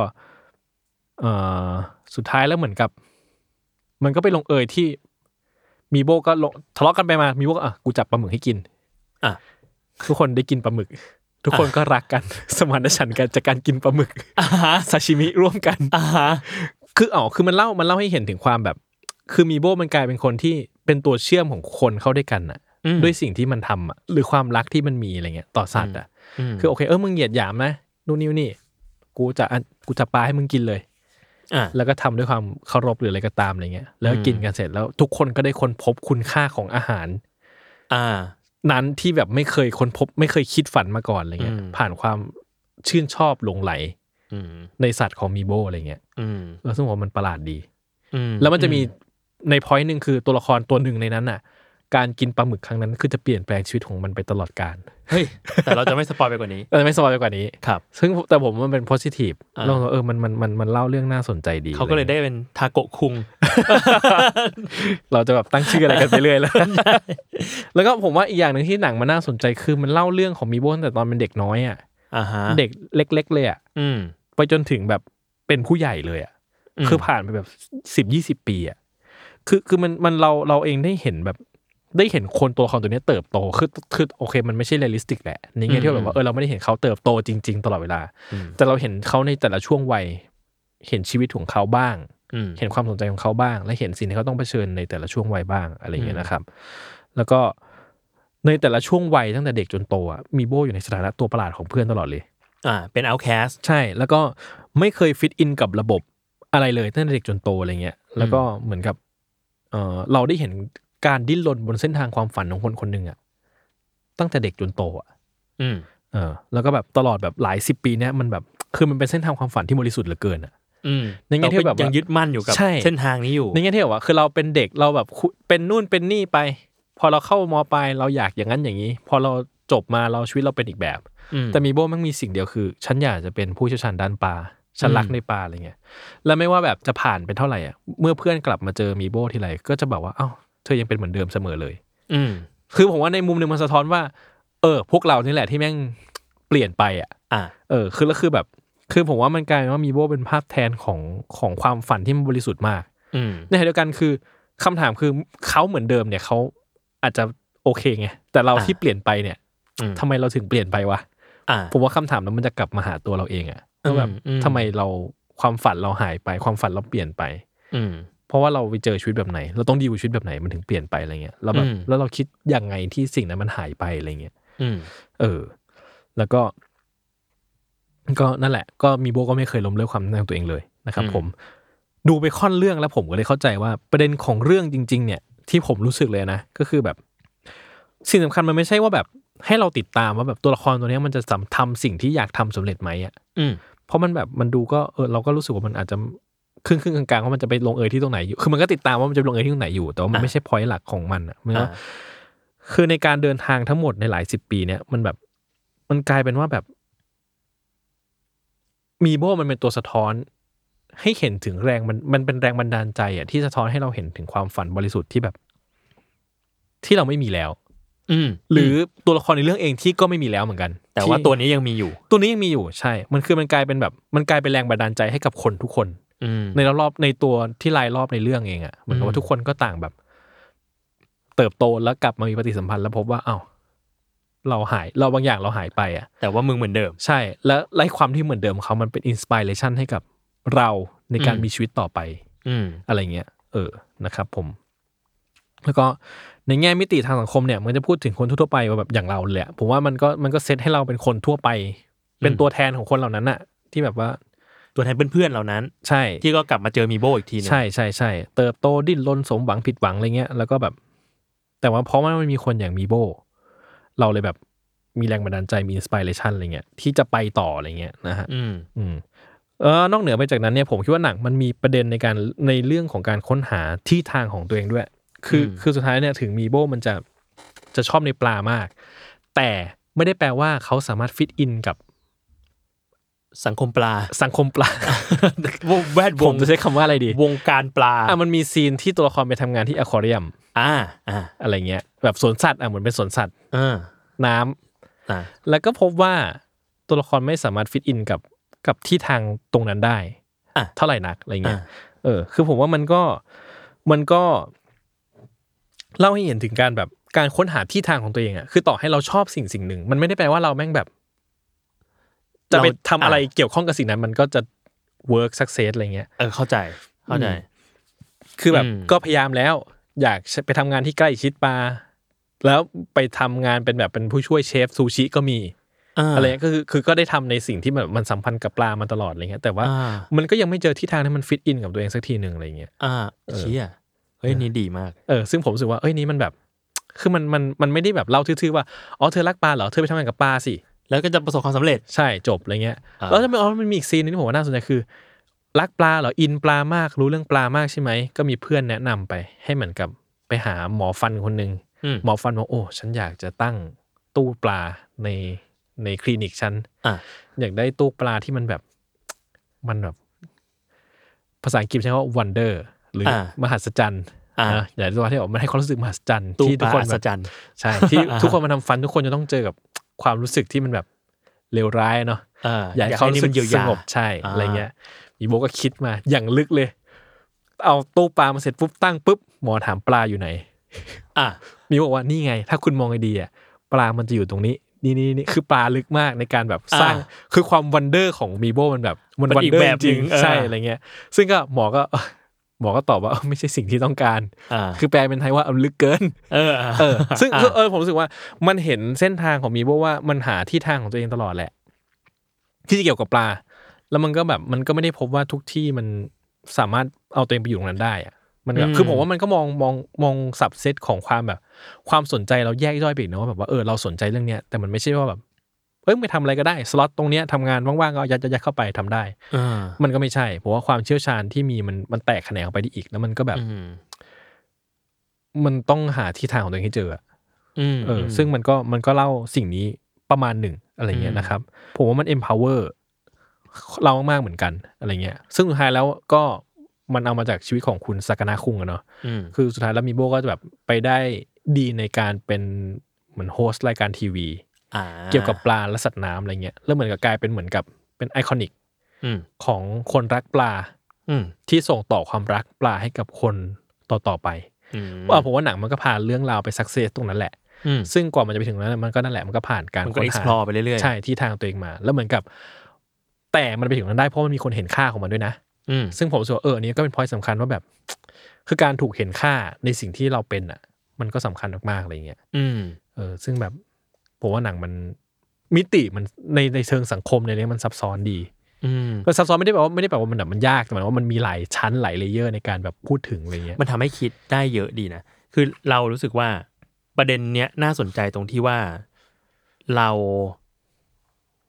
Speaker 2: เอ่อสุดท้ายแล้วเหมือนกับ มันก็ไปลงเอยที่ มีโบก็ลงทะเลาะกันไปมา มีโบก็อ่ะกูจับปลาหมึกให้กิน
Speaker 3: อ่ะ
Speaker 2: ทุกคนได้กินปลาหมึก ทุกคนก็รักกัน สมานฉันท์กันจากการกินปลาหมึก
Speaker 3: อ่าฮะ
Speaker 2: ซาชิมิร่วมกัน
Speaker 3: อ่าฮะ
Speaker 2: คืออ๋อคือมันเล่ามันเล่าให้เห็นถึงความแบบ คือมีโบมันกลายเป็นคนที่เป็นตัวเชื่อมของคนเข้าด้วยกันน่ะ
Speaker 3: อืม
Speaker 2: ด้วยสิ่งที่มันทำอะหรือความรักที่มันมีอะไรเงี้ยต่อสัตว์อ่ะ
Speaker 3: อืม
Speaker 2: คือโอเคเออมึงเหยียดหยามนะนู่นนี่นี่ กูจะอ่ะกูจะปาให้มึงกินเลย
Speaker 3: อ่า
Speaker 2: แล้วก็ทำด้วยความเคารพหรืออะไรก็ตามอะไรเงี้ยแล้วก็กินกันเสร็จแล้วทุกคนก็ได้ค้นพบคุณค่าของอาหาร
Speaker 3: อ่า
Speaker 2: นั้นที่แบบไม่เคยค้นพบ ไม่เคยคิดฝันมาก่อนอะไรเงี้ย
Speaker 3: อืม
Speaker 2: ผ่านความชื่นชอบหลงไหล
Speaker 3: อืม
Speaker 2: ในสัตว์ของมีโบอะไรเงี้ย
Speaker 3: อืม
Speaker 2: เออซึ่งผมว่ามันประหลาดดี
Speaker 3: อื
Speaker 2: แล้วมันจะมีในพอยต์หนึ่งคือตัวละครตัวหนึ่งในนั้นน่ะ การกินปลาหมึกครั้งนั้นคือจะเปลี่ยนแปลงชีวิตของมันไปตลอดกาล
Speaker 3: เฮ้ย แต่เราจะไม่สปอยไปกว่านี้
Speaker 2: เออไม่สบายไปกว่านี้
Speaker 3: ครับ
Speaker 2: ซึ่งแต่ผมมันเป็น positive
Speaker 3: อ่า
Speaker 2: เราเออมันมันมันมันเล่าเรื่องน่าสนใจดี
Speaker 3: เขาก็เลย
Speaker 2: อะร
Speaker 3: ได้เป็นทาโกะคุง
Speaker 2: เราจะแบบตั้งชื่ออะไรกันไปเรื่อย แล้ว แล้วก็ผมว่าอีกอย่างหนึ่งที่หนังมันน่าสนใจคือมันเล่าเรื่องของมีโบตั้งแต่ตอนเป็นเด็กน้อยอ่ะ
Speaker 3: อ่าฮะ
Speaker 2: เด็กเล็ก ๆ เลยอ่ะ
Speaker 3: อืม
Speaker 2: ไปจนถึงแบบเป็นผู้ใหญ่เลยอ่ะ
Speaker 3: อืม
Speaker 2: คือผ่านไปแบบสิบยี่สิบปีอ่ะคือคือมันมันเราเราเองได้เห็นแบบได้เห็นคนตัวละครตัวเนี้ยเติบโตคือคือโอเค มันไม่ใช่เรียลลิสติกแหละในแง่ที่ว่าแบบว่าเออเราไม่ได้เห็นเขาเติบโตจริง ๆ ตลอดเวลา
Speaker 3: อืม
Speaker 2: แต่เราเห็นเขาในแต่ละช่วงวัย เห็นชีวิตของเขาบ้าง
Speaker 3: อืม
Speaker 2: เห็นความสนใจของเขาบ้าง และเห็นสิ่งที่เขาต้องเผชิญในแต่ละช่วงวัยบ้างอะไรอย่างเงี้ย
Speaker 3: อืม
Speaker 2: นะครับ แล้วก็ในแต่ละช่วงวัยตั้งแต่เด็กจนโตอะมีโบอยู่ในสถานะตัวประหลาดของเพื่อนตลอดเลย
Speaker 3: อ่า เป็น outcast
Speaker 2: ใช่ แล้วก็ไม่เคยฟิตอินกับระบบอะไรเลยตั้งแต่เด็กจนโตอะไรเงี้ย แล้วก็เหมือนกับเออเราได้เห็นการดิ้นรนบนเส้นทางความฝันของคนคนหนึ่งอะตั้งแต่เด็กจนโตอะ
Speaker 3: อืม
Speaker 2: เออแล้วก็แบบตลอดแบบหลายสิบปีเนี้ยมันแบบคือมันเป็นเส้นทางความฝันที่บริสุทธิ์เหลือเกินอะ
Speaker 3: อืม
Speaker 2: ในแง่ที่แบบว่ายั
Speaker 3: ยังยึดมั่นอยู่กับ
Speaker 2: ใช่
Speaker 3: เส้นทางนี้อยู่
Speaker 2: ในแง่ที่แบบว่าคือเราเป็นเด็กเราแบบคุเป็นนู่นเป็นนี่ไป พอเราเข้ามปลายเราอยากอย่างนั้นอย่างนี้ พอเราจบมาเราชีวิตเราเป็นอีกแบบ
Speaker 3: อืม
Speaker 2: แต่มีโบ้มันมีสิ่งเดียวคือ ฉันอยากจะเป็นผู้เชี่ยวชาญด้านปลาฉันรักในปลาอะไรเงี้ยแล้วไม่ว่าแบบจะผ่านไปเท่าไหร่อ่ะเมื่อเพื่อนกลับมาเจอมีโบ้ทีไรก็จะแบบว่าเอ้าเธอยังเป็นเหมือนเดิมเสมอเลย
Speaker 3: อืม
Speaker 2: คือผมว่าในมุมหนึ่งมันสะท้อนว่า เออ พวกเรานี่แหละที่แม่งเปลี่ยนไปอ่ะ
Speaker 3: อ่า
Speaker 2: เออคือแล้วคือแบบ คือผมว่ามันกลายเป็นว่ามีโบเป็นภาพแทนของของความฝันที่มันบริสุทธิ์มาก
Speaker 3: อืม
Speaker 2: ในขณะเดียวกันคือคำถามคือเขาเหมือนเดิมเนี่ยเขาอาจจะโอเคไงแต่เรา
Speaker 3: อ่า
Speaker 2: ที่เปลี่ยนไปเนี่ย
Speaker 3: อืม
Speaker 2: ทำไมเราถึงเปลี่ยนไปวะ
Speaker 3: อ่า
Speaker 2: ผมว่าคำถามนั้นมันจะกลับมาหาตัวเราเองอะว่าแบบ
Speaker 3: อืมอืม
Speaker 2: ทำไมเราความฝันเราหายไป ความฝันเราเปลี่ยนไป
Speaker 3: อืม
Speaker 2: เพราะว่าเราไปเจอชีวิตแบบไหน เราต้องดีลกับชีวิตแบบไหนมันถึงเปลี่ยนไปอะไรเงี้ยแล้วแบบ
Speaker 3: อืม
Speaker 2: แล้วเราคิดยังไงที่สิ่งนั้นมันหายไปอะไรเงี้ย
Speaker 3: อืม
Speaker 2: เออ แล้วก็ ก็นั่นแหละ ก็มีโบก็ไม่เคยล้มเลิกความตั้งใจของตัวเองเลยนะครับ
Speaker 3: อืม
Speaker 2: ผม ดูไปค่อนเรื่องแล้วผมก็เลยเข้าใจว่าประเด็นของเรื่องจริง ๆ เนี่ย ที่ผมรู้สึกเลยนะ ก็คือแบบ สิ่งสำคัญมันไม่ใช่ว่าแบบ ให้เราติดตามว่าแบบตัวละครตัวเนี้ยมันจะสำทำสิ่งที่อยากทำสำเร็จไหมอ่ะ
Speaker 3: อืม
Speaker 2: เพราะมันแบบมันดูก็เออเราก็รู้สึกว่ามันอาจจะครึ่งครึ่งกลางๆว่ามันจะไปลงเอยที่ตรงไหนอยู่คือมันก็ติดตามว่ามันจะไปลงเอยที่ตรงไหนอยู่แต่ว่ามัน
Speaker 3: อ่ะ
Speaker 2: ไม่ใช่พอยต์หลักของมันอ่ะมันก็
Speaker 3: อ่า
Speaker 2: คือในการเดินทางทั้งหมดในหลายสิบปีเนี่ยมันแบบมันกลายเป็นว่าแบบ มีโบมันเป็นตัวสะท้อน ให้เห็นถึงแรงมันมันเป็นแรงบันดาลใจอ่ะที่สะท้อนให้เราเห็นถึงความฝันบริสุทธิ์ที่แบบ ที่เราไม่มีแล้ว
Speaker 3: อืม
Speaker 2: หรือตัวละครในเรื่องเองที่ก็ไม่มีแล้วเหมือนกัน
Speaker 3: แต่ว่า
Speaker 2: ที่
Speaker 3: ตัวนี้ยังมีอยู่
Speaker 2: ตัวนี้ยังมีอยู่ใช่ มันคือมันกลายเป็นแบบ มันกลายเป็นแรงบันดาลใจให้กับคนทุกคน
Speaker 3: อืม
Speaker 2: ในรอบๆในตัวที่รายรอบในเรื่องเองอะ่ะเหมือนกับ
Speaker 3: อื
Speaker 2: ว่าม ทุกคนก็ต่างแบบ เติบโตแล้วกลับมามีปฏิสัมพันธ์แล้วพบว่าเอ้าวเราหายเราบางอย่างเราหายไปอะ่ะ
Speaker 3: แต่ว่ามึงเหมือนเดิม
Speaker 2: ใช่ แล้วไล่ความที่เหมือนเดิมของเขามันเป็นอินสปิเรชันให้กับเราในการ
Speaker 3: อืม
Speaker 2: มีชีวิตต่อไป
Speaker 3: อืม
Speaker 2: อะไรเงี้ย เออ นะครับผม แล้วก็ในแง่มิติทางสังคมเนี่ย มันจะพูดถึงคนทั่วๆไปว่าแบบอย่างเราเลยอะผมว่ามันก็มันก็เซตให้เราเป็นคนทั่วไป เป็น
Speaker 3: อืม
Speaker 2: ตัวแทนของคนเหล่านั้นอะที่แบบว่า
Speaker 3: ตัวแทนเพื่อนๆเหล่านั้น
Speaker 2: ใช่
Speaker 3: ที่ก็กลับมาเจอมีโบอีกทีหนึง
Speaker 2: ใช่ใช่ใช่เติบโตดิ้นรนสมหวังผิดหวังอะไรเงี้ยแล้วก็แบบ แต่ว่าเพราะว่ามันมีคนอย่างมีโบ เราเลยแบบมีแรงบันดาลใจมีอินสปิเรชันอะไรเงี้ยที่จะไปต่ออะไรเงี้ยนะฮะ
Speaker 3: อืม
Speaker 2: อืมเออนอกเหนือไปจากนั้นเนี่ยผมคิดว่าหนังมันมีประเด็นในการในเรื่องของการค้นหาที่ทางของตัวเองด้วย คือ
Speaker 3: อืม
Speaker 2: คือสุดท้ายเนี่ยถึงมีโบมันจะจะชอบในปลามาก แต่ไม่ได้แปลว่าเขาสามารถฟิตอินกับ
Speaker 3: สังคมปลา
Speaker 2: สังคมปลา
Speaker 3: แวด
Speaker 2: ผ
Speaker 3: วง
Speaker 2: มจะใช้คำว่าอะไรดี
Speaker 3: วงการปลา
Speaker 2: อ่ะมันมีซีนที่ตัวละครไปทำงานที่อควาเรียม
Speaker 3: อ่าอ่า
Speaker 2: อะไรเงี้ยแบบสวนสัตว์อ่ะเหมือนเป็นสวนสัตว์
Speaker 3: อ่า
Speaker 2: น้ำ
Speaker 3: อ่า
Speaker 2: แล้วก็พบว่าตัวละครไม่สามารถฟิตอินกับกับที่ทางตรงนั้นได้
Speaker 3: อ่ะ
Speaker 2: เท่าไหร่นักอะไรเงี้ย
Speaker 3: อ่า
Speaker 2: เออ คือผมว่ามันก็มันก็ เล่าให้เห็นถึงการแบบการค้นหาที่ทางของตัวเองอ่ะคือต่อให้เราชอบสิ่งสิ่งหนึ่ง มันไม่ได้แปลว่าเราแม่งแบบ จะไปทำอะไรเกี่ยวข้องกับสิ่งนั้น มันก็จะ work success อะไรเงี้ย
Speaker 3: เออเข้าใจเข้าใจ
Speaker 2: อืม คือแบบ
Speaker 3: อืม
Speaker 2: ก็พยายามแล้วอยากไปทำงานที่ใกล้ชิดปลาแล้วไปทำงานเป็นแบบเป็นผู้ช่วยเชฟซูชิก็มีอะไรเงี้ยก็คือคือก็ได้ทำในสิ่งที่แบบมันสัมพันธ์กับปลามาตลอดอะไรเงี้ยแต่ว่า
Speaker 3: อ่า
Speaker 2: มันก็ยังไม่เจอที่ทางที่มันฟิตอินกับตัวเองสักทีหนึ่งอะไรเงี้ย
Speaker 3: อ่าเชี่ยเฮ้ยนี่ดีมาก
Speaker 2: เออซึ่งผมรู้สึกว่าเอ้ยนี่มันแบบ คือมันมันมันไม่ได้แบบเล่าทื่อๆว่าอ๋อเธอรักปลาเหรอเธอไปทำงานกับปลาสิ
Speaker 3: แล้วก็จะประสบความสำเร็จ
Speaker 2: ใช่จบอะไรเงี้ย
Speaker 3: อ่า
Speaker 2: แล้วทำไมอ๋อมันมีอีกซีนหนึงที่ผมว่าน่าสนใจคือ รักปลาเหรออินปลามากรู้เรื่องปลามากใช่ไหมก็มีเพื่อนแนะนำไป ให้เหมือนกับไปหาหมอฟันคนหนึ่ง
Speaker 3: อืม
Speaker 2: หมอฟันบอกโอ้ฉันอยากจะตั้งตู้ปลาในในคลินิกฉัน
Speaker 3: อ่ะ
Speaker 2: อยากได้ตู้ปลาที่มันแบบ มันแบบ ภาษาอังกฤษใช้คำว่า wonder หรืออา มหัศจรรย์
Speaker 3: อ่า
Speaker 2: นะอยากได้ตัวที่แบบมันให้ความรู้สึกมหัศจรรย์
Speaker 3: ตู้
Speaker 2: ที่
Speaker 3: ป
Speaker 2: ทุก
Speaker 3: ลา
Speaker 2: คน
Speaker 3: อั
Speaker 2: แบ
Speaker 3: ศ
Speaker 2: บ
Speaker 3: จรรย์
Speaker 2: ใช่ที่
Speaker 3: อ่า
Speaker 2: ทุกคนมาทำฟันทุกคนจะต้องเจอกับความรู้สึกที่มันแบบเลวร้ายเนาะ
Speaker 3: เออ
Speaker 2: อยากให้เขารู้สึก
Speaker 3: นยีวย
Speaker 2: ส
Speaker 3: ยา
Speaker 2: งบใช่
Speaker 3: อ่า
Speaker 2: อะไรเงี้ยมีโบก็คิดมาอย่างลึกเลย เอาตู้ปลามาเสร็จปุ๊บตั้งปุ๊บหมอถามปลาอยู่ไหน
Speaker 3: อ่ะ
Speaker 2: มิวบอกว่านี่ไง ถ้าคุณมองให้ดีอ่ะปลามันจะอยู่ตรงนี้ นี่นี่นี่คือปลาลึกมากในการแบบสร้างคือความวันเดอร์ของมีโบมันแบบ มันวัน
Speaker 3: อีก
Speaker 2: เดอร์
Speaker 3: แบบ
Speaker 2: จริง
Speaker 3: หนึ่เออ
Speaker 2: ใช่อะไรเงี้ย ซึ่งก็หมอก็ หมอก็ตอบว่าเออไม่ใช่สิ่งที่ต้องการ
Speaker 3: อ่า
Speaker 2: คือแปลเป็นไทยว่าเอาลึกเกิน
Speaker 3: เออ
Speaker 2: เอ อ ซึ่ง
Speaker 3: อ่ะ
Speaker 2: เออผมรู้สึกว่ามันเห็นเส้นทางของมีโบว่ามันหาที่ทางของตัวเองตลอดแหละ ที่จะเกี่ยวกับปลา แล้วมันก็แบบมันก็ไม่ได้พบว่าทุกที่มันสามารถเอาตัวเองไปอยู่ตรงนั้นได้อะมันแบบคือผมว่ามันก็มองมองมองสับเซตของความแบบ ความสนใจเราแยกย่อยไปอีกนะว่าแบบว่าเออเราสนใจเรื่องเนี้ยแต่มันไม่ใช่ว่าแบบเอ้ยไปทำอะไรก็ได้สล็อตตรงเนี้ยทำงานว่างๆก็เอายัดยัดยัดเข้าไปทำได้
Speaker 3: อ่า
Speaker 2: มันก็ไม่ใช่เพราะว่าความเชี่ยวชาญที่มีมันมันแตกแขนงออกไปได้อีกแล้วมันก็แบบ
Speaker 3: อืม
Speaker 2: มันต้องหาที่ทางของตัวเองให้เจออะ
Speaker 3: อืม
Speaker 2: เออซึ่งมันก็มันก็เล่าสิ่งนี้ประมาณหนึ่งอะไรเงี้
Speaker 3: อื
Speaker 2: ย
Speaker 3: ม
Speaker 2: นะครับ ผมว่ามัน empower เรามาก ๆ เหมือนกันอะไรเงี้ย ซึ่งสุดท้ายแล้วก็มันเอามาจากชีวิตของคุณสากานาคุงอะเนาะ
Speaker 3: อืม
Speaker 2: คือสุดท้ายแล้วมีโบก็จะแบบไปได้ดีในการเป็นเหมือนโฮสต์รายการทีวี
Speaker 3: อ่า
Speaker 2: เกี่ยวกับปลาและสัตว์น้ำอะไรเงี้ยแล้วเหมือนกับกลายเป็นเหมือนกับเป็นไอคอนิก
Speaker 3: อืม
Speaker 2: ของคนรักปลา
Speaker 3: อืม
Speaker 2: ที่ส่งต่อความรักปลาให้กับคนต่อๆไป
Speaker 3: อืม
Speaker 2: ว่าผมว่าหนังมันก็พาเรื่องราวไปสักเซสตรงนั้นแหละ
Speaker 3: อืม
Speaker 2: ซึ่งกว่ามันจะไปถึงนั้นนะมันก็นั่นแหละมันก็ผ่านการ
Speaker 3: มันก็
Speaker 2: ค้นหา
Speaker 3: explore ไปเรื่อยๆ
Speaker 2: ใช่ที่ทางตัวเองมา แล้วเหมือนกับ แต่มันไปถึงนั้นได้เพราะมันมีคนเห็นค่าของมันด้วยนะ
Speaker 3: อืม
Speaker 2: ซึ่งผมรู้สึกว่าเอออนนี้ก็เป็นพอยสำคัญว่าแบบ คือการถูกเห็นค่าในสิ่งที่เราเป็นอ่ะ มันก็สำคัญมากๆอะไรเงี้ย
Speaker 3: อืม
Speaker 2: เออซึ่งแบบผมว่าหนังมันมิติมันในในเชิงสังคมในเรื่องมันซับซ้อนดี
Speaker 3: อืม
Speaker 2: ก็ซับซ้อนไม่ได้แปลว่าไม่ได้แปลว่ามันแบบมันยากแต่หมายความว่ามันมีหลายชั้นหลายเลเยอร์ในการแบบพูดถึงอะไรเงี้ย
Speaker 3: มันทำให้คิดได้เยอะดีนะ คือเรารู้สึกว่าประเด็นเนี้ยน่าสนใจตรงที่ว่า เรา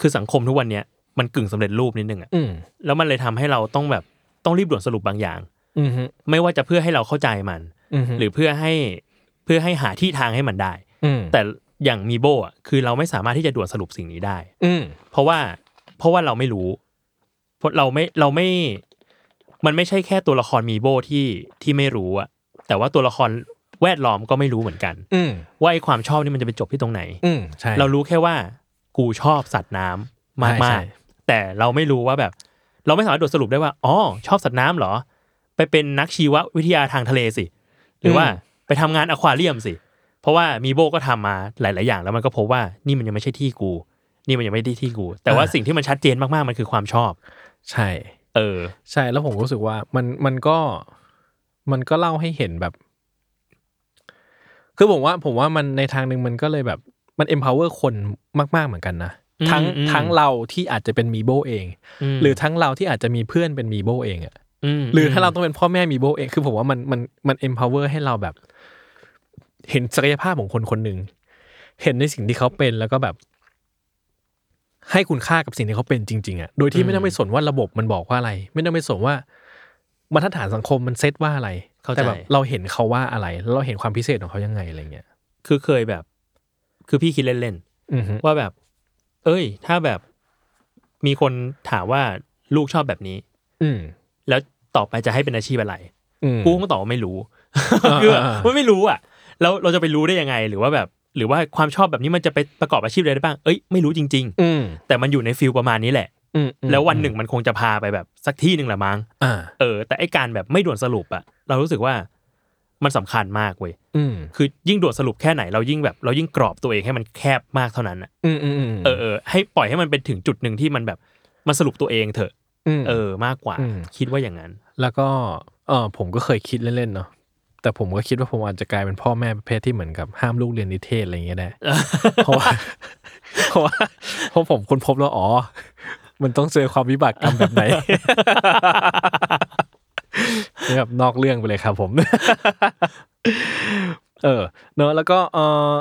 Speaker 3: คือสังคมทุกวันเนี้ยมันกึ่งสำเร็จรูปนิดนึงอะ
Speaker 2: อืม
Speaker 3: แล้วมันเลยทำให้เราต้องแบบต้องรีบด่วนสรุปบางอย่าง
Speaker 2: อืมฮึ
Speaker 3: ไม่ว่าจะเพื่อให้เราเข้าใจมัน
Speaker 2: อืมฮึ
Speaker 3: หรือเพื่อให้เพื่อให้หาที่ทางให้มันได้
Speaker 2: อืม
Speaker 3: แต่อย่างมีโบอะคือเราไม่สามารถที่จะด่วนสรุปสิ่งนี้ได้
Speaker 2: อืม
Speaker 3: เพราะว่าเพราะว่าเราไม่รู้เพราะเราไม่เราไม่ มันไม่ใช่แค่ตัวละครมีโบที่ที่ไม่รู้อะแต่ว่าตัวละครแวดล้อมก็ไม่รู้เหมือนกัน
Speaker 2: อืม
Speaker 3: ว่าไอ้ความชอบนี่มันจะไปจบที่ตรงไหน
Speaker 2: อืมใช่
Speaker 3: เรารู้แค่ว่ากูชอบสัตว์น้ำ
Speaker 2: ใช่
Speaker 3: มาก
Speaker 2: ใช่
Speaker 3: ๆแต่เราไม่รู้ว่าแบบ เราไม่สามารถด่วนสรุปได้ว่าอ๋อชอบสัตว์น้ำเหรอ ไปเป็นนักชีววิทยาทางทะเลสิ หรือว่าไปทำงานอควาเรียมสิ เพราะว่ามีโบก็ทำมาหลาย ๆ อย่าง แล้วมันก็พบว่านี่มันยังไม่ใช่ที่กู นี่มันยังไม่ได้ที่กู แต่ว่าสิ่งที่มันชัดเจนมาก ๆ มันคือความชอบ
Speaker 2: ใช่
Speaker 3: เออ
Speaker 2: ใช่แล้วผมรู้สึกว่ามันมันก็มันก็เล่าให้เห็นแบบ คือผมว่าผมว่ามันในทางหนึ่งมันก็เลยแบบมัน empower คนมาก ๆเหมือนกันนะ
Speaker 3: อืม
Speaker 2: ทั้ง
Speaker 3: อืม
Speaker 2: ทั้งเราที่อาจจะเป็นมีโบเอง
Speaker 3: ม
Speaker 2: หรือทั้งเราที่อาจจะมีเพื่อนเป็นมีโบเองอะ
Speaker 3: ม
Speaker 2: หรือถ้าเราต้องเป็นพ่อแม่มีโบเอง คือผมว่ามันมันมัน empower ให้เราแบบ เห็นศักยภาพของคนคนหนึ่งเห็นในสิ่งที่เขาเป็นแล้วก็แบบ ให้คุณค่ากับสิ่งที่เขาเป็นจริง ๆอะโดยที่ไม่ต้องไปสนว่าระบบมันบอกว่าอะไร ไม่ต้องไปสนว่ามาตรฐานสังคมมันเซตว่าอะไร
Speaker 3: เข้าใจ
Speaker 2: แต่แบบเราเห็นเขาว่าอะไรแล้วเราเห็นความพิเศษของเขายังไงอะไรเงี้ย
Speaker 3: คือเคยแบบ คือพี่คิดเล่น ๆ
Speaker 2: อือฮึ
Speaker 3: ว่าแบบ เอ้ย ถ้าแบบมีคนถามว่าลูกชอบแบบนี้
Speaker 2: อืม
Speaker 3: แล้วต่อไปจะให้เป็นอาชีพอะไร
Speaker 2: อืม
Speaker 3: กูก็ตอบว่าไม่รู้
Speaker 2: อ่า
Speaker 3: คือแบบ
Speaker 2: อ่า
Speaker 3: ว่าไม่รู้อ่ะ แล้วเราจะไปรู้ได้ยังไง หรือว่าแบบ หรือว่าความชอบแบบนี้มันจะไปประกอบอาชีพอะไรได้บ้าง เอ้ย ไม่รู้จริง
Speaker 2: อืม
Speaker 3: ๆ แต่มันอยู่ในฟิลประมาณนี้แหละ
Speaker 2: อืมอืม
Speaker 3: แล้ววันหนึ่งมันคงจะพาไปแบบสักที่หนึ่งแหละมั้ง
Speaker 2: อ่า
Speaker 3: เออ แต่ไอการแบบไม่ด่วนสรุปอะเรารู้สึกว่ามันสำคัญมากเว้ย
Speaker 2: อืม
Speaker 3: คือยิ่งด่วนสรุปแค่ไหน เรายิ่งแบบเรายิ่งกรอบตัวเองให้มันแคบมากเท่านั้นอะ
Speaker 2: อืมอืมอืม
Speaker 3: เออเออให้ปล่อยให้มันเป็นถึงจุดหนึ่งที่มันแบบมันสรุปตัวเองเถอะ
Speaker 2: ม
Speaker 3: เออ มากกว่า
Speaker 2: อืม
Speaker 3: คิดว่า อย่างนั้น
Speaker 2: แล้วก็เออผมก็เคยคิดเล่นๆเนาะแต่ผมก็คิดว่าผมอาจจะกลายเป็นพ่อแม่ประเภทที่เหมือนกับห้ามลูกเรียนนิเทศอะไรอย่างเงี้ยได้ เพราะว่า เพราะว่าเพราะผมค้นพบแล้วอ๋อ มันต้องเจอความวิบากกรรมแบบไหน นี่แบบนอกเรื่องไปเลยครับผม เออเนอะแล้วก็เออ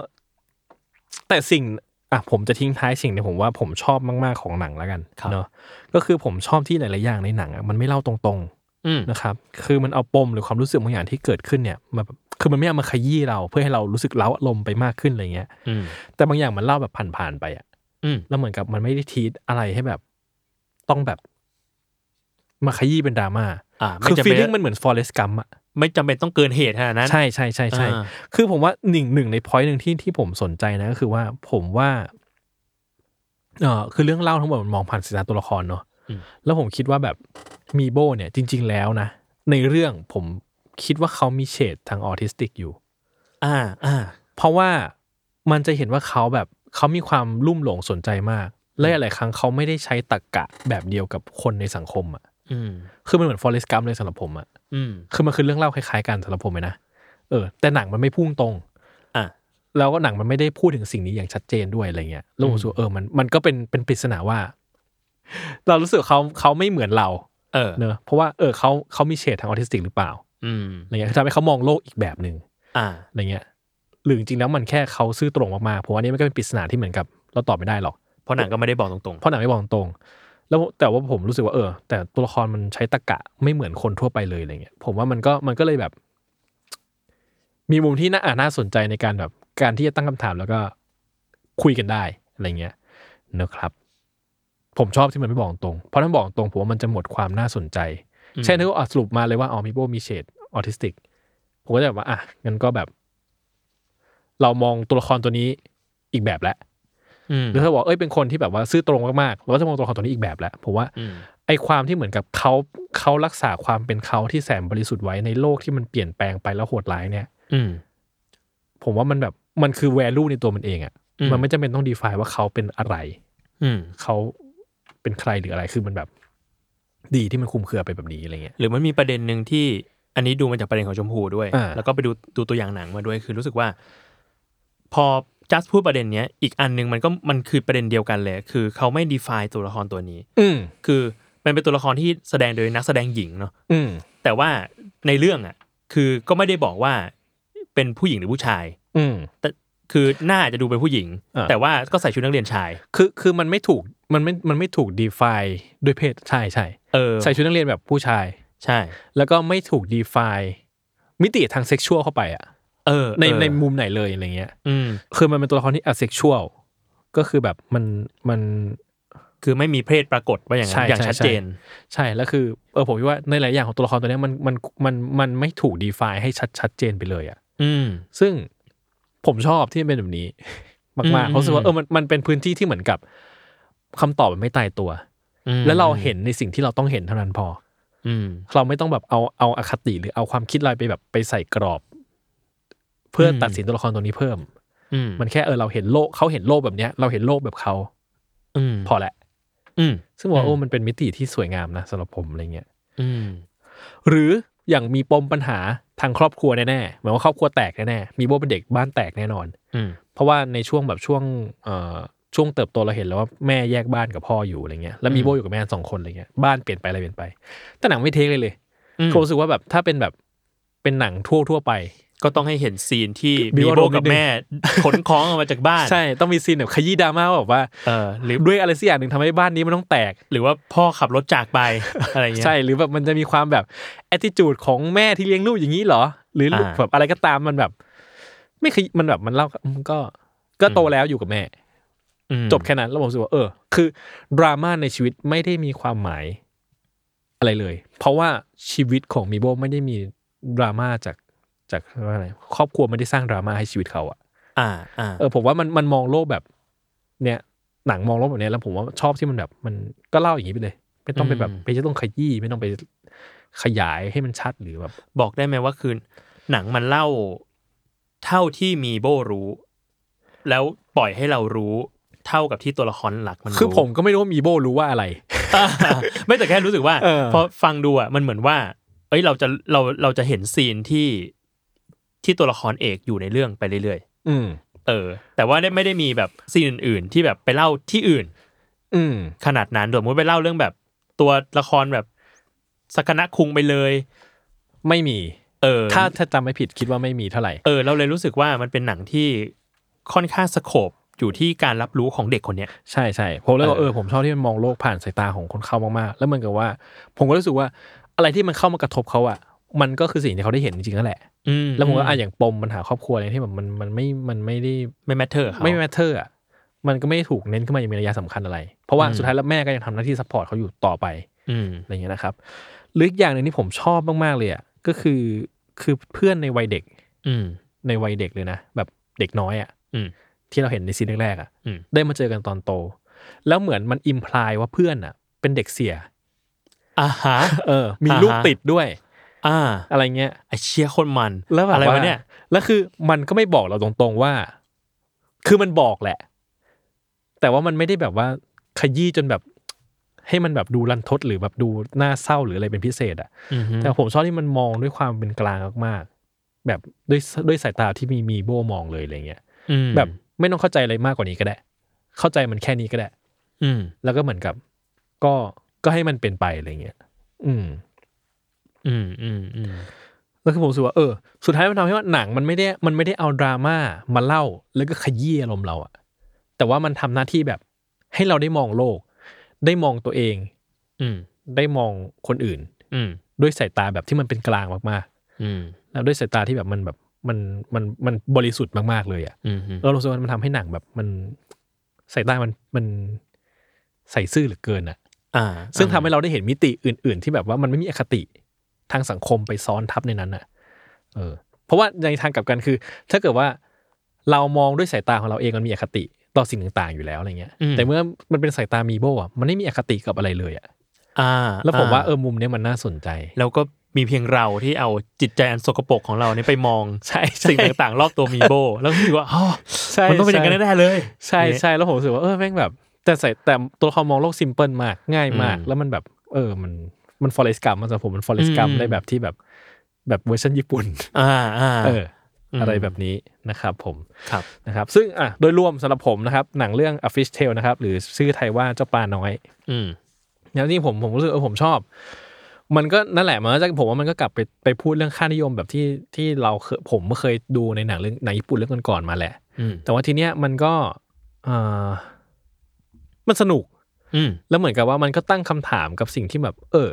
Speaker 2: แต่สิ่งอ่ะผมจะทิ้งท้ายสิ่งที่ผมว่าผมชอบมากๆของหนังแล้วกัน
Speaker 3: ครับ
Speaker 2: เนอะก็คือผมชอบที่หลายๆอย่างในหนังอ่ะมันไม่เล่าตรงๆ
Speaker 3: อืม
Speaker 2: นะครับ คือมันเอาปมหรือความรู้สึกบางอย่างที่เกิดขึ้นเนี่ยมาแบบคือมันไม่เอามาขยี้เราเพื่อให้เรารู้สึกเล้าอารมณ์ไปมากขึ้นอะไรเงี้ย
Speaker 3: อืม
Speaker 2: แต่บางอย่างมันเล่าแบบผ่านๆไปอะ
Speaker 3: อืม
Speaker 2: แล้วเหมือนกับมันไม่ได้ทีตอะไรให้แบบ ต้องแบบ มาขยี้เป็นดราม่า
Speaker 3: อ่าไม่
Speaker 2: คือ
Speaker 3: จำ
Speaker 2: ฟี
Speaker 3: เป็
Speaker 2: ลลิ่
Speaker 3: น
Speaker 2: งมันเหมือนฟอเรสกัมอะ
Speaker 3: ไม่จำเป็นต้องเกินเหตุขนาดนั้น
Speaker 2: ใช่ใช่ใช่ใช่
Speaker 3: อ่า
Speaker 2: คือผมว่าหนึ่งหนึ่งในพอยต์หนึ่งที่ที่ผมสนใจนะก็คือว่าผมว่า เออคือเรื่องเล่าทั้งหมดมันมองผ่านสายตาตัวละครเนาะ
Speaker 3: อืม
Speaker 2: แล้วผมคิดว่าแบบมีโบเนี่ยจริง ๆ แล้วนะ ในเรื่องผมคิดว่าเขามีเฉดทางออทิสติกอยู่
Speaker 3: อ่า อ่า
Speaker 2: เพราะว่ามันจะเห็นว่าเขาแบบเขามีความลุ่มหลงสนใจมาก และหลายๆครั้งเขาไม่ได้ใช้ตรรกกะแบบเดียวกับคนในสังคมอะ่ะ
Speaker 3: อืม
Speaker 2: คือมันเหมือนฟอเรสกัมเลยสำหรับผมอะ่ะ
Speaker 3: อืม
Speaker 2: คือมันคือเรื่องเล่าคล้ายๆกันสำหรับผมเลยนะเออ แต่หนังมันไม่พุ่งตรง
Speaker 3: อ่า
Speaker 2: แล้วก็หนังมันไม่ได้พูดถึงสิ่งนี้อย่างชัดเจนด้วยอะไรเงี้ยแล้วผมรู้สึกว่าเออมันมันก็เป็นเป็นปริศนาว่า เรารู้สึกเขาเขาไม่เหมือนเรา
Speaker 3: เออ
Speaker 2: เนอะเพราะว่าเออเขาเขามีเฉดทางออทิสติกหรือเปล่า
Speaker 3: อืม
Speaker 2: อะไรเงี้ยคือทำให้เขามองโลกอีกแบบหนึ่ง
Speaker 3: อ่า
Speaker 2: อะไรเงี้ยหรือจริงๆแล้วมันแค่เขาซื่อตรงมากๆผมว่าอันนี้มันก็เป็นปริศนาที่เหมือนกับ เราตอบไม่ได้หรอก
Speaker 3: เพราะหนังก็ไม่ได้บอกตรง
Speaker 2: เพราะหนังไม่บอกตรง แล้วแต่ว่าผมรู้สึกว่าเออ แต่ตัวละครมันใช้ตะกะไม่เหมือนคนทั่วไปเลยอะไรเงี้ย ผมว่ามันก็มันก็เลยแบบ มีมุมที่น่าอ่าน่าสนใจในการแบบ การที่จะตั้งคำถามแล้วก็คุยกันได้อะไรเงี้ยนะครับ ผมชอบที่มันไม่บอกตรง เพราะถ้าบอกตรงผมว่ามันจะหมดความน่าสนใจ
Speaker 3: ๆอืม
Speaker 2: เช่นถ้าเอาสรุปมาเลยว่าอ๋อมีโบมีเฉดออทิสติก ผมก็จะแบบว่า อ่ะงั้นก็แบบ เรามองตัวละครตัวนี้อีกแบบแล้ว
Speaker 3: อืม
Speaker 2: หรือถ้าบอกเอ้ยเป็นคนที่แบบว่าซื่อตรงมากๆเราก็จะมองตัวละครตัวนี้อีกแบบแหละผมว่า
Speaker 3: อืม
Speaker 2: ไอ้ความที่เหมือนกับเขาเขารักษาความเป็นเขาที่แสนบริสุทธิ์ไว้ในโลกที่มันเปลี่ยนแปลงไปแล้วโหดร้ายเนี่ย
Speaker 3: อืม
Speaker 2: ผมว่ามันแบบมันคือ value ในตัวมันเองอะ่ะ
Speaker 3: อืม
Speaker 2: มันไม่จำเป็นต้อง define ว่าเขาเป็นอะไร
Speaker 3: อืม
Speaker 2: เขาเป็นใครหรืออะไรคือมันแบบ ดีที่มันคลุมเครือไปแบบนี้อะไรเงี้ย
Speaker 3: หรือมันมีประเด็นหนึ่งที่อันนี้ดูมาจากประเด็นของชมพูด้วย
Speaker 2: อ่า
Speaker 3: แล้วก็ไปดูดูตัวอย่างหนังมาด้วย คือรู้สึกว่า พอจัสพูดประเด็นเนี้ย อีกอันหนึ่งมันก็มันคือประเด็นเดียวกันเลย คือเขาไม่ define ตัวละครตัวนี้
Speaker 2: อืม
Speaker 3: คือมันเป็นตัวละครที่แสดงโดยนักแสดงหญิงเนาะ
Speaker 2: อืม
Speaker 3: แต่ว่าในเรื่องอ่ะ คือก็ไม่ได้บอกว่าเป็นผู้หญิงหรือผู้ชาย
Speaker 2: อืม
Speaker 3: แต่ คือหน้าจะดูเป็นผู้หญิง
Speaker 2: อ่า
Speaker 3: แต่ว่าก็ใส่ชุดนักเรียนชาย
Speaker 2: คือคือมันไม่ถูกมันไม่มันไม่ถูก define ด้วยเพศใช่ใช่
Speaker 3: เออ
Speaker 2: ใส่ชุดนักเรียนแบบผู้ชาย
Speaker 3: ใช่
Speaker 2: แล้วก็ไม่ถูก define มิติทางเซ็กชวลเข้าไปอ่ะ
Speaker 3: เออ
Speaker 2: ใน
Speaker 3: เออ
Speaker 2: ในมุมไหนเลยอะไรเงี้ย
Speaker 3: อืม
Speaker 2: คือมันเป็นตัวละครที่อเซ็กชวลก็คือแบบมันมัน
Speaker 3: คือไม่มีเพศปรากฏว่าอย่างนั้
Speaker 2: ใช่
Speaker 3: นอย่าง
Speaker 2: ใช่
Speaker 3: ชัด
Speaker 2: ใช่
Speaker 3: เจน
Speaker 2: ใช่แล้วคือเออผมคิดว่าในหลายอย่างของตัวละครตัวเนี้ยมันมันมันมันไม่ถูก define ให้ชัดชัดเจนไปเลยอ่ะ
Speaker 3: อืม
Speaker 2: ซึ่งผมชอบที่มันเป็นแบบนี้ มาก
Speaker 3: อืม
Speaker 2: ๆผมรู้สึกว่า
Speaker 3: อืม
Speaker 2: เออมันมันเป็นพื้นที่ที่เหมือนกับคำตอบมันไม่ตายตัว
Speaker 3: อืม
Speaker 2: แล้วเราเห็นในสิ่งที่เราต้องเห็นเท่านั้นพอ
Speaker 3: อืม
Speaker 2: เราไม่ต้องแบบเอาเอาอคติหรือเอาความคิดอะไรไปแบบไปใส่กรอบ เพื่ออ
Speaker 3: ม
Speaker 2: ตัดสินตัวละครตัวนี้เพิ่ม
Speaker 3: อืม
Speaker 2: มันแค่เออเราเห็นโลกเขาเห็นโลกแบบเนี้ย เราเห็นโลกแบบเขา
Speaker 3: อืม
Speaker 2: พอแหละ
Speaker 3: อืม
Speaker 2: ซึ่งผมว่าโอ้มันเป็นมิติที่สวยงามนะสำหรับผมอะไรเงี้ย
Speaker 3: อืม
Speaker 2: หรืออย่างมีปมปัญหาทางครอบครัวแน่ๆหมายว่าครอบครัวแตกแน่ๆมีโบ้เป็นเด็กบ้านแตกแน่นอน
Speaker 3: อืม
Speaker 2: เพราะว่าในช่วงแบบช่วงเอ่อช่วงเติบโตเราเห็นแล้วว่าแม่แยกบ้านกับพ่ออยู่อะไรเงี้ยแล้วมีโบอยู่กับแม่สองคนอะไรเงี้ยบ้านเปลี่ยนไปอะไรเปลี่ยนไป แต่หนังไม่เทคเลยเลย
Speaker 3: อืม
Speaker 2: ผมรู้สึกว่าแบบถ้าเป็นแบบเป็นหนังทั่วทั่วๆไป
Speaker 3: ก็ต้องให้เห็นซีนที่
Speaker 2: บิ
Speaker 3: บี
Speaker 2: วอา
Speaker 3: โบ
Speaker 2: รมณ์นิ
Speaker 3: กับ
Speaker 2: ดนึง
Speaker 3: แม่ขนของออกมาจากบ้าน
Speaker 2: ใช่ต้องมีซีนแบบขยี้ดราม่าว่าแบบว่า
Speaker 3: เออหรือ
Speaker 2: ด้วยอะไรสักอย่างหนึ่งทำให้บ้านนี้มันต้องแตก
Speaker 3: หรือว่าพ่อขับรถจากไปอะไรเงี้ย
Speaker 2: ใช่หรือแบบมันจะมีความแบบ แอ t i จูดของแม่ที่เลี้ยงลูกอย่างนี้เหรอ หรือลูก
Speaker 3: อ่า
Speaker 2: แบบอะไรก็ตามมันแบบ ไม่เคยมันแบบมันเล่ามันก็ ก็โต
Speaker 3: อืม
Speaker 2: แล้วอยู่กับแม่
Speaker 3: อืม
Speaker 2: จบแค่นั้น แล้วผมรู้สึกว่าเออ คือ ดราม่าในชีวิตไม่ได้มีความหมายอะไรเลย เพราะว่าชีวิตของมีโบไม่ได้มีดราม่าจากจากว่าอะไรครอบครัวไม่ได้สร้างดราม่าให้ชีวิตเขาอะ
Speaker 3: อ่าอ่า
Speaker 2: เออผมว่ามันมันมองโลกแบบ เนี่ยหนังมองโลกแบบเนี้ยแล้วผมว่าชอบที่มันแบบ มันก็เล่าอย่างนี้ไปเลย ไม่ต้องไปแบบไม่ต้องขยี้ไม่ต้องไปขยายให้มันชัดหรือแบบ
Speaker 3: บอกได้ไหมว่าคือหนังมันเล่าเท่าที่มีโบรู้ แล้วปล่อยให้เรารู้เท่ากับที่ตัวละครหลักมันรู้
Speaker 2: คือผมก็ไม่รู้ว่ามีโบรู้ว่าอะไร
Speaker 3: อ่าไม่แต่แค่รู้สึกว่า
Speaker 2: เออ
Speaker 3: พอฟังดูอ่ะมันเหมือนว่า เอ้ยเราจะเราเราจะเห็นซีนที่ที่ตัวละครเอกอยู่ในเรื่องไปเรื่อย
Speaker 2: อืม
Speaker 3: ๆ เออ แต่ว่าไม่ได้มีแบบซีนอื่น ๆ ที่แบบไปเล่าที่อื่น
Speaker 2: อืม
Speaker 3: ขนาดนั้นสมมติไปเล่าเรื่องแบบตัวละครแบบสักนะคุงไปเลย
Speaker 2: ไม่มี
Speaker 3: เออ
Speaker 2: ถ้าถ้าจำไม่ผิดคิดว่าไม่มีเท่าไหร่
Speaker 3: เออ เราเลยรู้สึกว่ามันเป็นหนังที่ค่อนข้างสโคบอยู่ที่การรับรู้ของเด็กคนเนี้ย
Speaker 2: ใช่ใช่ผมเลยว่า
Speaker 3: เอ
Speaker 2: เอ
Speaker 3: อ
Speaker 2: อผมชอบที่มันมองโลกผ่านสายตาของคนเข้ามากๆ แล้วเหมันกับว่า ผมก็รู้สึกว่าอะไรที่มันเข้ามากระทบเขาอะมันก็คือสิ่งที่เขาได้เห็นจริงๆนั่นแหละ
Speaker 3: อื
Speaker 2: แล้วผมก็อ่ะอย่างปมปัญหาครอบครัวอะไรที่แบบมันมันไม่มันไม่ได้
Speaker 3: ไม่แมทเทอร์เขา
Speaker 2: ไม่ matter อะมันก็ไม่ได้ถูกเน้นขึ้นมาอย่างมีนัยสำคัญอะไร เพราะว่าสุดท้ายแล้วแม่ก็ยังทำหน้าที่ซัพพอร์ตเขาอยู่ต่อไป
Speaker 3: อืม
Speaker 2: อะไรเงี้ยนะครับหรืออีกอย่างหนึ่งที่ผมชอบมากๆเลยอะก็คือคือเพื่อนในวัยเด็ก
Speaker 3: อืม
Speaker 2: ในวัยเด็กเลยนะ แบบเด็กน้อยอะ
Speaker 3: อืม
Speaker 2: ที่เราเห็นในซีนแรกๆอะ
Speaker 3: อืม
Speaker 2: ได้มาเจอกันตอนโต แล้วเหมือนมันอิมพลายว่าเพื่อนอะเป็นเด็กเสีย
Speaker 3: อ่าฮะ
Speaker 2: เออ มี
Speaker 3: อ่าฮะ
Speaker 2: ลูกติดด้วย
Speaker 3: อ่า
Speaker 2: อะไรเงี้ย
Speaker 3: ไอเชียคนมัน
Speaker 2: แล้วแบบ
Speaker 3: อะ
Speaker 2: ว่าว
Speaker 3: ไระเนี่ย
Speaker 2: แล้วคือมันก็ไม่บอกเราตรงๆว่า คือมันบอกแหละ แต่ว่ามันไม่ได้แบบว่าขยี้จนแบบ ให้มันแบบดูรันทดหรือแบบดูน่าเศร้าหรืออะไรเป็นพิเศษอะ แต่ผมชอบที่มันมองด้วยความเป็นกลางมากๆ แบบด้วยด้วยสายตาที่มีมีโบมองเลยอะไรเงี้ย
Speaker 3: อืม
Speaker 2: แบบไม่ต้องเข้าใจอะไรมากกว่านี้ก็ได้ เข้าใจมันแค่นี้ก็ได้
Speaker 3: อืม
Speaker 2: แล้วก็เหมือนกับ ก็ก็ให้มันเป็นไปอะไรเงี้ย อืม
Speaker 3: อืมอืมอืม
Speaker 2: แล้วคือผมรู้สึกว่าเออสุดท้ายมันทำให้ว่าหนังมันไม่ได้มันไม่ได้เอาดราม่ามาเล่า แล้วก็ขยี้อารมณ์เราอะแต่ว่ามันทำหน้าที่แบบ ให้เราได้มองโลก ได้มองตัวเอง
Speaker 3: อืม
Speaker 2: ได้มองคนอื่น
Speaker 3: อืม
Speaker 2: ด้วยสายตาแบบที่มันเป็นกลางมากๆ
Speaker 3: อืม
Speaker 2: แล้วด้วยสายตาที่แบบมันแบบมันมันมันบริสุทธิ์มากๆเลยอะ่ะ
Speaker 3: อืม
Speaker 2: เรารู้สึกว่ามันทำให้หนังแบบมันสายตามันมันใส่ซื่อเหลือเกินอะ่ะ
Speaker 3: อ่า
Speaker 2: ซึ่งทำให้เราได้เห็นมิติอื่น ๆ ที่แบบว่ามันไม่มีอคติทางสังคมไปซ้อนทับในนั้นอ่ะ เออ เพราะว่าในทางกลับกันคือ ถ้าเกิดว่าเรามองด้วยสายตาของเราเองมันมีอคติต่อสิ่งต่างๆอยู่แล้วอะไรเงี้ย แต่เมื่อมันเป็นสายตามีโบอ่ะมันไม่มีอคติกับอะไรเลยอ่ะ
Speaker 3: อ่า
Speaker 2: แล้วผมว่าเออมุมเนี้ยมันน่าสนใจ
Speaker 3: แล้วก็มีเพียงเราที่เอาจิตใจอันสกปรกของเราเนี่ยไปมอง
Speaker 2: ใช่ใช่
Speaker 3: สิ่งต่างๆ รอบตัวมี โบ แล้วรู้สึกว่าอ๋อ
Speaker 2: ใช่
Speaker 3: มันต้องเป็นอย่าง
Speaker 2: ใช่
Speaker 3: นั้นแน่ๆเลย
Speaker 2: ใช่ใช่แล้วผมรู้สึกว่าเออแม่งแบบ แต่ใส่แต่ตัวละครมองโลกซิมเพิลมากง่ายมาก
Speaker 3: อืม
Speaker 2: แล้วมันแบบ เออมันมันฟอเรสกัมมันสำหรับผมมันฟอเรสกัม
Speaker 3: อืม
Speaker 2: ได้แบบที่แบบแบบเวอร์ชันญี่ปุ่น
Speaker 3: อ่าอ่า
Speaker 2: เอออ
Speaker 3: ม
Speaker 2: อะไรแบบนี้นะครับผม
Speaker 3: ครับ
Speaker 2: นะครับ ซึ่งอ่ะโดยรวมสำหรับผมนะครับ หนังเรื่อง A Fish Tale นะครับ หรือชื่อไทยว่าเจ้าปลาน้อย
Speaker 3: อืม
Speaker 2: แล้วที่ผมผมรู้สึกเออผมชอบ มันก็นั่นแหละมันก็จะผมว่ามันก็กลับไปไปพูดเรื่องค่านิยมแบบที่ที่เราเคยผมเคยดูในหนังเรื่องหนังญี่ปุ่นเรื่องก่อนๆมาแหละ
Speaker 3: อืม
Speaker 2: แต่ว่าทีเนี้ยมันก็เอ่อมันสนุก
Speaker 3: อืม
Speaker 2: แล้วเหมือนกับว่ามันก็ตั้งคำถามกับสิ่งที่แบบ เออ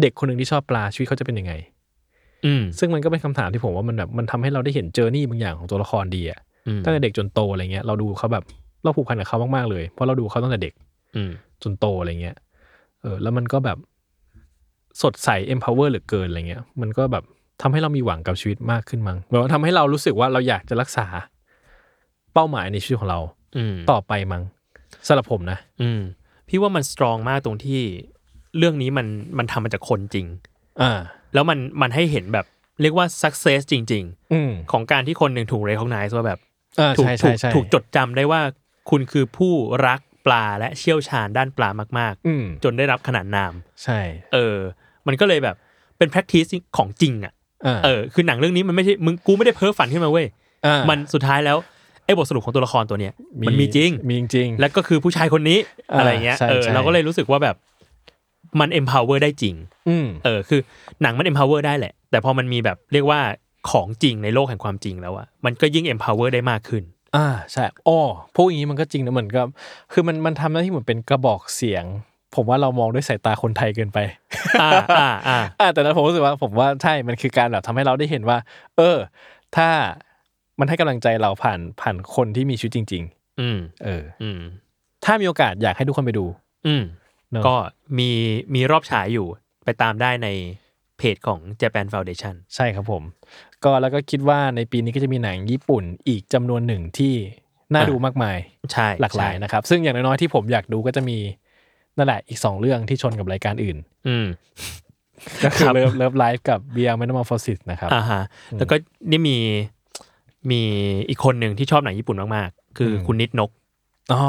Speaker 2: เด็กคนหนึ่งที่ชอบปลาชีวิตเขาจะเป็นยังไง
Speaker 3: อืม
Speaker 2: ซึ่งมันก็เป็นคำถามที่ผมว่ามันแบบมันทำให้เราได้เห็นเจอร์นี่บางอย่างของตัวละครดีอะ
Speaker 3: อืม
Speaker 2: ตั้งแต่เด็กจนโตอะไรเงี้ยเราดูเขาแบบเราผูกพันกับเขามากๆเลยเพราะเราดูเขาตั้งแต่เด็ก
Speaker 3: อืม
Speaker 2: จนโตอะไรเงี้ยเออแล้วมันก็แบบสดใส empower เหลือเกินอะไรเงี้ย มันก็แบบทำให้เรามีหวังกับชีวิตมากขึ้นมั้งแบบว่าทำให้เรารู้สึกว่าเราอยากจะรักษาเป้าหมายในชีวิตของเรา
Speaker 3: อืม
Speaker 2: ต่อไปมั้งสำหรับผมนะ
Speaker 3: อืมพี่ว่ามันสตรองมากตรงที่เรื่องนี้มันมันทำมาจากคนจริง
Speaker 2: อ่า
Speaker 3: แล้วมันมันให้เห็นแบบเรียกว่า success จริง
Speaker 2: อืม
Speaker 3: ๆ ของการที่คนหนึ่งถูก recognize ว่าแบบ
Speaker 2: อ่า
Speaker 3: ถูก
Speaker 2: ใช่
Speaker 3: ถู
Speaker 2: ใช่
Speaker 3: ก
Speaker 2: ใช่
Speaker 3: ถูกจดจำได้ว่าคุณคือผู้รักปลาและเชี่ยวชาญด้านปลามาก
Speaker 2: อืม
Speaker 3: ๆ จนได้รับขนานนาม
Speaker 2: ใช่
Speaker 3: เออ มันก็เลยแบบเป็น practice ของจริงอ่ะ
Speaker 2: อ่า
Speaker 3: เออคือหนังเรื่องนี้มันไม่ใช่มึงกูไม่ได้เพ้อฝันขึ้นมาเว้ย
Speaker 2: า
Speaker 3: มันสุดท้ายแล้วไอ้บทสรุปของตัวละครตัวเนี้ยมันมีจริง
Speaker 2: มีจริง
Speaker 3: แล้วก็คือผู้ชายคนนี้
Speaker 2: อ่า
Speaker 3: อะไรเงี้ย
Speaker 2: ใช่
Speaker 3: เออ
Speaker 2: ใช่
Speaker 3: เราก็เลยรู้สึกว่าแบบมัน empower ได้จริง
Speaker 2: อืม
Speaker 3: เออคือหนังมัน empower ได้แหละ แต่พอมันมีแบบเรียกว่าของจริงในโลกแห่งความจริงแล้วอะมันก็ยิ่ง empower ได้มากขึ้น
Speaker 2: อ่าใช่อ้อพวกอย่างนี้มันก็จริงนะเหมือนกับคือมันมันทำหน้าที่เหมือนเป็นกระบอกเสียง ผมว่าเรามองด้วยสายตาคนไทยเกินไป
Speaker 3: อ่าอ่าอ่า
Speaker 2: อ่าแต่นั้นผมรู้สึกว่าผมว่าใช่มันคือการแบบทำให้เราได้เห็นว่า เออ ถ้ามันให้กำลังใจเราผ่านผ่านคนที่มีชีวิตจริง
Speaker 3: อืม
Speaker 2: ๆ เออ
Speaker 3: อืม
Speaker 2: ถ้ามีโอกาสอยากให้ทุกคนไปดู
Speaker 3: อืม
Speaker 2: เนอะ
Speaker 3: ก็มีมีรอบฉายอยู่ไปตามได้ในเพจของ Japan Foundation
Speaker 2: ใช่ครับผม ก็แล้วก็คิดว่าในปีนี้ก็จะมีหนังญี่ปุ่นอีกจำนวนหนึ่งที่น่า
Speaker 3: อ่ะ
Speaker 2: ดูมากมาย
Speaker 3: ใช่
Speaker 2: หลากหลาย
Speaker 3: ใช่
Speaker 2: นะครับ ซึ่งอย่างน้อยๆที่ผมอยากดูก็จะมีนั่นแหละอีก 2 เรื่องที่ชนกับรายการอื่น
Speaker 3: อืม
Speaker 2: ก็คื
Speaker 3: ค
Speaker 2: อ
Speaker 3: รับ
Speaker 2: เลิฟเลิฟไลฟ์กับเบียร์แมนมอร์ฟอสิสนะครับ
Speaker 3: อ่าฮะแล้วก็นี่มีมีอีกคนหนึ่งที่ชอบหนังญี่ปุ่นมากๆ คืออ
Speaker 2: ม
Speaker 3: คุณนิดนก
Speaker 2: อ๋อ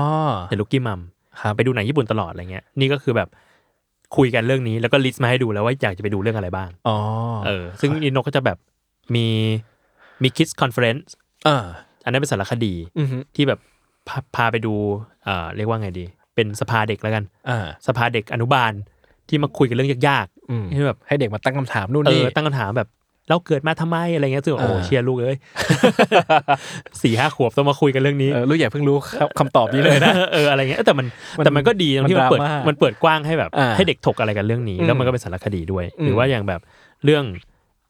Speaker 3: เดลุกกี้มัม
Speaker 2: ครับ
Speaker 3: ไปดูหนังญี่ปุ่นตลอดอะไรเงี้ย นี่ก็คือแบบคุยกันเรื่องนี้แล้วก็ลิสต์มาให้ดูแล้วว่าอยากจะไปดูเรื่องอะไรบ้าง
Speaker 2: อ๋อ
Speaker 3: เออ ซึ่งนิโนก็จะแบบมีมีคิดคอนเฟอเรนซ์
Speaker 2: เออ
Speaker 3: อันนั้นเป็นสารคดี
Speaker 2: อือฮึ
Speaker 3: ที่แบบพาพาไปดูเอ่อเรียกว่าไงดี เป็นสภาเด็กแล้วกัน
Speaker 2: อ่า
Speaker 3: สภาเด็กอนุบาลที่มาคุยกันเรื่องยาก
Speaker 2: อืม
Speaker 3: ๆที่แบบ
Speaker 2: ให้เด็กมาตั้งคำถามนู่น
Speaker 3: เอ
Speaker 2: นี่
Speaker 3: อตั้งคำถามแบบเราเกิดมาทำไมอะไรเงี้ยซึ่งโอ้โห
Speaker 2: อ่า
Speaker 3: เชียร์ลูกเอ้ย สี่ห้าขวบต้องมาคุยกันเรื่องนี้
Speaker 2: เออลูกอย่าเพิ่งรู้ครับคำตอบนี้เลยนะ
Speaker 3: เอออะไรเงี้ยแต่มัน
Speaker 2: มัน
Speaker 3: แต่มันก็ดีตรงที่มันเปิด
Speaker 2: มันดราม่ามั
Speaker 3: มันเปิดกว้างให้แบบ
Speaker 2: อ่า
Speaker 3: ให้เด็กถกอะไรกันเรื่องนี้
Speaker 2: อืม
Speaker 3: แล้วมันก็เป็นสารคดีด้วย หรือ
Speaker 2: ม
Speaker 3: ว่าอย่างแบบเรื่อง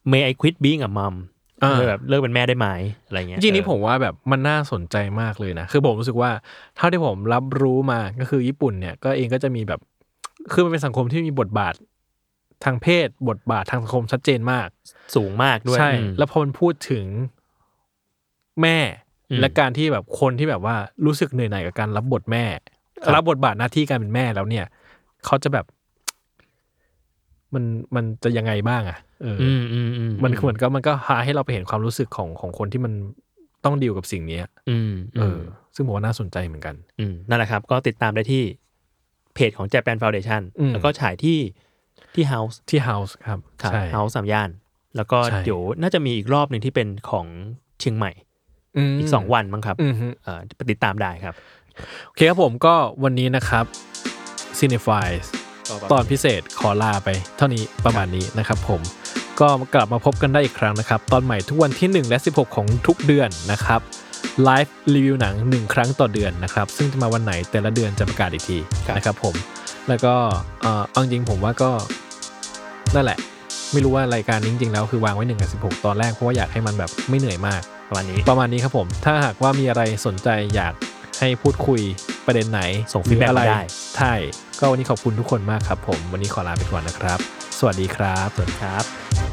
Speaker 3: May I quit being a mom
Speaker 2: อ่า
Speaker 3: เออแบบเลิกเป็นแม่ได้ไหมอะไรเงี้ย
Speaker 2: จริงๆนี่
Speaker 3: เออ
Speaker 2: ผมว่าแบบมันน่าสนใจมากเลยนะ คือผมรู้สึกว่าเท่าที่ผมรับรู้มาก็คือญี่ปุ่นเนี่ยก็เองก็จะมีแบบ คือมันเป็นสังคมที่มีบทบาททางเพศ บทบาททางสังคมชัดเจนมาก
Speaker 3: สูงมากด้วย
Speaker 2: ใช่
Speaker 3: อืม
Speaker 2: แล้วพอมันพูดถึงแม่
Speaker 3: อืม
Speaker 2: และการที่แบบคนที่แบบว่ารู้สึกเหนื่อยหน่ายกับการรับบทแม่
Speaker 3: ครับ
Speaker 2: รับบทบาทหน้าที่การเป็นแม่แล้วเนี่ย เขาจะแบบ มันมันจะยังไงบ้างอะเอออ
Speaker 3: อืมอืมอืม
Speaker 2: มันเหมือนก็มันก็พาให้เราไปเห็นความรู้สึกของของคนที่มันต้องดีลกับสิ่งเนี้ย
Speaker 3: อืม
Speaker 2: เอออ ซึ่งผมว่าน่าสนใจเหมือนกัน
Speaker 3: มนั่นแหละครับ ก็ติดตามได้ที่เพจของ Japan Foundation
Speaker 2: อืม
Speaker 3: แล้วก็ฉายที่ที่ House
Speaker 2: ที่ House ครับ
Speaker 3: ครับ
Speaker 2: ใช่
Speaker 3: House สามย่าน แล้วก็
Speaker 2: ใช่
Speaker 3: เดี๋ยวน่าจะมีอีกรอบหนึ่งที่เป็นของเชียงใหม่
Speaker 2: ม
Speaker 3: อีกสองวันมั้งครับ
Speaker 2: อือฮึ
Speaker 3: เอ่อไปติดตามได้ครับ
Speaker 2: โอเคครับผมก็วันนี้นะครับ c i n e f i e s ตอนพิเศษขอลาไป เท่านี้ประมาณนี้นะครับผม ก็กลับมาพบกันได้อีกครั้งนะครับ ตอนใหม่ทุกวันที่ 1 และ 16 ของทุกเดือนนะครับไลฟ์รีวิวหนัง 1 ครั้งต่อเดือนนะครับ ซึ่งจะมาวันไหนแต่ละเดือนจะประกาศอีกที
Speaker 3: ครับ
Speaker 2: นะครับผมแล้วก็เอ่อเอาจริงๆผมว่าก็นั่นแหละ ไม่รู้ว่ารายการนี้จริงๆแล้วคือวางไว้1กับ16 ตอนแรกเพราะว่าอยากให้มันแบบไม่เหนื่อยมาก
Speaker 3: ประมาณนี้
Speaker 2: ประมาณนี้ครับผม ถ้าหากว่ามีอะไรสนใจอยากให้พูดคุยประเด็นไหน
Speaker 3: ส่ง feedback
Speaker 2: หรืออะไร
Speaker 3: มาได้
Speaker 2: ใช่ก็วันนี้ขอบคุณทุกคนมากครับผม วันนี้ขอลาไปก่อนนะครับ สวัสดีครับ
Speaker 3: ครับ